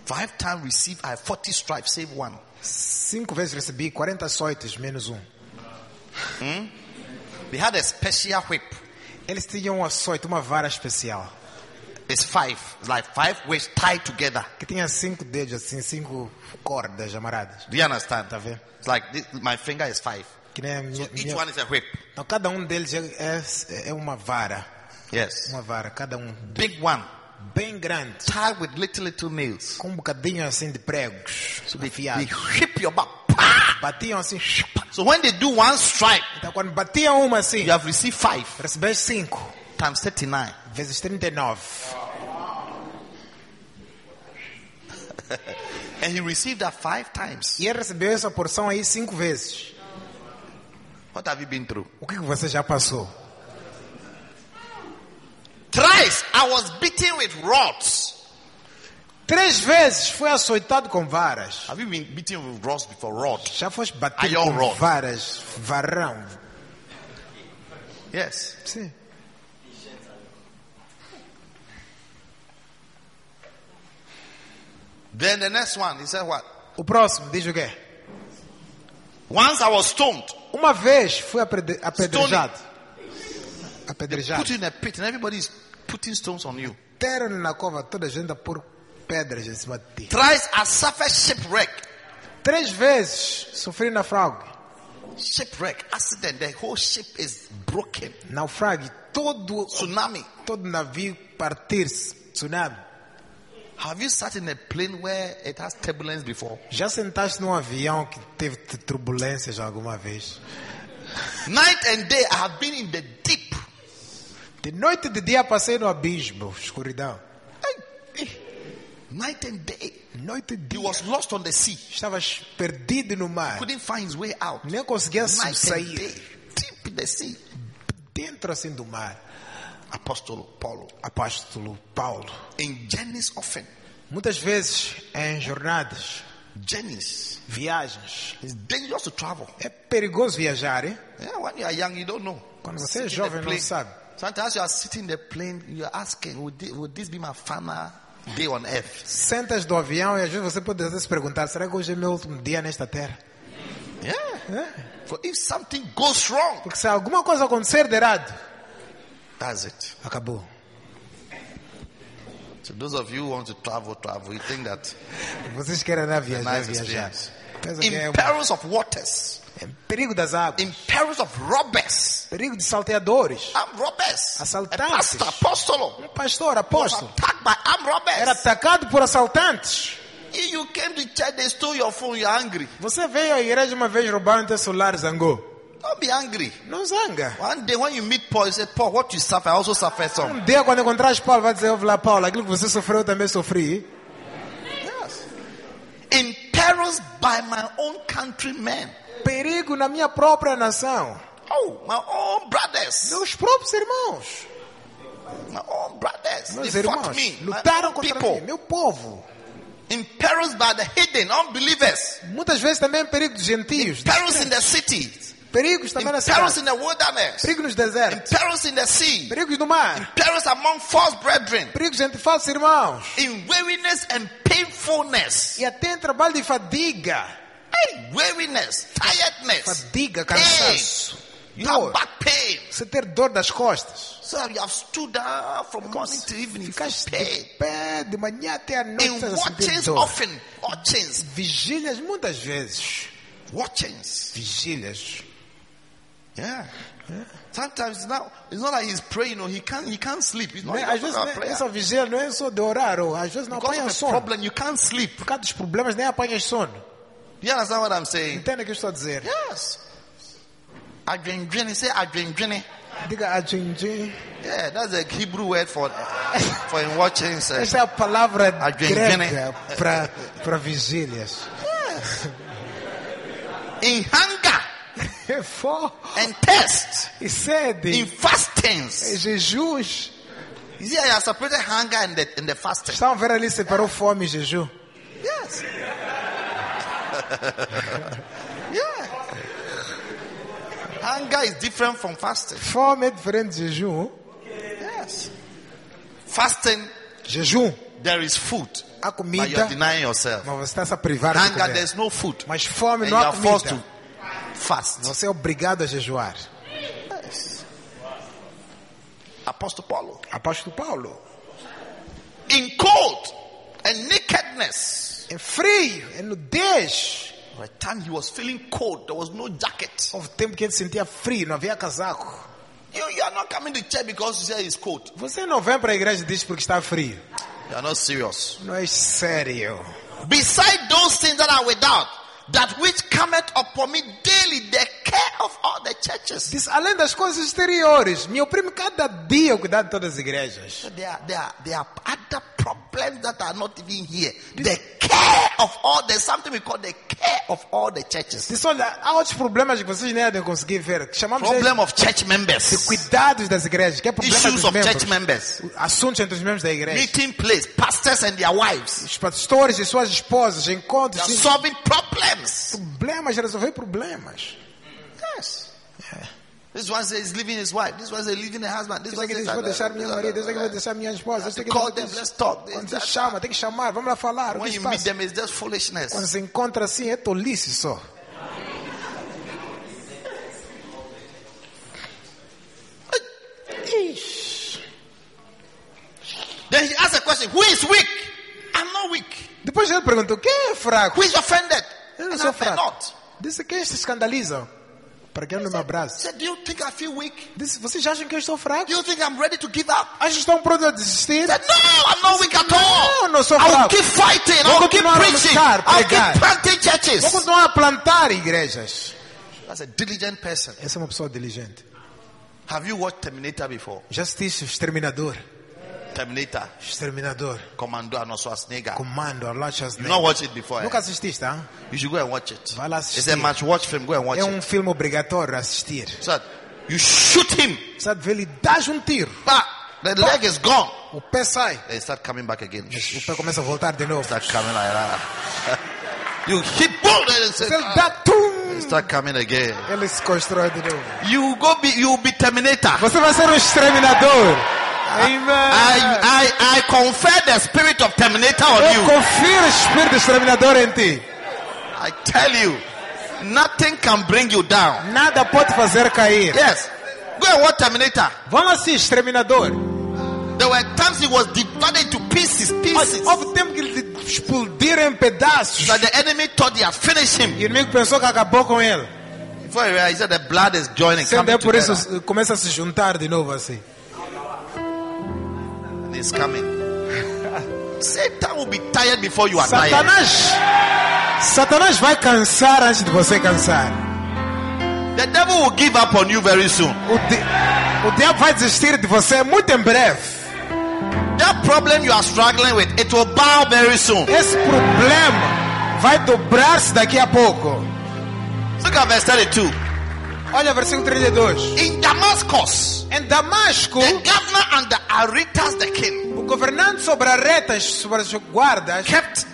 Speaker 2: Five times received I 40 stripes, save one.
Speaker 3: Cinco vezes recebi 40 açoites menos um.
Speaker 2: They had a special whip.
Speaker 3: Eles tinham um açoite, uma vara especial,
Speaker 2: It's five. It's like five ways tied together.
Speaker 3: que tinha cinco dedos, assim, cinco cordas amarradas.
Speaker 2: Do you understand?
Speaker 3: Tá vendo?
Speaker 2: It's like this, my finger is five.
Speaker 3: Que nem a minha,
Speaker 2: Each
Speaker 3: minha-
Speaker 2: one is a whip.
Speaker 3: Então, cada um deles é, é- é uma vara.
Speaker 2: Yes.
Speaker 3: Uma vara, cada um.
Speaker 2: Big one.
Speaker 3: Bem grande.
Speaker 2: Tied with little, little nails.
Speaker 3: Com um bocadinho assim de pregos.
Speaker 2: So they, they
Speaker 3: Afiados.
Speaker 2: whip your back. Pah!
Speaker 3: Batiam assim. [LAUGHS]
Speaker 2: So when they do one strike,
Speaker 3: Então, quando batiam uma assim,
Speaker 2: you have received five
Speaker 3: recebeste cinco.
Speaker 2: times 39.
Speaker 3: Vezes 39.
Speaker 2: And he received that five times.
Speaker 3: E ele recebeu essa porção aí cinco vezes.
Speaker 2: What have you been through?
Speaker 3: O que, que você já passou?
Speaker 2: Thrice I was beaten with rods.
Speaker 3: Três vezes foi açoitado com varas.
Speaker 2: Have you been beaten with rods before? Rod.
Speaker 3: Já foste batido
Speaker 2: Iron
Speaker 3: com
Speaker 2: rod.
Speaker 3: varas. Varrão.
Speaker 2: Yes.
Speaker 3: Sim.
Speaker 2: Then the next one, he said what?
Speaker 3: O próximo diz o quê?
Speaker 2: Once I was stoned,
Speaker 3: Uma vez fui apedre- apedrejado. Apedrejado.
Speaker 2: put in a pit, and everybody's putting stones on you.
Speaker 3: Deram na cova toda a gente a pôr pedras em cima de ti.
Speaker 2: Thrice I suffered shipwreck.
Speaker 3: Três vezes sofri naufrágio.
Speaker 2: Shipwreck, accident, the whole ship is broken.
Speaker 3: Naufrágio. Todo,
Speaker 2: Tsunami.
Speaker 3: todo navio partir-se. Tsunami.
Speaker 2: Have you sat in a plane where it has turbulence before?
Speaker 3: Já sentaste num avião que teve t- turbulências alguma vez?
Speaker 2: Night and day I have been in the deep.
Speaker 3: De noite e de dia passei no abismo, escuridão.
Speaker 2: Eh, Night and day.
Speaker 3: Noite e
Speaker 2: He
Speaker 3: dia.
Speaker 2: was lost on the sea.
Speaker 3: Estavas perdido no mar.
Speaker 2: Couldn't find his way out.
Speaker 3: Nem conseguia
Speaker 2: Night and day.
Speaker 3: sair
Speaker 2: Deep in the sea.
Speaker 3: dentro assim do mar.
Speaker 2: Apostle Paul.
Speaker 3: Apóstolo Paulo.
Speaker 2: In journeys often.
Speaker 3: Muitas vezes em jornadas,
Speaker 2: Journeys.
Speaker 3: viagens.
Speaker 2: It's dangerous to travel.
Speaker 3: É perigoso viajar, hein?
Speaker 2: Yeah, when you are young, you don't know.
Speaker 3: Quando
Speaker 2: Sit
Speaker 3: você é
Speaker 2: in the
Speaker 3: jovem, não
Speaker 2: plane.
Speaker 3: sabe.
Speaker 2: Sometimes you are sitting in the plane, you are asking, would this, would this be my final day on earth?
Speaker 3: Sentas do avião e às vezes você pode até se perguntar: será que hoje é meu último dia nesta terra?
Speaker 2: Yeah.
Speaker 3: É?
Speaker 2: For if something goes wrong,
Speaker 3: Porque se alguma coisa acontecer de errado,
Speaker 2: that's it.
Speaker 3: acabou.
Speaker 2: So those of you who want to travel, travel, you think that
Speaker 3: Vocês querem
Speaker 2: É
Speaker 3: andar viajar,
Speaker 2: nice
Speaker 3: viajar.
Speaker 2: experience.
Speaker 3: Pensa que é,
Speaker 2: in
Speaker 3: um,
Speaker 2: perils of waters,
Speaker 3: é perigo das águas,
Speaker 2: in perils of robbers,
Speaker 3: perigo de salteadores.
Speaker 2: armed robbers,
Speaker 3: Assaltantes.
Speaker 2: a pastor, apostle,
Speaker 3: Um pastor,
Speaker 2: was
Speaker 3: apóstolo,
Speaker 2: attacked by armed
Speaker 3: era
Speaker 2: robbers.
Speaker 3: atacado por assaltantes.
Speaker 2: If you came to church, they stole your phone, you're angry.
Speaker 3: Você veio à igreja uma vez roubaram teu celular, zangou.
Speaker 2: Don't be angry.
Speaker 3: Não zanga.
Speaker 2: One day when you meet Paul, you say, Paul, what you suffer, I also suffer some.
Speaker 3: Um dia, quando encontrares Paulo, vai dizer: Ouve lá, Paulo, aquilo que você sofreu, eu também sofri.
Speaker 2: Yes. In perils by my own countrymen.
Speaker 3: Perigo na minha própria nação.
Speaker 2: Oh, my own brothers.
Speaker 3: Meus próprios irmãos.
Speaker 2: My own brothers.
Speaker 3: Meus
Speaker 2: they fought
Speaker 3: irmãos
Speaker 2: me. My
Speaker 3: lutaram
Speaker 2: own
Speaker 3: contra
Speaker 2: people.
Speaker 3: mim. Meu povo.
Speaker 2: In perils by the hidden, unbelievers.
Speaker 3: Muitas vezes também é perigo dos gentios.
Speaker 2: Perils in the cities.
Speaker 3: Perigos
Speaker 2: In
Speaker 3: também na
Speaker 2: perils
Speaker 3: cidade.
Speaker 2: in the wilderness.
Speaker 3: Perigo nos
Speaker 2: In
Speaker 3: desertos.
Speaker 2: perils in the sea.
Speaker 3: Perigos no mar.
Speaker 2: Perils among false brethren.
Speaker 3: Perigos entre falsos irmãos.
Speaker 2: In weariness and painfulness.
Speaker 3: E até em trabalho de fadiga.
Speaker 2: Hey, weariness, tiredness.
Speaker 3: Fadiga,
Speaker 2: Pain.
Speaker 3: cansaço.
Speaker 2: You
Speaker 3: Dor.
Speaker 2: have back pain.
Speaker 3: Você ter dor das costas.
Speaker 2: So you have stood up from morning to evening. for
Speaker 3: Ficaste
Speaker 2: pain.
Speaker 3: de pé de manhã até à noite.
Speaker 2: In
Speaker 3: estás a sentir
Speaker 2: watchings
Speaker 3: dor.
Speaker 2: often, watchings,
Speaker 3: Vigílias muitas vezes.
Speaker 2: watchings.
Speaker 3: Vigílias.
Speaker 2: Yeah. Sometimes now it's not like he's praying or he can't he can't sleep. It's not
Speaker 3: Né?
Speaker 2: he's not
Speaker 3: Às vezes
Speaker 2: talking
Speaker 3: né,
Speaker 2: about prayer.
Speaker 3: essa vigília não é só de orar, ou às vezes não apanha
Speaker 2: Because of a
Speaker 3: sono. Por
Speaker 2: problem, you can't sleep.
Speaker 3: causa dos problemas nem apanhas sono.
Speaker 2: You understand what I'm saying?
Speaker 3: Entende o que eu estou a dizer?
Speaker 2: Yes. Adrenaline, say adrenaline.
Speaker 3: Diga a Jinjin.
Speaker 2: Yeah, that's a Hebrew word for for in watchings. uh,
Speaker 3: Esta é a palavra
Speaker 2: Adjunjin,
Speaker 3: grega
Speaker 2: né?
Speaker 3: para para vigílias.
Speaker 2: in hunger
Speaker 3: É fome
Speaker 2: and thirst,
Speaker 3: e
Speaker 2: in
Speaker 3: sede, é
Speaker 2: fastings.
Speaker 3: jejuns.
Speaker 2: You see, I have separated hunger and the and the fasting.
Speaker 3: Estão a ver ali, separou fome e jejum.
Speaker 2: Yes. [LAUGHS] yeah. Hunger is different from fasting.
Speaker 3: Fome é diferente de jejum.
Speaker 2: Yes. Fasting,
Speaker 3: Jejum,
Speaker 2: there is food,
Speaker 3: há
Speaker 2: but you are
Speaker 3: comida,
Speaker 2: denying yourself.
Speaker 3: mas você está a privar de
Speaker 2: Hunger,
Speaker 3: comer.
Speaker 2: there's no food,
Speaker 3: Mas fome
Speaker 2: and you
Speaker 3: não há
Speaker 2: are forced to
Speaker 3: comida.
Speaker 2: fast.
Speaker 3: Você é obrigado a jejuar.
Speaker 2: Apostle Paulo.
Speaker 3: Apóstolo Paulo.
Speaker 2: In cold and nakedness.
Speaker 3: Em é frio, em nudez.
Speaker 2: By the time he was feeling cold, there was no jacket.
Speaker 3: Houve tempo que ele sentia frio, não havia casaco.
Speaker 2: You, you are not coming to church because you say it's cold.
Speaker 3: Você não vem para a igreja e diz porque está frio.
Speaker 2: You are not serious.
Speaker 3: Não é sério.
Speaker 2: Beside those things that are without, that which cometh upon me daily, the care of all the churches.
Speaker 3: Diz, além das coisas exteriores, me oprime cada dia o cuidado de todas as igrejas.
Speaker 2: There are, there are, there are other problems that are not even here. The care of all, there's something we call the care of all the churches.
Speaker 3: Diz, olha, há outros problemas que vocês nem devem conseguir ver. que Chamamos
Speaker 2: Problem of church
Speaker 3: de
Speaker 2: members,
Speaker 3: cuidados das igrejas, que é problema
Speaker 2: issues
Speaker 3: dos
Speaker 2: of church
Speaker 3: membros.
Speaker 2: members,
Speaker 3: Assuntos entre os membros da igreja.
Speaker 2: meeting place, pastors and their wives.
Speaker 3: Os pastores e suas esposas,
Speaker 2: They
Speaker 3: encontros,
Speaker 2: are
Speaker 3: sim,
Speaker 2: solving problems.
Speaker 3: problemas, resolver problemas.
Speaker 2: Yes. This one says he's leaving his wife. This one says leaving the husband. This
Speaker 3: Isso
Speaker 2: one
Speaker 3: aqui
Speaker 2: says
Speaker 3: diz, vou deixar minha marido, isso aqui vou deixar minha esposa. Isso aqui
Speaker 2: Call them, let's talk.
Speaker 3: Quando você chama, tem que chamar, vamos lá falar. O que
Speaker 2: When you
Speaker 3: se
Speaker 2: meet
Speaker 3: passa?
Speaker 2: them, it's just foolishness.
Speaker 3: Quando se encontra assim, é tolice só.
Speaker 2: Then he asked a question Who is weak? I'm not weak.
Speaker 3: Depois ele perguntou, quem é fraco?
Speaker 2: Who is offended?
Speaker 3: Eu não
Speaker 2: And
Speaker 3: sou
Speaker 2: I'm
Speaker 3: fraco.
Speaker 2: not.
Speaker 3: Disse, quem se escandaliza? Para quem não me
Speaker 2: He
Speaker 3: abraça.
Speaker 2: said, Do you think I feel weak?
Speaker 3: Disse, vocês acham que eu estou fraco?
Speaker 2: Do you think I'm ready to give up?
Speaker 3: Acham que estão prontos a desistir?
Speaker 2: He said, No, I'm not weak at all.
Speaker 3: No, no, so
Speaker 2: I'll
Speaker 3: proud.
Speaker 2: keep fighting.
Speaker 3: Vou
Speaker 2: I'll keep
Speaker 3: continuar a
Speaker 2: preaching.
Speaker 3: lutar,
Speaker 2: I'll
Speaker 3: pregar.
Speaker 2: keep planting
Speaker 3: Vou
Speaker 2: churches.
Speaker 3: continuar a plantar igrejas.
Speaker 2: That's a diligent person.
Speaker 3: Essa é uma pessoa diligente.
Speaker 2: Have you watched Terminator before?
Speaker 3: Já assististe o Exterminador?
Speaker 2: Terminator,
Speaker 3: Exterminador.
Speaker 2: Commando Arnold Schwarzenegger.
Speaker 3: Comando, Arnold
Speaker 2: You not
Speaker 3: Schwarzenegger.
Speaker 2: watched it before. eh?
Speaker 3: Nunca assististe, ah?
Speaker 2: You should go and watch it.
Speaker 3: Vai lá
Speaker 2: It's a
Speaker 3: assistir.
Speaker 2: match watch film. Go and watch
Speaker 3: É
Speaker 2: it.
Speaker 3: um filme obrigatório a assistir.
Speaker 2: So that you shoot him,
Speaker 3: Sabe, vê, ele dá um tiro.
Speaker 2: but the leg is gone.
Speaker 3: O pé sai.
Speaker 2: They start coming back again.
Speaker 3: O pé começa a voltar de novo.
Speaker 2: Start coming like that. [LAUGHS] you hit boom, then it's-
Speaker 3: Se Ele dá tum.
Speaker 2: "Ah." start coming again.
Speaker 3: Ele se constrói de novo.
Speaker 2: You go be you be terminator.
Speaker 3: Você vai ser um exterminador. Ah. Amém.
Speaker 2: I, I, I confer the spirit of Terminator on
Speaker 3: Eu
Speaker 2: you.
Speaker 3: confio no espírito exterminador em ti.
Speaker 2: I tell you, nothing can bring you down.
Speaker 3: Nada pode fazer cair.
Speaker 2: Yes. Go and watch Terminator.
Speaker 3: Vamos assim, exterminador.
Speaker 2: There were times he was divided to pieces, pieces.
Speaker 3: Houve tempo que ele explodiu em pedaços.
Speaker 2: That the enemy thought he had finished
Speaker 3: E
Speaker 2: him.
Speaker 3: o inimigo pensou que acabou com ele.
Speaker 2: Before he realized that the blood is joining.
Speaker 3: Sempre
Speaker 2: Coming
Speaker 3: é por
Speaker 2: together.
Speaker 3: isso começa a se juntar de novo assim.
Speaker 2: And It's coming. [LAUGHS] Satan will be tired before you are tired.
Speaker 3: Satanás, é. Satanás vai cansar antes de você cansar.
Speaker 2: The devil will give up on you very soon.
Speaker 3: O, di- o diabo vai desistir de você muito em breve.
Speaker 2: That problem you are struggling with, it will bow very soon.
Speaker 3: Esse problema vai dobrar-se daqui a pouco.
Speaker 2: Look at verse 32.
Speaker 3: Olha versículo 32.
Speaker 2: In Damascus,
Speaker 3: Em Damasco,
Speaker 2: the governor and the Aretas, the king,
Speaker 3: o governante sobre as retas, sobre as guardas,
Speaker 2: kept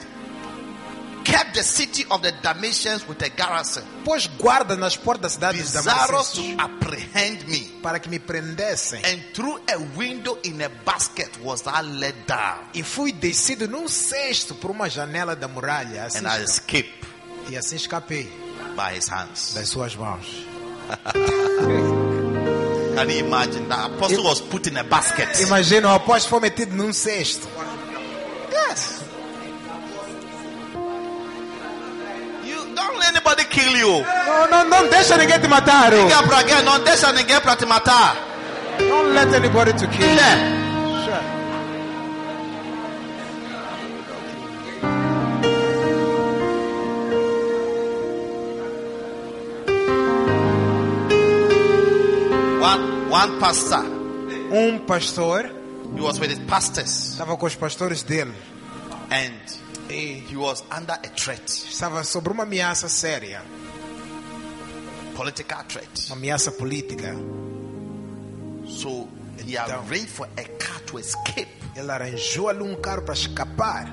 Speaker 2: kept the city of the Dalmatians with a garrison,
Speaker 3: pôs guarda nas portas da cidade de
Speaker 2: desirous
Speaker 3: Damasco
Speaker 2: to apprehend me.
Speaker 3: para que me prendessem.
Speaker 2: And through a window in a basket was I let down,
Speaker 3: E fui descido num cesto por uma janela da muralha assim,
Speaker 2: and I escaped
Speaker 3: e assim escapei
Speaker 2: by his hands.
Speaker 3: das suas mãos.
Speaker 2: Can you imagine? The apostle was put in a basket.
Speaker 3: Imagina, o apóstolo foi metido num cesto.
Speaker 2: Yes. You don't let anybody kill you.
Speaker 3: Não, não, não deixa ninguém te matar. oh.
Speaker 2: Ninguém pra ninguém, não deixa ninguém pra te matar.
Speaker 3: Don't let anybody to kill you.
Speaker 2: Yeah.
Speaker 3: Sure.
Speaker 2: One one pastor,
Speaker 3: Um pastor
Speaker 2: he was with his pastors,
Speaker 3: estava com os pastores dele
Speaker 2: and
Speaker 3: e
Speaker 2: he was under a threat,
Speaker 3: estava sobre uma ameaça séria,
Speaker 2: political threat.
Speaker 3: uma ameaça política.
Speaker 2: So he arranged for a car to escape,
Speaker 3: Ele arranjou ali um carro para escapar.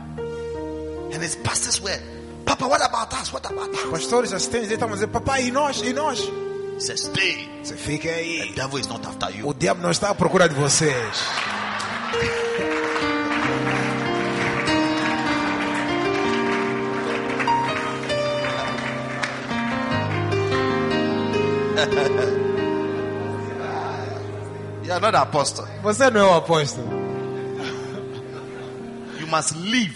Speaker 2: and his pastors were, Papa, what about us? What about
Speaker 3: Os
Speaker 2: us?
Speaker 3: pastores assistentes dele estavam dizendo: Papai, e nós? E nós?
Speaker 2: He said, Stay.
Speaker 3: Você fica
Speaker 2: The
Speaker 3: aí.
Speaker 2: devil is not after
Speaker 3: O
Speaker 2: you.
Speaker 3: diabo não está à procura de vocês.
Speaker 2: You are not an apostle.
Speaker 3: Você não é um apóstolo.
Speaker 2: You must live.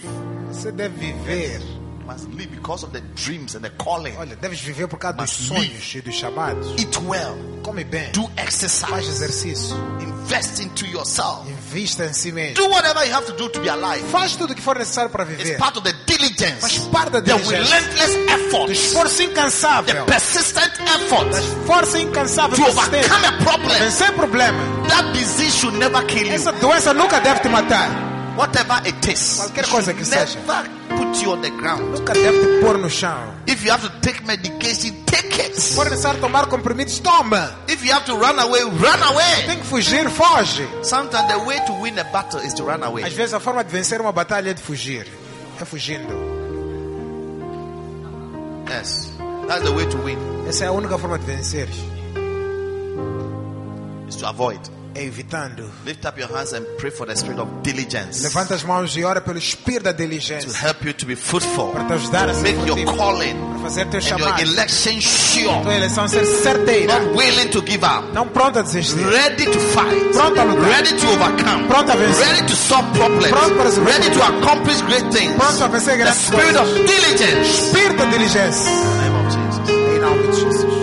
Speaker 3: Você deve viver.
Speaker 2: You must live because of the dreams and the calling.
Speaker 3: Olha, deves viver por causa dos
Speaker 2: Mas
Speaker 3: sonhos e dos chamados.
Speaker 2: Eat well.
Speaker 3: Come bem.
Speaker 2: Do
Speaker 3: Faz
Speaker 2: exercise.
Speaker 3: exercício.
Speaker 2: Invest into yourself.
Speaker 3: Invista em si mesmo.
Speaker 2: Do whatever you have to do to be alive.
Speaker 3: Faz tudo o que for necessário para
Speaker 2: It's
Speaker 3: viver.
Speaker 2: part of the
Speaker 3: Faz
Speaker 2: diligence.
Speaker 3: parte da
Speaker 2: The
Speaker 3: diligência.
Speaker 2: relentless
Speaker 3: Do
Speaker 2: effort.
Speaker 3: esforço incansável.
Speaker 2: The
Speaker 3: Da
Speaker 2: persistent effort
Speaker 3: força incansável.
Speaker 2: to
Speaker 3: persistente.
Speaker 2: overcome a problem.
Speaker 3: Vencer problema.
Speaker 2: That disease should never kill you.
Speaker 3: Essa doença nunca deve te matar.
Speaker 2: Whatever it is.
Speaker 3: Qualquer coisa que seja.
Speaker 2: Never put you on the ground.
Speaker 3: Nunca deve te pôr no chão.
Speaker 2: If you have to take medication, take
Speaker 3: Se
Speaker 2: it.
Speaker 3: for necessário tomar comprimidos, toma.
Speaker 2: If you have to run away, run away.
Speaker 3: Tem que fugir, foge.
Speaker 2: Sometimes the way to win a battle is to run
Speaker 3: Às
Speaker 2: away.
Speaker 3: vezes a forma de vencer uma batalha é de fugir. É fugindo.
Speaker 2: Yes. That's the way to win.
Speaker 3: Essa é a única forma de vencer.
Speaker 2: Is to avoid.
Speaker 3: É evitando.
Speaker 2: Lift up your hands and pray for the spirit of diligence
Speaker 3: Levanta as mãos e ora pelo espírito da
Speaker 2: to
Speaker 3: diligência.
Speaker 2: help you to be fruitful.
Speaker 3: Para te ajudar a ser
Speaker 2: Make your
Speaker 3: frutífero.
Speaker 2: calling
Speaker 3: Para fazer teu
Speaker 2: and your
Speaker 3: chamado.
Speaker 2: election sure.
Speaker 3: Tua eleição ser certeira.
Speaker 2: Not willing to give up.
Speaker 3: Não pronta a desistir.
Speaker 2: Ready to fight.
Speaker 3: Pronto a lutar.
Speaker 2: Ready to overcome.
Speaker 3: Pronto a vencer.
Speaker 2: Ready to solve problems.
Speaker 3: Pronto para resolver
Speaker 2: Ready to accomplish great things.
Speaker 3: Pronto a vencer
Speaker 2: The
Speaker 3: grandes
Speaker 2: spirit of
Speaker 3: coisas.
Speaker 2: diligence.
Speaker 3: Espírito da diligência.
Speaker 2: In the name of Jesus.
Speaker 3: Em nome de Jesus.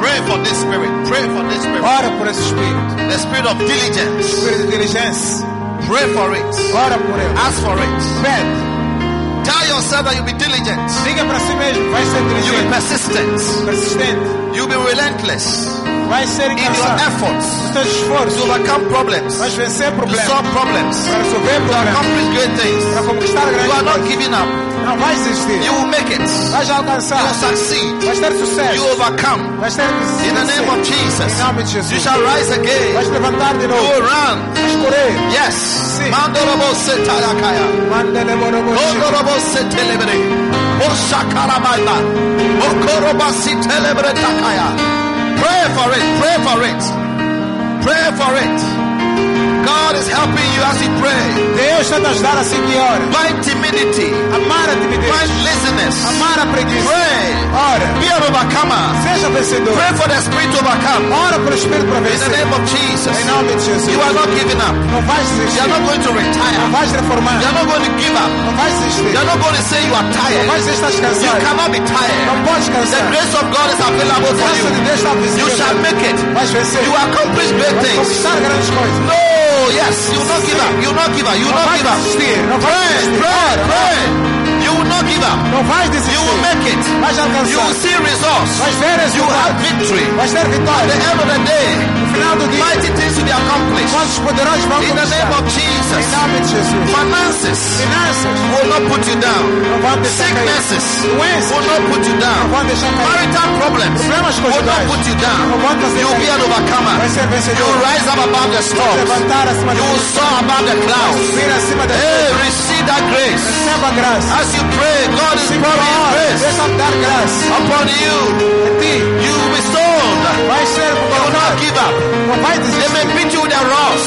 Speaker 2: Pray for this spirit. Pray for this spirit.
Speaker 3: Ora por esse espírito.
Speaker 2: The spirit of diligence.
Speaker 3: Espírito de diligência.
Speaker 2: Pray for it.
Speaker 3: Ora por ele.
Speaker 2: Ask for it.
Speaker 3: Pede.
Speaker 2: Tell yourself that you'll be diligent.
Speaker 3: Diga para si mesmo. Vai ser
Speaker 2: You'll be
Speaker 3: diligente.
Speaker 2: persistent.
Speaker 3: Persistente.
Speaker 2: You'll be relentless
Speaker 3: Vai ser
Speaker 2: in your
Speaker 3: incansável.
Speaker 2: efforts
Speaker 3: Os teus
Speaker 2: to
Speaker 3: esforços.
Speaker 2: overcome problems,
Speaker 3: Vais
Speaker 2: to
Speaker 3: vencer problemas.
Speaker 2: solve problems,
Speaker 3: Para resolver problemas.
Speaker 2: accomplish great
Speaker 3: Para
Speaker 2: things.
Speaker 3: conquistar
Speaker 2: You
Speaker 3: grandes
Speaker 2: are
Speaker 3: coisas.
Speaker 2: not giving up.
Speaker 3: Não vai desistir.
Speaker 2: You will make it.
Speaker 3: Vais
Speaker 2: You
Speaker 3: alcançar.
Speaker 2: will succeed.
Speaker 3: Vais ter
Speaker 2: You
Speaker 3: sucesso.
Speaker 2: overcome.
Speaker 3: Vais ter sucesso.
Speaker 2: In the name of
Speaker 3: Em nome de
Speaker 2: Jesus, you
Speaker 3: Jesus.
Speaker 2: shall rise
Speaker 3: Vais
Speaker 2: again.
Speaker 3: levantar de
Speaker 2: You
Speaker 3: novo.
Speaker 2: will run.
Speaker 3: Vais correr.
Speaker 2: Yes.
Speaker 3: Sim.
Speaker 2: Mandorobo setalakaya.
Speaker 3: Manda demorou.
Speaker 2: Ondorobo setelebre. Oshakarabanda. Okoroba sitelebre takaya. Pray for it. Pray for it. Pray for it. God is helping you as you pray.
Speaker 3: Deus está a ajudar assim que ora.
Speaker 2: Find timidity.
Speaker 3: Amar a
Speaker 2: Find
Speaker 3: timidez.
Speaker 2: laziness.
Speaker 3: Amar a preguiça.
Speaker 2: Pray.
Speaker 3: Ora.
Speaker 2: Be an overcomer.
Speaker 3: Seja vencedor.
Speaker 2: Pray for the spirit to overcome.
Speaker 3: Ora pelo Espírito para
Speaker 2: In the
Speaker 3: vencer.
Speaker 2: name of Jesus.
Speaker 3: Em nome de Jesus.
Speaker 2: You are not giving up. You
Speaker 3: Não vais
Speaker 2: are
Speaker 3: desistir.
Speaker 2: not going to
Speaker 3: Não
Speaker 2: retire.
Speaker 3: vais reformar.
Speaker 2: You are not going to give up.
Speaker 3: Não vais
Speaker 2: You
Speaker 3: desistir.
Speaker 2: are not going to say you are
Speaker 3: Não
Speaker 2: tired.
Speaker 3: vais estar
Speaker 2: You
Speaker 3: descansado.
Speaker 2: cannot be tired.
Speaker 3: Não podes
Speaker 2: The
Speaker 3: cansar.
Speaker 2: grace of God is available
Speaker 3: A
Speaker 2: for
Speaker 3: graça de
Speaker 2: you.
Speaker 3: Deus está
Speaker 2: You shall
Speaker 3: visível.
Speaker 2: make it.
Speaker 3: Vais vencer.
Speaker 2: You accomplish great
Speaker 3: Vais
Speaker 2: things.
Speaker 3: conquistar grandes coisas.
Speaker 2: No, yes, you will not give up. You will not give up. You will
Speaker 3: Não
Speaker 2: not
Speaker 3: vais
Speaker 2: give up.
Speaker 3: desistir. Não vais
Speaker 2: Pray,
Speaker 3: desistir.
Speaker 2: pray,
Speaker 3: Ora,
Speaker 2: pray. You will not give up.
Speaker 3: Não vais
Speaker 2: You will
Speaker 3: desistir.
Speaker 2: make it.
Speaker 3: Vais
Speaker 2: You will
Speaker 3: alcançar.
Speaker 2: see results.
Speaker 3: Vais ver
Speaker 2: You will have
Speaker 3: resultados.
Speaker 2: victory.
Speaker 3: Vais ter
Speaker 2: At the
Speaker 3: vitória.
Speaker 2: end of the day,
Speaker 3: No final do dia,
Speaker 2: mighty things will be accomplished.
Speaker 3: nossos poderosos vão
Speaker 2: In the name
Speaker 3: conquistar.
Speaker 2: of Jesus,
Speaker 3: Em nome de Jesus.
Speaker 2: finances
Speaker 3: Finanças
Speaker 2: will not put you down.
Speaker 3: não vão deixar cair.
Speaker 2: Sicknesses
Speaker 3: Doenças
Speaker 2: will not put you
Speaker 3: não
Speaker 2: down.
Speaker 3: vão deixar cair.
Speaker 2: Marital problems
Speaker 3: Problemas
Speaker 2: will not
Speaker 3: conjugais
Speaker 2: put you down.
Speaker 3: não vão fazer
Speaker 2: You will be
Speaker 3: cair.
Speaker 2: an overcomer.
Speaker 3: Vai ser
Speaker 2: You will
Speaker 3: vencedor.
Speaker 2: rise up above the storms.
Speaker 3: Levantar acima
Speaker 2: You
Speaker 3: de
Speaker 2: will soar above the clouds.
Speaker 3: Vir acima da
Speaker 2: Hey, receive that grace.
Speaker 3: Receba a graça.
Speaker 2: As you pray, God is
Speaker 3: Se
Speaker 2: pouring His
Speaker 3: prova,
Speaker 2: grace
Speaker 3: deixa dar graça.
Speaker 2: upon you.
Speaker 3: A ti
Speaker 2: You will be sold.
Speaker 3: vai ser
Speaker 2: You will not
Speaker 3: governado.
Speaker 2: give up.
Speaker 3: Não vai
Speaker 2: They
Speaker 3: desistir.
Speaker 2: may beat you with a rocks.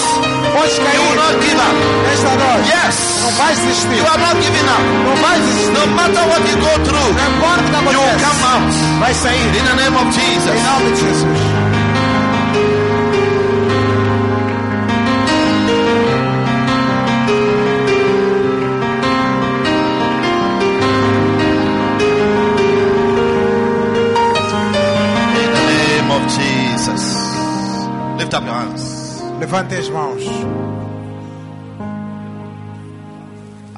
Speaker 3: Pode
Speaker 2: You will
Speaker 3: cair
Speaker 2: not give up.
Speaker 3: nesta noite. Não
Speaker 2: Yes,
Speaker 3: vai
Speaker 2: you
Speaker 3: desistir.
Speaker 2: are not giving up.
Speaker 3: Não vai desistir.
Speaker 2: No matter what you go through,
Speaker 3: Não importa o que
Speaker 2: you will come
Speaker 3: aconteça.
Speaker 2: out.
Speaker 3: Vai sair.
Speaker 2: In the name of
Speaker 3: Em
Speaker 2: Jesus.
Speaker 3: nome de Jesus.
Speaker 2: In the name of Jesus. Lift up your hands.
Speaker 3: Levante as mãos.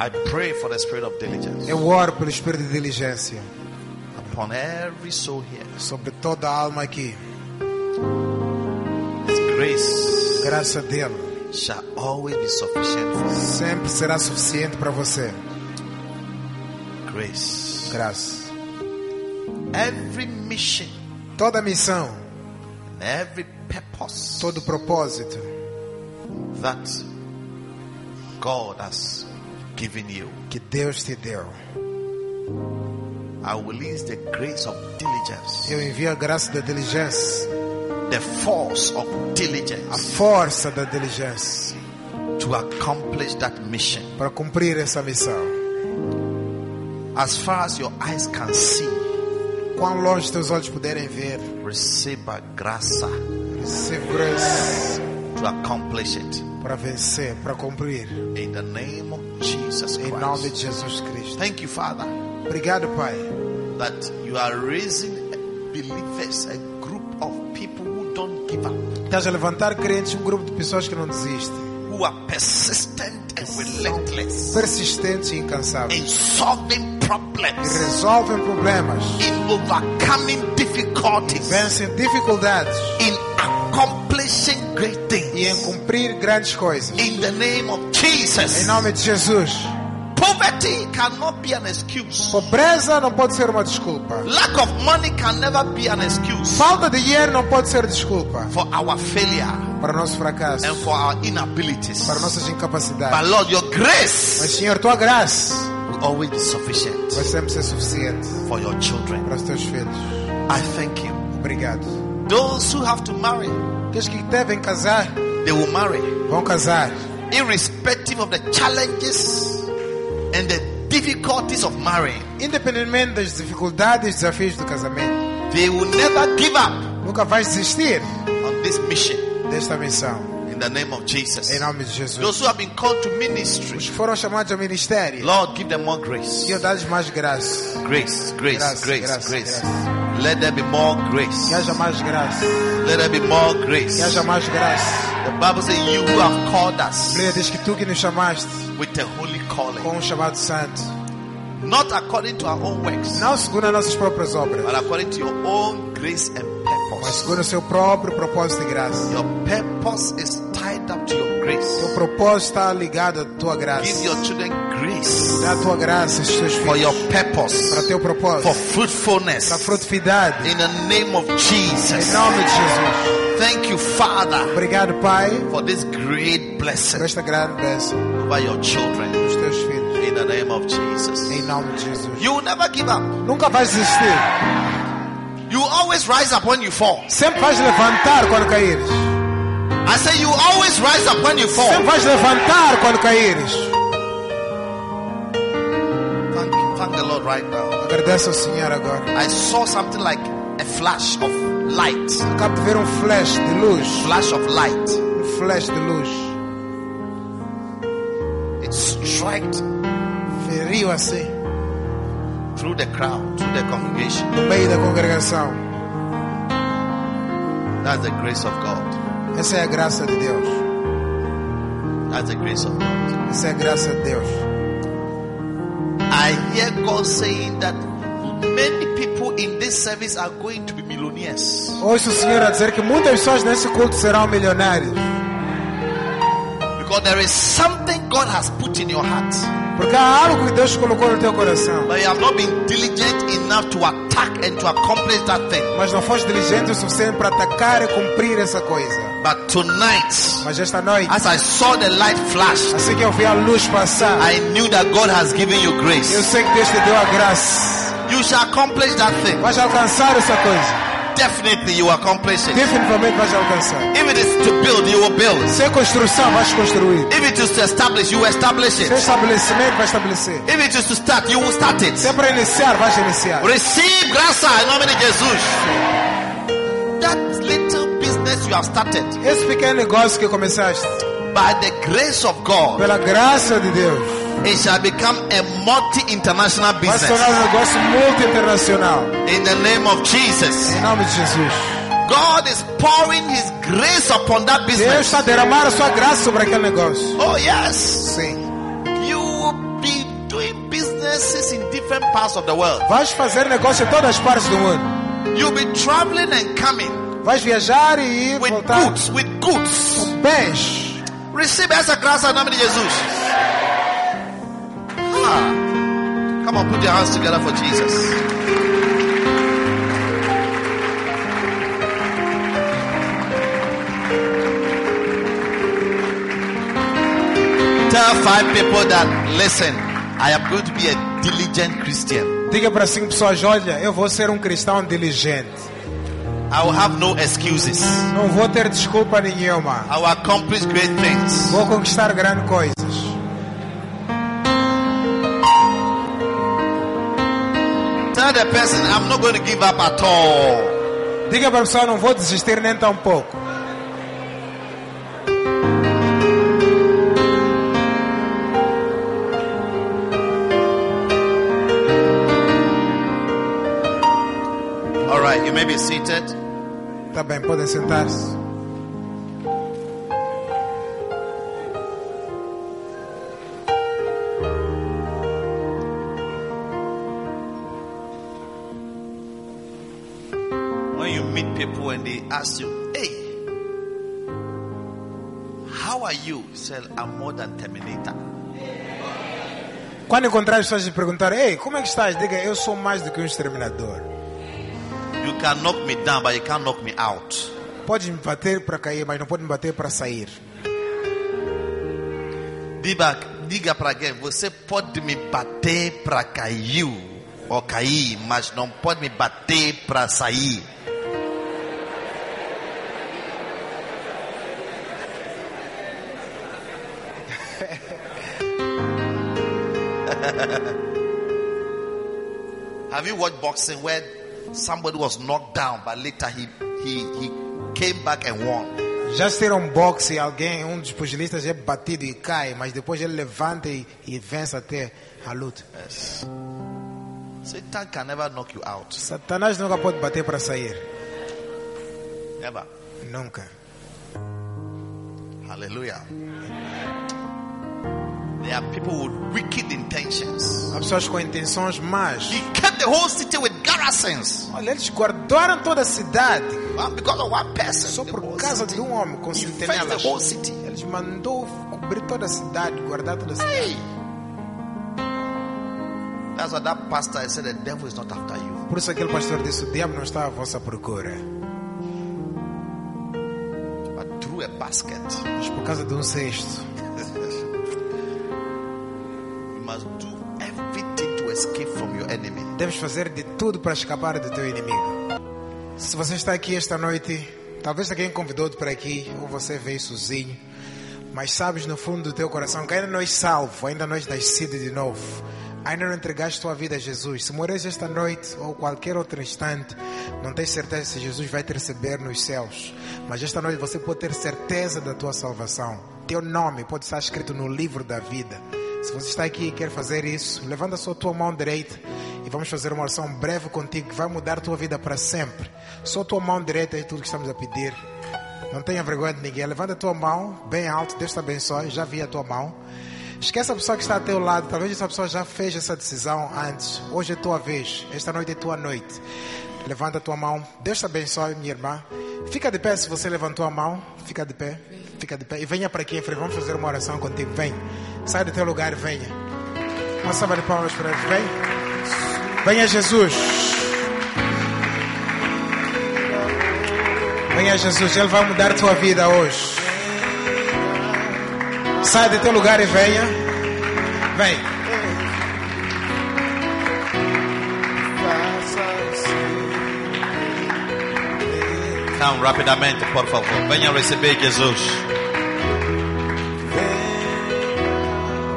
Speaker 2: I pray for the spirit of diligence
Speaker 3: Eu oro pelo espírito de diligência
Speaker 2: upon every soul here.
Speaker 3: sobre toda a alma aqui.
Speaker 2: grace
Speaker 3: graça dele
Speaker 2: shall always be sufficient for
Speaker 3: sempre será suficiente para você.
Speaker 2: grace.
Speaker 3: Graça.
Speaker 2: Every mission,
Speaker 3: Toda missão,
Speaker 2: and every purpose
Speaker 3: todo propósito
Speaker 2: that God has given you,
Speaker 3: que Deus te deu,
Speaker 2: I will release the grace of diligence,
Speaker 3: eu envio a graça da diligência,
Speaker 2: the force of
Speaker 3: a
Speaker 2: diligence
Speaker 3: força da diligência
Speaker 2: to accomplish that mission.
Speaker 3: para cumprir essa missão.
Speaker 2: As far as your eyes can see,
Speaker 3: Quão longe teus olhos puderem ver,
Speaker 2: receive a graça
Speaker 3: recebe graça
Speaker 2: to accomplish it.
Speaker 3: para vencer, para cumprir.
Speaker 2: In the name of Jesus
Speaker 3: Em nome
Speaker 2: Christ.
Speaker 3: de Jesus Cristo.
Speaker 2: Thank you, Father,
Speaker 3: Obrigado, Pai,
Speaker 2: that you are raising believers, a group of people who don't give up,
Speaker 3: estás a levantar crentes, um grupo de pessoas que não desistem,
Speaker 2: who are persistent and relentless
Speaker 3: persistentes e incansáveis,
Speaker 2: in solving
Speaker 3: que
Speaker 2: problems,
Speaker 3: resolvem problemas,
Speaker 2: in overcoming difficulties,
Speaker 3: vencem dificuldades
Speaker 2: in accomplishing great
Speaker 3: e em
Speaker 2: things.
Speaker 3: cumprir grandes coisas.
Speaker 2: In the name of
Speaker 3: Em
Speaker 2: Jesus,
Speaker 3: nome de Jesus,
Speaker 2: poverty cannot be an excuse.
Speaker 3: pobreza não pode ser uma desculpa.
Speaker 2: Lack of money can never be an excuse
Speaker 3: Falta de dinheiro não pode ser desculpa
Speaker 2: for our failure
Speaker 3: para o nosso fracasso,
Speaker 2: and for our inabilities.
Speaker 3: para nossas
Speaker 2: But
Speaker 3: incapacidades.
Speaker 2: Lord, your
Speaker 3: Mas,
Speaker 2: grace
Speaker 3: Senhor, tua graça
Speaker 2: will always be sufficient
Speaker 3: vai sempre ser suficiente
Speaker 2: for your children.
Speaker 3: para os teus filhos.
Speaker 2: I thank you.
Speaker 3: Obrigado.
Speaker 2: Those who have to marry,
Speaker 3: Aqueles que devem casar,
Speaker 2: they will marry,
Speaker 3: vão casar,
Speaker 2: irrespective of the challenges and the difficulties of marrying.
Speaker 3: independentemente das dificuldades e desafios do casamento.
Speaker 2: They will never give up
Speaker 3: Nunca vais desistir
Speaker 2: on this mission
Speaker 3: desta missão.
Speaker 2: in the name of
Speaker 3: Em
Speaker 2: Jesus.
Speaker 3: nome de Jesus.
Speaker 2: Those who have been called to ministry,
Speaker 3: Os que foram chamados ao ministério,
Speaker 2: Lord, give them more grace.
Speaker 3: Senhor, dá-lhes mais graça.
Speaker 2: Grace, grace,
Speaker 3: Graça,
Speaker 2: grace,
Speaker 3: graça,
Speaker 2: grace.
Speaker 3: graça.
Speaker 2: Let there be more
Speaker 3: Que
Speaker 2: grace.
Speaker 3: haja mais graça.
Speaker 2: Let there be more
Speaker 3: Que
Speaker 2: grace.
Speaker 3: haja mais graça.
Speaker 2: The Bible says, You who have called
Speaker 3: A
Speaker 2: us
Speaker 3: Bíblia diz que tu que nos chamaste
Speaker 2: with a holy calling.
Speaker 3: com um chamado santo,
Speaker 2: not according to our own works,
Speaker 3: não segundo as nossas próprias obras,
Speaker 2: but according to your own grace and
Speaker 3: mas
Speaker 2: purpose.
Speaker 3: segundo o seu próprio propósito de graça.
Speaker 2: Your purpose is tied up to your
Speaker 3: O
Speaker 2: grace.
Speaker 3: propósito está ligado à tua
Speaker 2: Give
Speaker 3: graça.
Speaker 2: your children grace
Speaker 3: Dá a tua graça aos teus
Speaker 2: for your
Speaker 3: filhos, para
Speaker 2: purpose, for
Speaker 3: teu propósito, para a
Speaker 2: fruitfulness.
Speaker 3: frutividade.
Speaker 2: In the name of
Speaker 3: Em
Speaker 2: Jesus.
Speaker 3: nome de Jesus.
Speaker 2: Thank you, Father,
Speaker 3: Obrigado, Pai,
Speaker 2: for this great
Speaker 3: por
Speaker 2: blessing
Speaker 3: esta grande bênção
Speaker 2: over your children.
Speaker 3: dos teus filhos.
Speaker 2: In the name of
Speaker 3: Em
Speaker 2: Jesus.
Speaker 3: nome de Jesus.
Speaker 2: You will never give up.
Speaker 3: Nunca vais desistir.
Speaker 2: You will always rise up when you fall.
Speaker 3: Sempre vais levantar quando caíres.
Speaker 2: I say you will always rise up when you
Speaker 3: Sempre
Speaker 2: fall.
Speaker 3: vais levantar quando caíres.
Speaker 2: Thank, thank the Lord right now.
Speaker 3: Agradece ao Senhor agora.
Speaker 2: I saw something like a flash of light.
Speaker 3: Acabo de ver um flash de luz.
Speaker 2: Flash of light.
Speaker 3: um flash de luz
Speaker 2: It struck
Speaker 3: feriu assim
Speaker 2: through the crowd, through the congregation.
Speaker 3: no meio da congregação.
Speaker 2: That's the grace of God.
Speaker 3: Essa é a graça de Deus.
Speaker 2: That's the grace of God.
Speaker 3: Essa é a graça de Deus.
Speaker 2: I hear God saying that many people in this service are going to be millionaires
Speaker 3: Ouço o Senhor a dizer que muitas pessoas nesse culto serão milionários.
Speaker 2: because there is something God has put in your heart,
Speaker 3: Porque há algo que Deus colocou no teu coração.
Speaker 2: but you have not been diligent enough to attack and to accomplish that thing.
Speaker 3: Mas não foste diligente o suficiente para atacar e cumprir essa coisa.
Speaker 2: But tonight,
Speaker 3: Mas esta noite,
Speaker 2: as I saw the light flash,
Speaker 3: assim que eu vi a luz passar,
Speaker 2: I knew that God has given you
Speaker 3: eu
Speaker 2: grace.
Speaker 3: sei que Deus te deu a graça.
Speaker 2: You shall accomplish that thing.
Speaker 3: Vais alcançar essa coisa.
Speaker 2: Definitely you accomplish it.
Speaker 3: Definitivamente vais alcançar.
Speaker 2: If it is to build, you will build.
Speaker 3: Se é construção, vais construir.
Speaker 2: If it is to establish, you establish
Speaker 3: Se é
Speaker 2: it.
Speaker 3: estabelecimento, vais estabelecer.
Speaker 2: If it is to start, you will start it.
Speaker 3: Se é para iniciar, vais iniciar.
Speaker 2: Receive graça in nome de Jesus. That little business you have started,
Speaker 3: Esse pequeno negócio que começaste,
Speaker 2: by the grace of God,
Speaker 3: pela graça de Deus,
Speaker 2: it shall become a multi-international
Speaker 3: vai se tornar
Speaker 2: business.
Speaker 3: um negócio muito internacional.
Speaker 2: In the name of Jesus,
Speaker 3: Em nome de Jesus.
Speaker 2: God is pouring His grace upon that
Speaker 3: Deus
Speaker 2: business.
Speaker 3: está a derramar a sua graça sobre aquele negócio.
Speaker 2: Oh yes,
Speaker 3: Sim.
Speaker 2: you will be doing businesses in different parts of the world.
Speaker 3: Vais fazer negócio em todas as partes do mundo.
Speaker 2: You'll be traveling and coming.
Speaker 3: Vais viajar e ir
Speaker 2: with
Speaker 3: voltar
Speaker 2: goods, with goods.
Speaker 3: com bens.
Speaker 2: Receba essa graça em nome de Jesus. Ah, come on, put your hands together for Jesus. Tell five people that listen, I am going to be a diligent Christian.
Speaker 3: Diga para cinco pessoas: olha, eu vou ser um cristão diligente.
Speaker 2: I will have no excuses.
Speaker 3: Não vou ter desculpa nenhuma.
Speaker 2: I will accomplish great things.
Speaker 3: Vou conquistar grandes coisas.
Speaker 2: Tell the person I'm not going to give up at all.
Speaker 3: Diga para a pessoa: não vou desistir nem tão pouco.
Speaker 2: All right, you may be seated.
Speaker 3: Tá bem, podem sentar-se.
Speaker 2: When you meet people and they ask you, "Hey, how are you?" Say, "I'm more than Terminator."
Speaker 3: Quando encontrar as pessoas e perguntar: ei, como é que estás? Diga: eu sou mais do que um exterminador.
Speaker 2: You can knock me down, but you can't knock me out.
Speaker 3: Pode me bater para cair, mas não pode me bater para sair.
Speaker 2: Diga, diga para quem você pode me bater para caiu ou cair, mas não pode me bater para sair. [LAUGHS] Have you watched boxing where somebody was knocked down, but later he he he came back and won?
Speaker 3: Já assistiram um boxe, alguém, um dos pugilistas é batido e cai, mas depois ele levanta e, e vence até a luta.
Speaker 2: Yes. Satan can never knock you out.
Speaker 3: Satanás nunca pode bater para sair.
Speaker 2: Never.
Speaker 3: Nunca.
Speaker 2: Hallelujah. There are people with wicked intentions.
Speaker 3: Há pessoas com intenções más.
Speaker 2: He kept the whole city with garrisons.
Speaker 3: Olha, eles guardaram toda a cidade
Speaker 2: One because of one person.
Speaker 3: só
Speaker 2: the
Speaker 3: por
Speaker 2: whole
Speaker 3: causa
Speaker 2: city.
Speaker 3: de um homem com
Speaker 2: He faced the
Speaker 3: sentinelas.
Speaker 2: whole city.
Speaker 3: Eles mandou cobrir toda a cidade, guardar toda a cidade.
Speaker 2: Hey. That's why that pastor said the devil is not after you.
Speaker 3: Por isso aquele pastor disse, o diabo não está à vossa procura.
Speaker 2: But through a basket,
Speaker 3: Mas por causa de um cesto.
Speaker 2: you must do everything to escape from your enemy.
Speaker 3: Deves fazer de tudo para escapar do teu inimigo. Se você está aqui esta noite, talvez alguém convidou-te para aqui, ou você veio sozinho, mas sabes no fundo do teu coração que ainda não és salvo, ainda não és nascido de novo, ainda não entregaste tua vida a Jesus. Se morres esta noite ou qualquer outro instante, não tens certeza se Jesus vai te receber nos céus, mas esta noite você pode ter certeza da tua salvação. Teu nome pode estar escrito no livro da vida. Se você está aqui e quer fazer isso, levanta só a tua mão direita e vamos fazer uma oração breve contigo que vai mudar a tua vida para sempre. Só a tua mão direita é tudo que estamos a pedir. Não tenha vergonha de ninguém. Levanta a tua mão bem alto, Deus te abençoe. Já vi a tua mão. Esquece a pessoa que está ao teu lado. Talvez essa pessoa já fez essa decisão antes. Hoje é tua vez. Esta noite é tua noite. Levanta a tua mão. Deus te abençoe, minha irmã. Fica de pé se você levantou a mão. Fica de pé. Fica de pé. E venha para aqui em frente. Vamos fazer uma oração contigo. Vem. Sai do teu lugar e venha. Uma salva de palmas para ele. Vem. Venha Jesus. Venha Jesus. Ele vai mudar a tua vida hoje. Sai do teu lugar e venha. Vem.
Speaker 2: Então, rapidamente, por favor. Venham receber Jesus.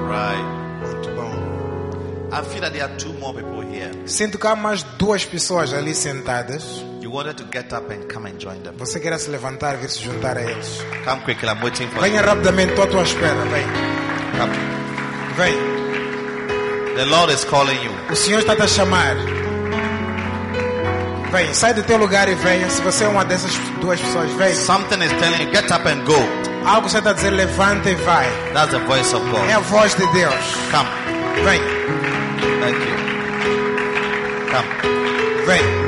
Speaker 2: Right.
Speaker 3: Muito bom.
Speaker 2: I feel that there are two more people here.
Speaker 3: Sinto que há mais duas pessoas ali sentadas.
Speaker 2: You wanted to get up and come and join them.
Speaker 3: Você quer se levantar e vir se juntar a eles.
Speaker 2: Come quickly, I'm waiting for you.
Speaker 3: Venha rapidamente, estou à tua espera. Vem.
Speaker 2: Come.
Speaker 3: Vem.
Speaker 2: The Lord is calling you.
Speaker 3: O Senhor está te a chamar. Vem, sai do teu lugar e venha. Se você é uma dessas duas pessoas, vem.
Speaker 2: Something is telling you, get up and go.
Speaker 3: Algo está a dizer, levanta e vai.
Speaker 2: That's the voice of
Speaker 3: É a
Speaker 2: God.
Speaker 3: voz de Deus.
Speaker 2: Come.
Speaker 3: Vem,
Speaker 2: Thank you. Come.
Speaker 3: vem.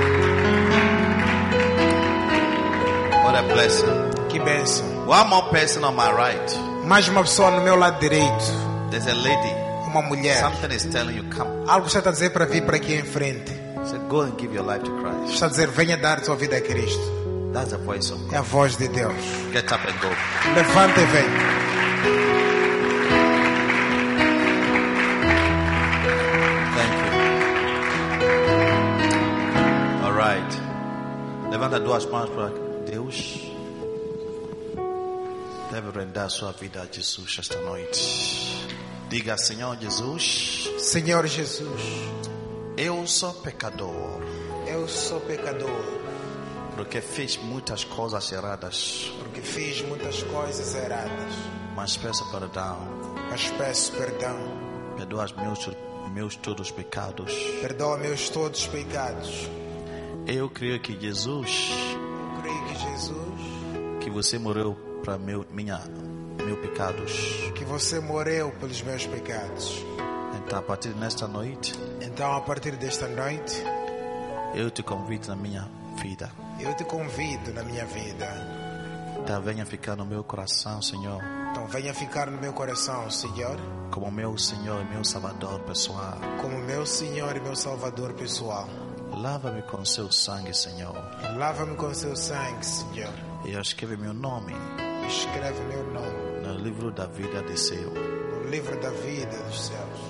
Speaker 2: What a blessing.
Speaker 3: Que bênção.
Speaker 2: One more person on my right.
Speaker 3: Mais uma pessoa no meu lado direito.
Speaker 2: There's a lady.
Speaker 3: Uma mulher.
Speaker 2: Something is telling you, come.
Speaker 3: Algo está a dizer para vir para aqui em frente.
Speaker 2: Say, go and give your life to Christ.
Speaker 3: Está a dizer, venha dar tua vida a Cristo.
Speaker 2: That's the voice of
Speaker 3: É a voz de Deus.
Speaker 2: God. Get up and go.
Speaker 3: Levanta e vem.
Speaker 2: Thank you. All right. Levanta duas mãos para Deus. Deve render sua vida a Jesus esta noite. Diga, Senhor Jesus,
Speaker 3: Senhor Jesus,
Speaker 2: eu sou pecador,
Speaker 3: eu sou pecador,
Speaker 2: porque fiz muitas coisas erradas,
Speaker 3: porque fiz muitas coisas erradas,
Speaker 2: mas peço perdão.
Speaker 3: mas peço perdão.
Speaker 2: Perdoa os meus, meus todos os pecados.
Speaker 3: Perdoa meus todos os pecados.
Speaker 2: Eu creio que Jesus,
Speaker 3: Eu creio que Jesus,
Speaker 2: que você morreu para meu, minha, meu pecados.
Speaker 3: que você morreu pelos meus pecados.
Speaker 2: Então, a partir desta noite,
Speaker 3: Então, a partir desta noite,
Speaker 2: eu te convido na minha vida.
Speaker 3: eu te convido na minha vida.
Speaker 2: Então, venha ficar no meu coração, Senhor,
Speaker 3: Então, venha ficar no meu coração, Senhor,
Speaker 2: como meu Senhor e meu Salvador pessoal.
Speaker 3: como meu Senhor e meu Salvador pessoal.
Speaker 2: Lava-me com seu sangue, Senhor,
Speaker 3: Lava-me com seu sangue, Senhor.
Speaker 2: e escreve meu nome
Speaker 3: Escreve meu nome
Speaker 2: no livro da vida de seu,
Speaker 3: no livro da vida dos céus,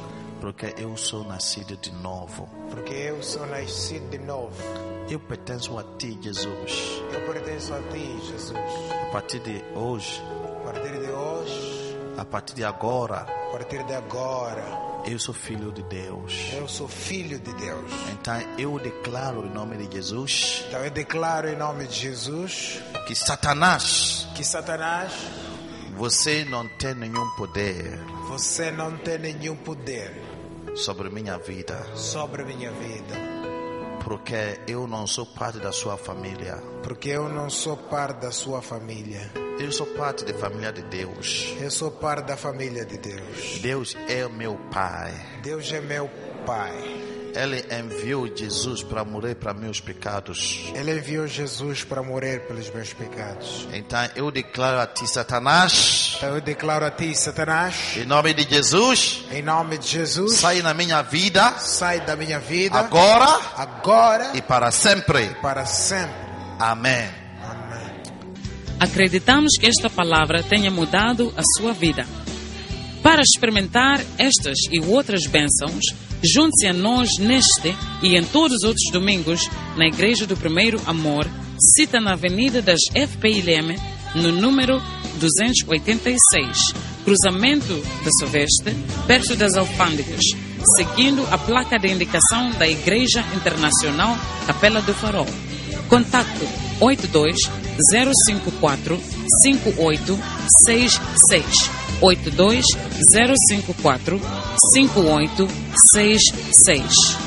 Speaker 2: porque eu sou nascido de novo.
Speaker 3: porque eu sou nascido de novo.
Speaker 2: Eu pertenço a ti, Jesus.
Speaker 3: Eu pertenço a ti, Jesus.
Speaker 2: A partir de hoje,
Speaker 3: A partir de hoje,
Speaker 2: a partir de agora,
Speaker 3: a partir de agora,
Speaker 2: eu sou filho de Deus.
Speaker 3: eu sou filho de Deus.
Speaker 2: Então, eu declaro em nome de Jesus
Speaker 3: Então eu declaro em nome de Jesus
Speaker 2: que Satanás
Speaker 3: que Satanás,
Speaker 2: Você não tem nenhum poder
Speaker 3: você não tem nenhum poder
Speaker 2: sobre minha vida,
Speaker 3: sobre a minha vida,
Speaker 2: porque eu não sou parte da sua família.
Speaker 3: porque eu não sou par da sua família.
Speaker 2: Eu sou parte da família de Deus.
Speaker 3: Eu sou par da família de Deus.
Speaker 2: Deus é meu Pai.
Speaker 3: Deus é meu Pai.
Speaker 2: Ele enviou Jesus para morrer para meus pecados.
Speaker 3: Ele enviou Jesus para morrer pelos meus pecados.
Speaker 2: Então eu declaro a ti, Satanás,
Speaker 3: Então eu declaro a ti, Satanás,
Speaker 2: em nome de Jesus,
Speaker 3: em nome de Jesus,
Speaker 2: sai na minha vida
Speaker 3: sai da minha vida
Speaker 2: agora
Speaker 3: agora
Speaker 2: e para sempre.
Speaker 3: e para sempre.
Speaker 2: Amém.
Speaker 3: Amém.
Speaker 1: Acreditamos que esta palavra tenha mudado a sua vida. Para experimentar estas e outras bênçãos, junte-se a nós neste e em todos os outros domingos na Igreja do Primeiro Amor, cita na Avenida das FPILM, no número 286, cruzamento da Soveste, perto das Alfândegas, seguindo a placa de indicação da Igreja Internacional Capela do Farol. Contacto 82 054 5866 82 054 5866